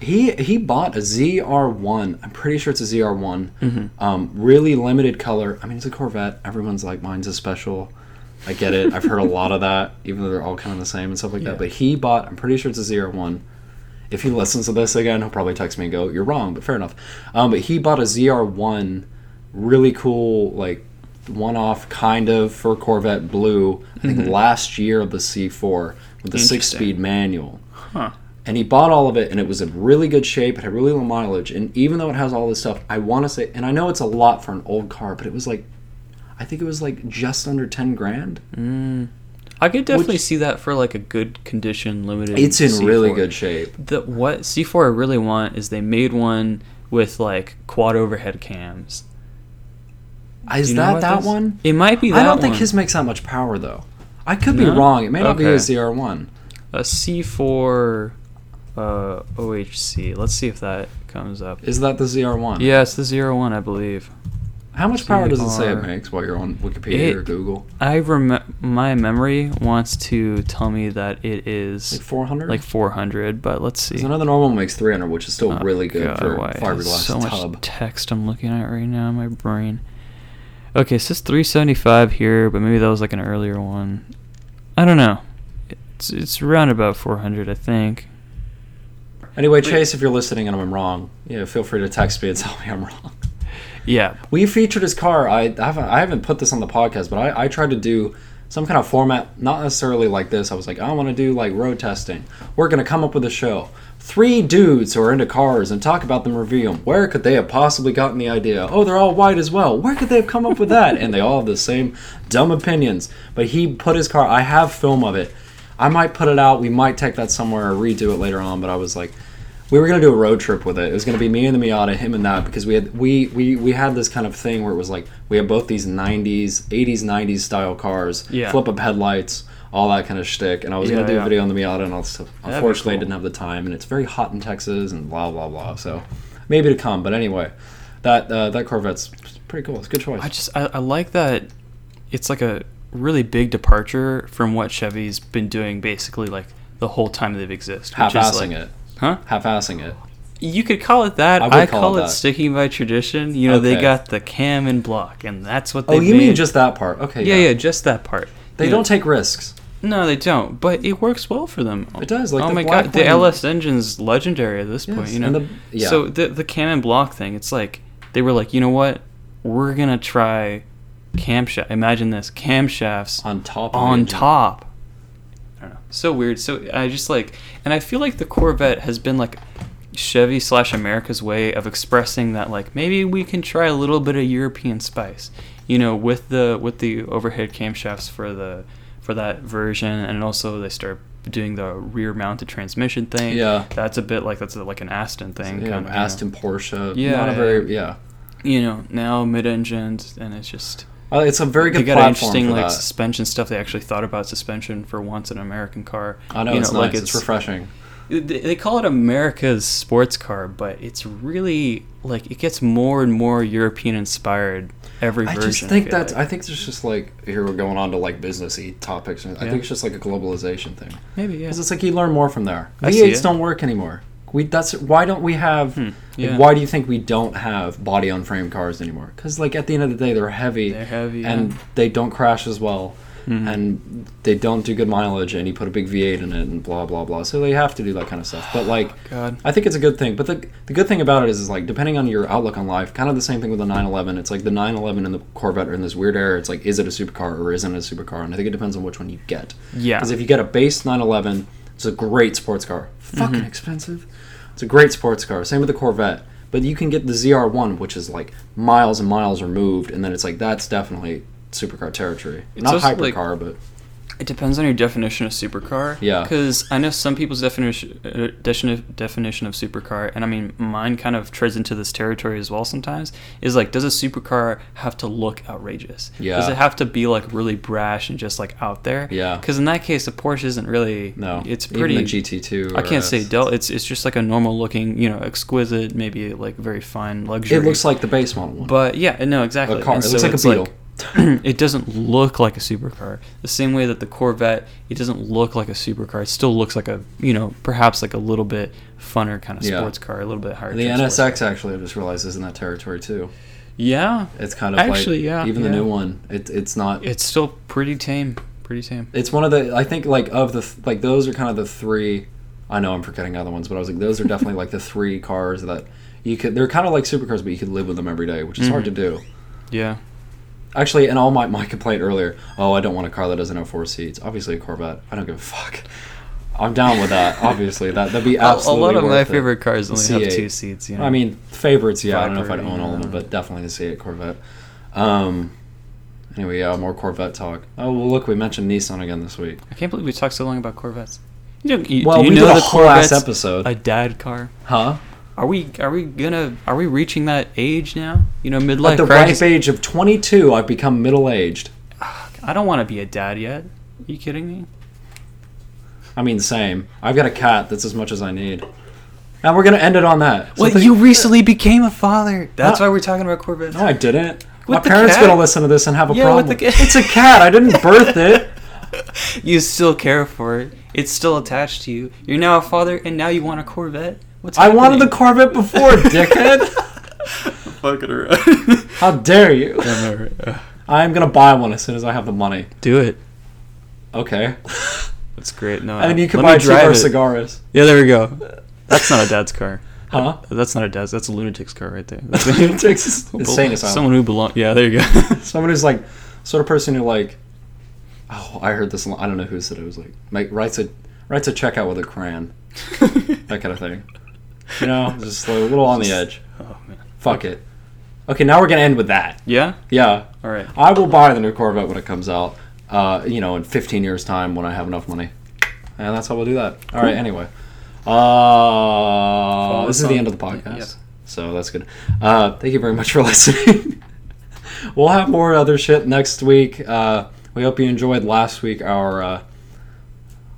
[SPEAKER 2] he he bought a ZR one. I'm pretty sure it's a ZR one.
[SPEAKER 1] Mm-hmm.
[SPEAKER 2] Um, really limited color. I mean, it's a Corvette. Everyone's like, mine's a special. I get it. I've heard a lot of that, even though they're all kind of the same and stuff
[SPEAKER 1] [laughs]
[SPEAKER 2] like
[SPEAKER 1] Yeah.
[SPEAKER 2] that. But he bought. I'm pretty sure it's a ZR1. If he listens to this again, he'll probably text me and go, "You're wrong," but fair enough. Um, but he bought a ZR1, really cool, like one-off kind of for Corvette Blue. I think last year of the C4 with the
[SPEAKER 1] Mm-hmm. Interesting.
[SPEAKER 2] six-speed manual.
[SPEAKER 1] Huh.
[SPEAKER 2] And he bought all of it, and it was in really good shape. It had really low mileage, and even though it has all this stuff, I want to say, and I know it's a lot for an old car, but it was like, I think it was like just under ten grand.
[SPEAKER 1] Mm. I could definitely
[SPEAKER 2] Which-
[SPEAKER 1] see that for like a good condition limited.
[SPEAKER 2] It's in
[SPEAKER 1] C4.
[SPEAKER 2] really good shape.
[SPEAKER 1] The, what C4 I really want is they made one with like quad overhead cams.
[SPEAKER 2] Is
[SPEAKER 1] You know
[SPEAKER 2] that
[SPEAKER 1] what
[SPEAKER 2] that
[SPEAKER 1] this-
[SPEAKER 2] one?
[SPEAKER 1] It might be that
[SPEAKER 2] I don't think
[SPEAKER 1] one.
[SPEAKER 2] his makes that much power though. I could be
[SPEAKER 1] No?
[SPEAKER 2] wrong. It may not be a
[SPEAKER 1] Okay.
[SPEAKER 2] ZR1.
[SPEAKER 1] a C4 uh, OHC. Let's see if that comes up.
[SPEAKER 2] Is that the ZR1?
[SPEAKER 1] Yeah, it's the zero one, I believe.
[SPEAKER 2] How much power does it say it
[SPEAKER 1] CR.
[SPEAKER 2] makes while you're on Wikipedia
[SPEAKER 1] It-
[SPEAKER 2] or Google?
[SPEAKER 1] I rem- my memory wants to tell me that it is
[SPEAKER 2] Like 400.
[SPEAKER 1] like 400, but let's see.
[SPEAKER 2] 'Cause another normal one makes 300, which is still
[SPEAKER 1] Oh,
[SPEAKER 2] really good
[SPEAKER 1] God,
[SPEAKER 2] for
[SPEAKER 1] why is
[SPEAKER 2] fiberglass
[SPEAKER 1] so
[SPEAKER 2] tub.
[SPEAKER 1] much text I'm looking at right now in my brain. Okay, it says 375 here, but maybe that was like an earlier one. I don't know. It's it's around about 400, I think.
[SPEAKER 2] Anyway, Chase, if you're listening and I'm wrong, yeah, feel free to text me and tell me I'm wrong.
[SPEAKER 1] Yeah.
[SPEAKER 2] We featured his car. I, I haven't I haven't put this on the podcast, but I, I tried to do some kind of format, not necessarily like this. I was like, I want to do like road testing. We're gonna come up with a show. Three dudes who are into cars and talk about them, review them. Where could they have possibly gotten the idea? Oh, they're all white as well. Where could they have come up with that? And they all have the same dumb opinions. But he put his car. I have film of it. I might put it out. We might take that somewhere or redo it later on. But I was like, we were gonna do a road trip with it. It was gonna be me and the Miata, him and that, because we had we we we had this kind of thing where it was like we had both these '90s, '80s, '90s style cars,
[SPEAKER 1] Yeah.
[SPEAKER 2] flip up headlights, all that kind of shtick. And I was
[SPEAKER 1] Yeah,
[SPEAKER 2] gonna do
[SPEAKER 1] yeah.
[SPEAKER 2] a video on the Miata and all this stuff.
[SPEAKER 1] be
[SPEAKER 2] Unfortunately, I
[SPEAKER 1] cool.
[SPEAKER 2] didn't have the time, and it's very hot in Texas and blah blah blah. So maybe to come, but anyway, that uh, that Corvette's pretty cool. It's a good choice.
[SPEAKER 1] I just I, I like that it's like a really big departure from what Chevy's been doing basically like the whole time they've existed. which is,
[SPEAKER 2] Half-assing
[SPEAKER 1] like-
[SPEAKER 2] it,
[SPEAKER 1] Huh?
[SPEAKER 2] half-assing it.
[SPEAKER 1] You could call it that.
[SPEAKER 2] I
[SPEAKER 1] I,
[SPEAKER 2] would
[SPEAKER 1] call,
[SPEAKER 2] call it
[SPEAKER 1] it
[SPEAKER 2] that.
[SPEAKER 1] sticking by tradition. You know, they
[SPEAKER 2] Okay.
[SPEAKER 1] got the cam and block, and that's what they.
[SPEAKER 2] Oh, you
[SPEAKER 1] made.
[SPEAKER 2] mean just that part? Okay.
[SPEAKER 1] Yeah, yeah, just that part.
[SPEAKER 2] They
[SPEAKER 1] You
[SPEAKER 2] don't
[SPEAKER 1] know,
[SPEAKER 2] take risks.
[SPEAKER 1] No, they don't. But it works well for them.
[SPEAKER 2] It does, like
[SPEAKER 1] oh
[SPEAKER 2] the
[SPEAKER 1] my
[SPEAKER 2] black
[SPEAKER 1] god, the
[SPEAKER 2] one.
[SPEAKER 1] LS engine's legendary at this point.
[SPEAKER 2] Yes,
[SPEAKER 1] You know.
[SPEAKER 2] and the- yeah.
[SPEAKER 1] So the the Canon block thing, it's like they were like, you know what, we're gonna try camshaft. Imagine this camshafts
[SPEAKER 2] on top. Of the
[SPEAKER 1] on
[SPEAKER 2] engine.
[SPEAKER 1] top. I don't know. So weird. So I just like, and I feel like the Corvette has been like Chevy slash America's way of expressing that like maybe we can try a little bit of European spice, you know, with the with the overhead camshafts for the for that version, and also they start doing the rear mounted transmission thing.
[SPEAKER 2] Yeah.
[SPEAKER 1] that's a bit like that's like an Aston thing.
[SPEAKER 2] Yeah,
[SPEAKER 1] kind of, you know.
[SPEAKER 2] Aston Porsche.
[SPEAKER 1] Yeah,
[SPEAKER 2] not a
[SPEAKER 1] yeah,
[SPEAKER 2] very yeah.
[SPEAKER 1] You know, now mid engined, and it's just.
[SPEAKER 2] Uh, it's a very
[SPEAKER 1] they
[SPEAKER 2] good
[SPEAKER 1] got an
[SPEAKER 2] platform
[SPEAKER 1] interesting
[SPEAKER 2] for
[SPEAKER 1] like
[SPEAKER 2] that.
[SPEAKER 1] suspension stuff. They actually thought about suspension for once in an American car.
[SPEAKER 2] I know
[SPEAKER 1] You
[SPEAKER 2] it's nice.
[SPEAKER 1] like
[SPEAKER 2] it's, refreshing.
[SPEAKER 1] they they call it America's sports car, but it's really like it gets more and more European inspired every
[SPEAKER 2] I
[SPEAKER 1] version.
[SPEAKER 2] just think
[SPEAKER 1] feel
[SPEAKER 2] that's.
[SPEAKER 1] like.
[SPEAKER 2] I think there's just like here we're going on to like businessy topics. and I
[SPEAKER 1] Yeah.
[SPEAKER 2] think it's just like a globalization thing.
[SPEAKER 1] maybe yeah.
[SPEAKER 2] Because it's like you learn more from there.
[SPEAKER 1] I see
[SPEAKER 2] V8s
[SPEAKER 1] it. Hmm.
[SPEAKER 2] don't work anymore. We that's why don't we have?
[SPEAKER 1] yeah.
[SPEAKER 2] Like, why do you think we don't have body on frame cars anymore? Because like at the end of the day, they're heavy.
[SPEAKER 1] They're heavy,
[SPEAKER 2] and
[SPEAKER 1] yeah. Mm-hmm.
[SPEAKER 2] they don't crash as well, and they don't do good mileage. And you put a big V8 in it, and blah blah blah. So they have to do that kind of stuff. But like,
[SPEAKER 1] Oh, God.
[SPEAKER 2] I think it's a good thing. But the the good thing about it is, is like depending on your outlook on life, kind of the same thing with the 911. It's like the 911 and the Corvette are in this weird era. It's like, is it a supercar or isn't it a supercar? And I think it depends on which one you get.
[SPEAKER 1] Yeah.
[SPEAKER 2] Because if you get a base 911, it's a great sports car. Fucking expensive. It's a great sports car. Same with the Corvette. But you can get the ZR1, which is like miles and miles removed, and then it's like that's definitely supercar territory. Not
[SPEAKER 1] also, like-
[SPEAKER 2] hypercar, but
[SPEAKER 1] It depends on your definition of supercar.
[SPEAKER 2] Yeah.
[SPEAKER 1] Because I know some people's definition uh, definition definition of supercar, and I mean mine kind of treads into this territory as well. Sometimes is like, does a supercar have to look outrageous?
[SPEAKER 2] Yeah.
[SPEAKER 1] Does it have to be like really brash and just like out there?
[SPEAKER 2] Yeah.
[SPEAKER 1] Because in that case, a Porsche isn't really.
[SPEAKER 2] no.
[SPEAKER 1] It's pretty.
[SPEAKER 2] Even the GT2.
[SPEAKER 1] I can't
[SPEAKER 2] RS.
[SPEAKER 1] say del. It's it's just like a normal looking, you know, exquisite, maybe like very fine luxury.
[SPEAKER 2] It looks like the base model one.
[SPEAKER 1] But yeah, no, exactly.
[SPEAKER 2] a car.
[SPEAKER 1] And
[SPEAKER 2] It looks
[SPEAKER 1] so
[SPEAKER 2] like a
[SPEAKER 1] it's
[SPEAKER 2] Beetle.
[SPEAKER 1] [clears throat] it doesn't look like a supercar. The same way that the Corvette, it doesn't look like a supercar. It still looks like a, you know, perhaps like a little bit funner kind of
[SPEAKER 2] Yeah.
[SPEAKER 1] sports car, a little bit higher.
[SPEAKER 2] the
[SPEAKER 1] trim sports car.
[SPEAKER 2] NSX actually, I just realized, is in that territory too.
[SPEAKER 1] Yeah,
[SPEAKER 2] It's kind of
[SPEAKER 1] Actually,
[SPEAKER 2] like
[SPEAKER 1] yeah,
[SPEAKER 2] even the
[SPEAKER 1] yeah.
[SPEAKER 2] new one. It, it's not
[SPEAKER 1] it's still pretty tame. Pretty tame.
[SPEAKER 2] it's one of the i think like of the th- like those are kind of the three i know i'm forgetting other ones but i was like those are definitely like the three cars that you could they're kind of like supercars but you could live with them every day which is
[SPEAKER 1] Mm-hmm.
[SPEAKER 2] hard to do
[SPEAKER 1] Yeah.
[SPEAKER 2] actually and all my, my complaint earlier oh i don't want a car that doesn't have four seats obviously a corvette i don't give a fuck i'm down
[SPEAKER 1] [laughs]
[SPEAKER 2] with that obviously that that'd be
[SPEAKER 1] A-
[SPEAKER 2] absolutely
[SPEAKER 1] a lot of
[SPEAKER 2] worth
[SPEAKER 1] my
[SPEAKER 2] it.
[SPEAKER 1] favorite cars only have
[SPEAKER 2] C8.
[SPEAKER 1] two seats. You know.
[SPEAKER 2] i mean favorites yeah i don't know if i'd
[SPEAKER 1] Viper,
[SPEAKER 2] own all of them
[SPEAKER 1] yeah.
[SPEAKER 2] but definitely the c8 corvette um anyway yeah more corvette talk oh well look we mentioned nissan again this week
[SPEAKER 1] I can't believe we talked so long about Corvettes. You know, you,
[SPEAKER 2] well
[SPEAKER 1] do you
[SPEAKER 2] we
[SPEAKER 1] know
[SPEAKER 2] did a
[SPEAKER 1] the
[SPEAKER 2] whole ass
[SPEAKER 1] Corvette's
[SPEAKER 2] episode
[SPEAKER 1] a dad car?
[SPEAKER 2] Huh?
[SPEAKER 1] Are we are we gonna are we reaching that age now? You know, midlife
[SPEAKER 2] At the
[SPEAKER 1] crisis.
[SPEAKER 2] ripe age of 22, I've become middle aged.
[SPEAKER 1] I don't want to be a dad yet. you kidding me?
[SPEAKER 2] I mean, same. I've got a cat. That's as much as I need. And we're gonna end it on that. So
[SPEAKER 1] Well,
[SPEAKER 2] thank-
[SPEAKER 1] you recently became a father. That's
[SPEAKER 2] No.
[SPEAKER 1] why we're talking about Corvettes.
[SPEAKER 2] No, I didn't. My
[SPEAKER 1] With the
[SPEAKER 2] parents
[SPEAKER 1] cat?
[SPEAKER 2] gonna listen to this and have a
[SPEAKER 1] Yeah,
[SPEAKER 2] problem.
[SPEAKER 1] with the cat.
[SPEAKER 2] It's a cat. I didn't birth it.
[SPEAKER 1] [laughs] You still care for it. It's still attached to you. You're now a father, and now you want a Corvette. What's
[SPEAKER 2] I
[SPEAKER 1] [laughs]
[SPEAKER 2] wanted the Corvette before, dickhead.
[SPEAKER 1] fucking
[SPEAKER 2] [laughs]
[SPEAKER 1] around.
[SPEAKER 2] How dare you? I'm gonna buy one as soon as I have the money.
[SPEAKER 1] Do it.
[SPEAKER 2] Okay.
[SPEAKER 1] That's great. No,
[SPEAKER 2] And then you can
[SPEAKER 1] Uh, let me
[SPEAKER 2] buy cheaper
[SPEAKER 1] it.
[SPEAKER 2] cigars.
[SPEAKER 1] Yeah, there we go. That's not a dad's car.
[SPEAKER 2] Huh?
[SPEAKER 1] That's not a dad's. That's a lunatic's car right
[SPEAKER 2] [laughs]
[SPEAKER 1] there. [laughs]
[SPEAKER 2] It takes insane asylum.
[SPEAKER 1] Someone who belongs. Yeah, there you go.
[SPEAKER 2] [laughs] Someone who's like, sort of person who like, oh, I heard this. a lot- I don't know who said it. It was like, make, writes a writes a check out with a crayon, that kind of thing. You know, [laughs] just like a little on the edge.
[SPEAKER 1] [laughs] oh man.
[SPEAKER 2] Fuck it. Okay, now we're gonna end with that.
[SPEAKER 1] Yeah.
[SPEAKER 2] Yeah,
[SPEAKER 1] All right.
[SPEAKER 2] I will buy the new Corvette when it comes out. Uh, you know, in 15 years' time when I have enough money, and that's how we'll do that. All right. Anyway, uh, this
[SPEAKER 1] us
[SPEAKER 2] is the
[SPEAKER 1] on-
[SPEAKER 2] end of the podcast.
[SPEAKER 1] Yep.
[SPEAKER 2] So that's good. Uh, thank you very much for [laughs] listening. we'll have more other shit next week. Uh, we hope you enjoyed last week our. Uh,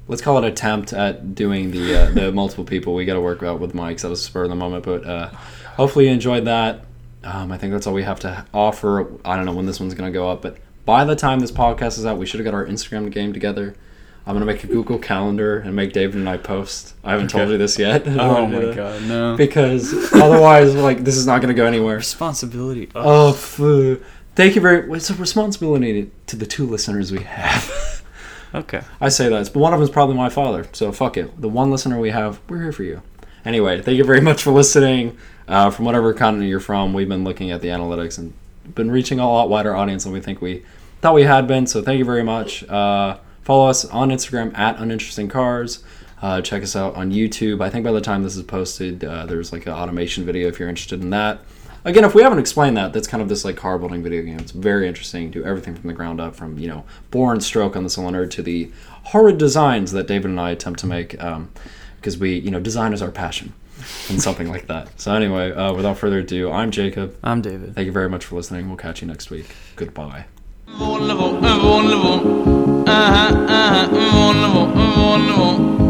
[SPEAKER 2] Let's call it attempt at doing the uh,
[SPEAKER 1] [laughs]
[SPEAKER 2] the multiple people. We got to work out with mics. That was spur of the moment, but uh, hopefully you enjoyed that. Um, I think that's all we have to offer. I don't know when this one's going to go up, but by the time this podcast is out, we should have got our Instagram game together. I'm going to make a Google Calendar and make David and I post. I haven't told
[SPEAKER 1] Okay.
[SPEAKER 2] you this yet.
[SPEAKER 1] Oh
[SPEAKER 2] [laughs]
[SPEAKER 1] my god. No.
[SPEAKER 2] Because otherwise, like, this is not going to go anywhere.
[SPEAKER 1] Responsibility.
[SPEAKER 2] Oh, fu- thank you very. It's a responsibility to the two listeners we have. [laughs]
[SPEAKER 1] Okay.
[SPEAKER 2] I say that, but one of them's probably my father. So fuck it. The one listener we have, we're here for you. Anyway, thank you very much for listening. Uh, from whatever continent you're from, we've been looking at the analytics and been reaching a lot wider audience than we think we thought we had been. So thank you very much. Uh, follow us on Instagram at uninteresting cars. Uh, check us out on YouTube. I think by the time this is posted, uh, there's like an automation video if you're interested in that. Again, if we haven't explained that, that's kind of this like car building video game. It's very interesting. Do everything from the ground up, from you know bore and stroke on the cylinder to the horrid designs that David and I attempt to make, because we you know design is our passion and something like that. So anyway, uh, without further ado, I'm Jacob.
[SPEAKER 1] I'm David.
[SPEAKER 2] Thank you very much for listening. We'll catch you next week. Goodbye.
[SPEAKER 3] Volvo, Volvo, uh-huh, uh-huh, Volvo, Volvo.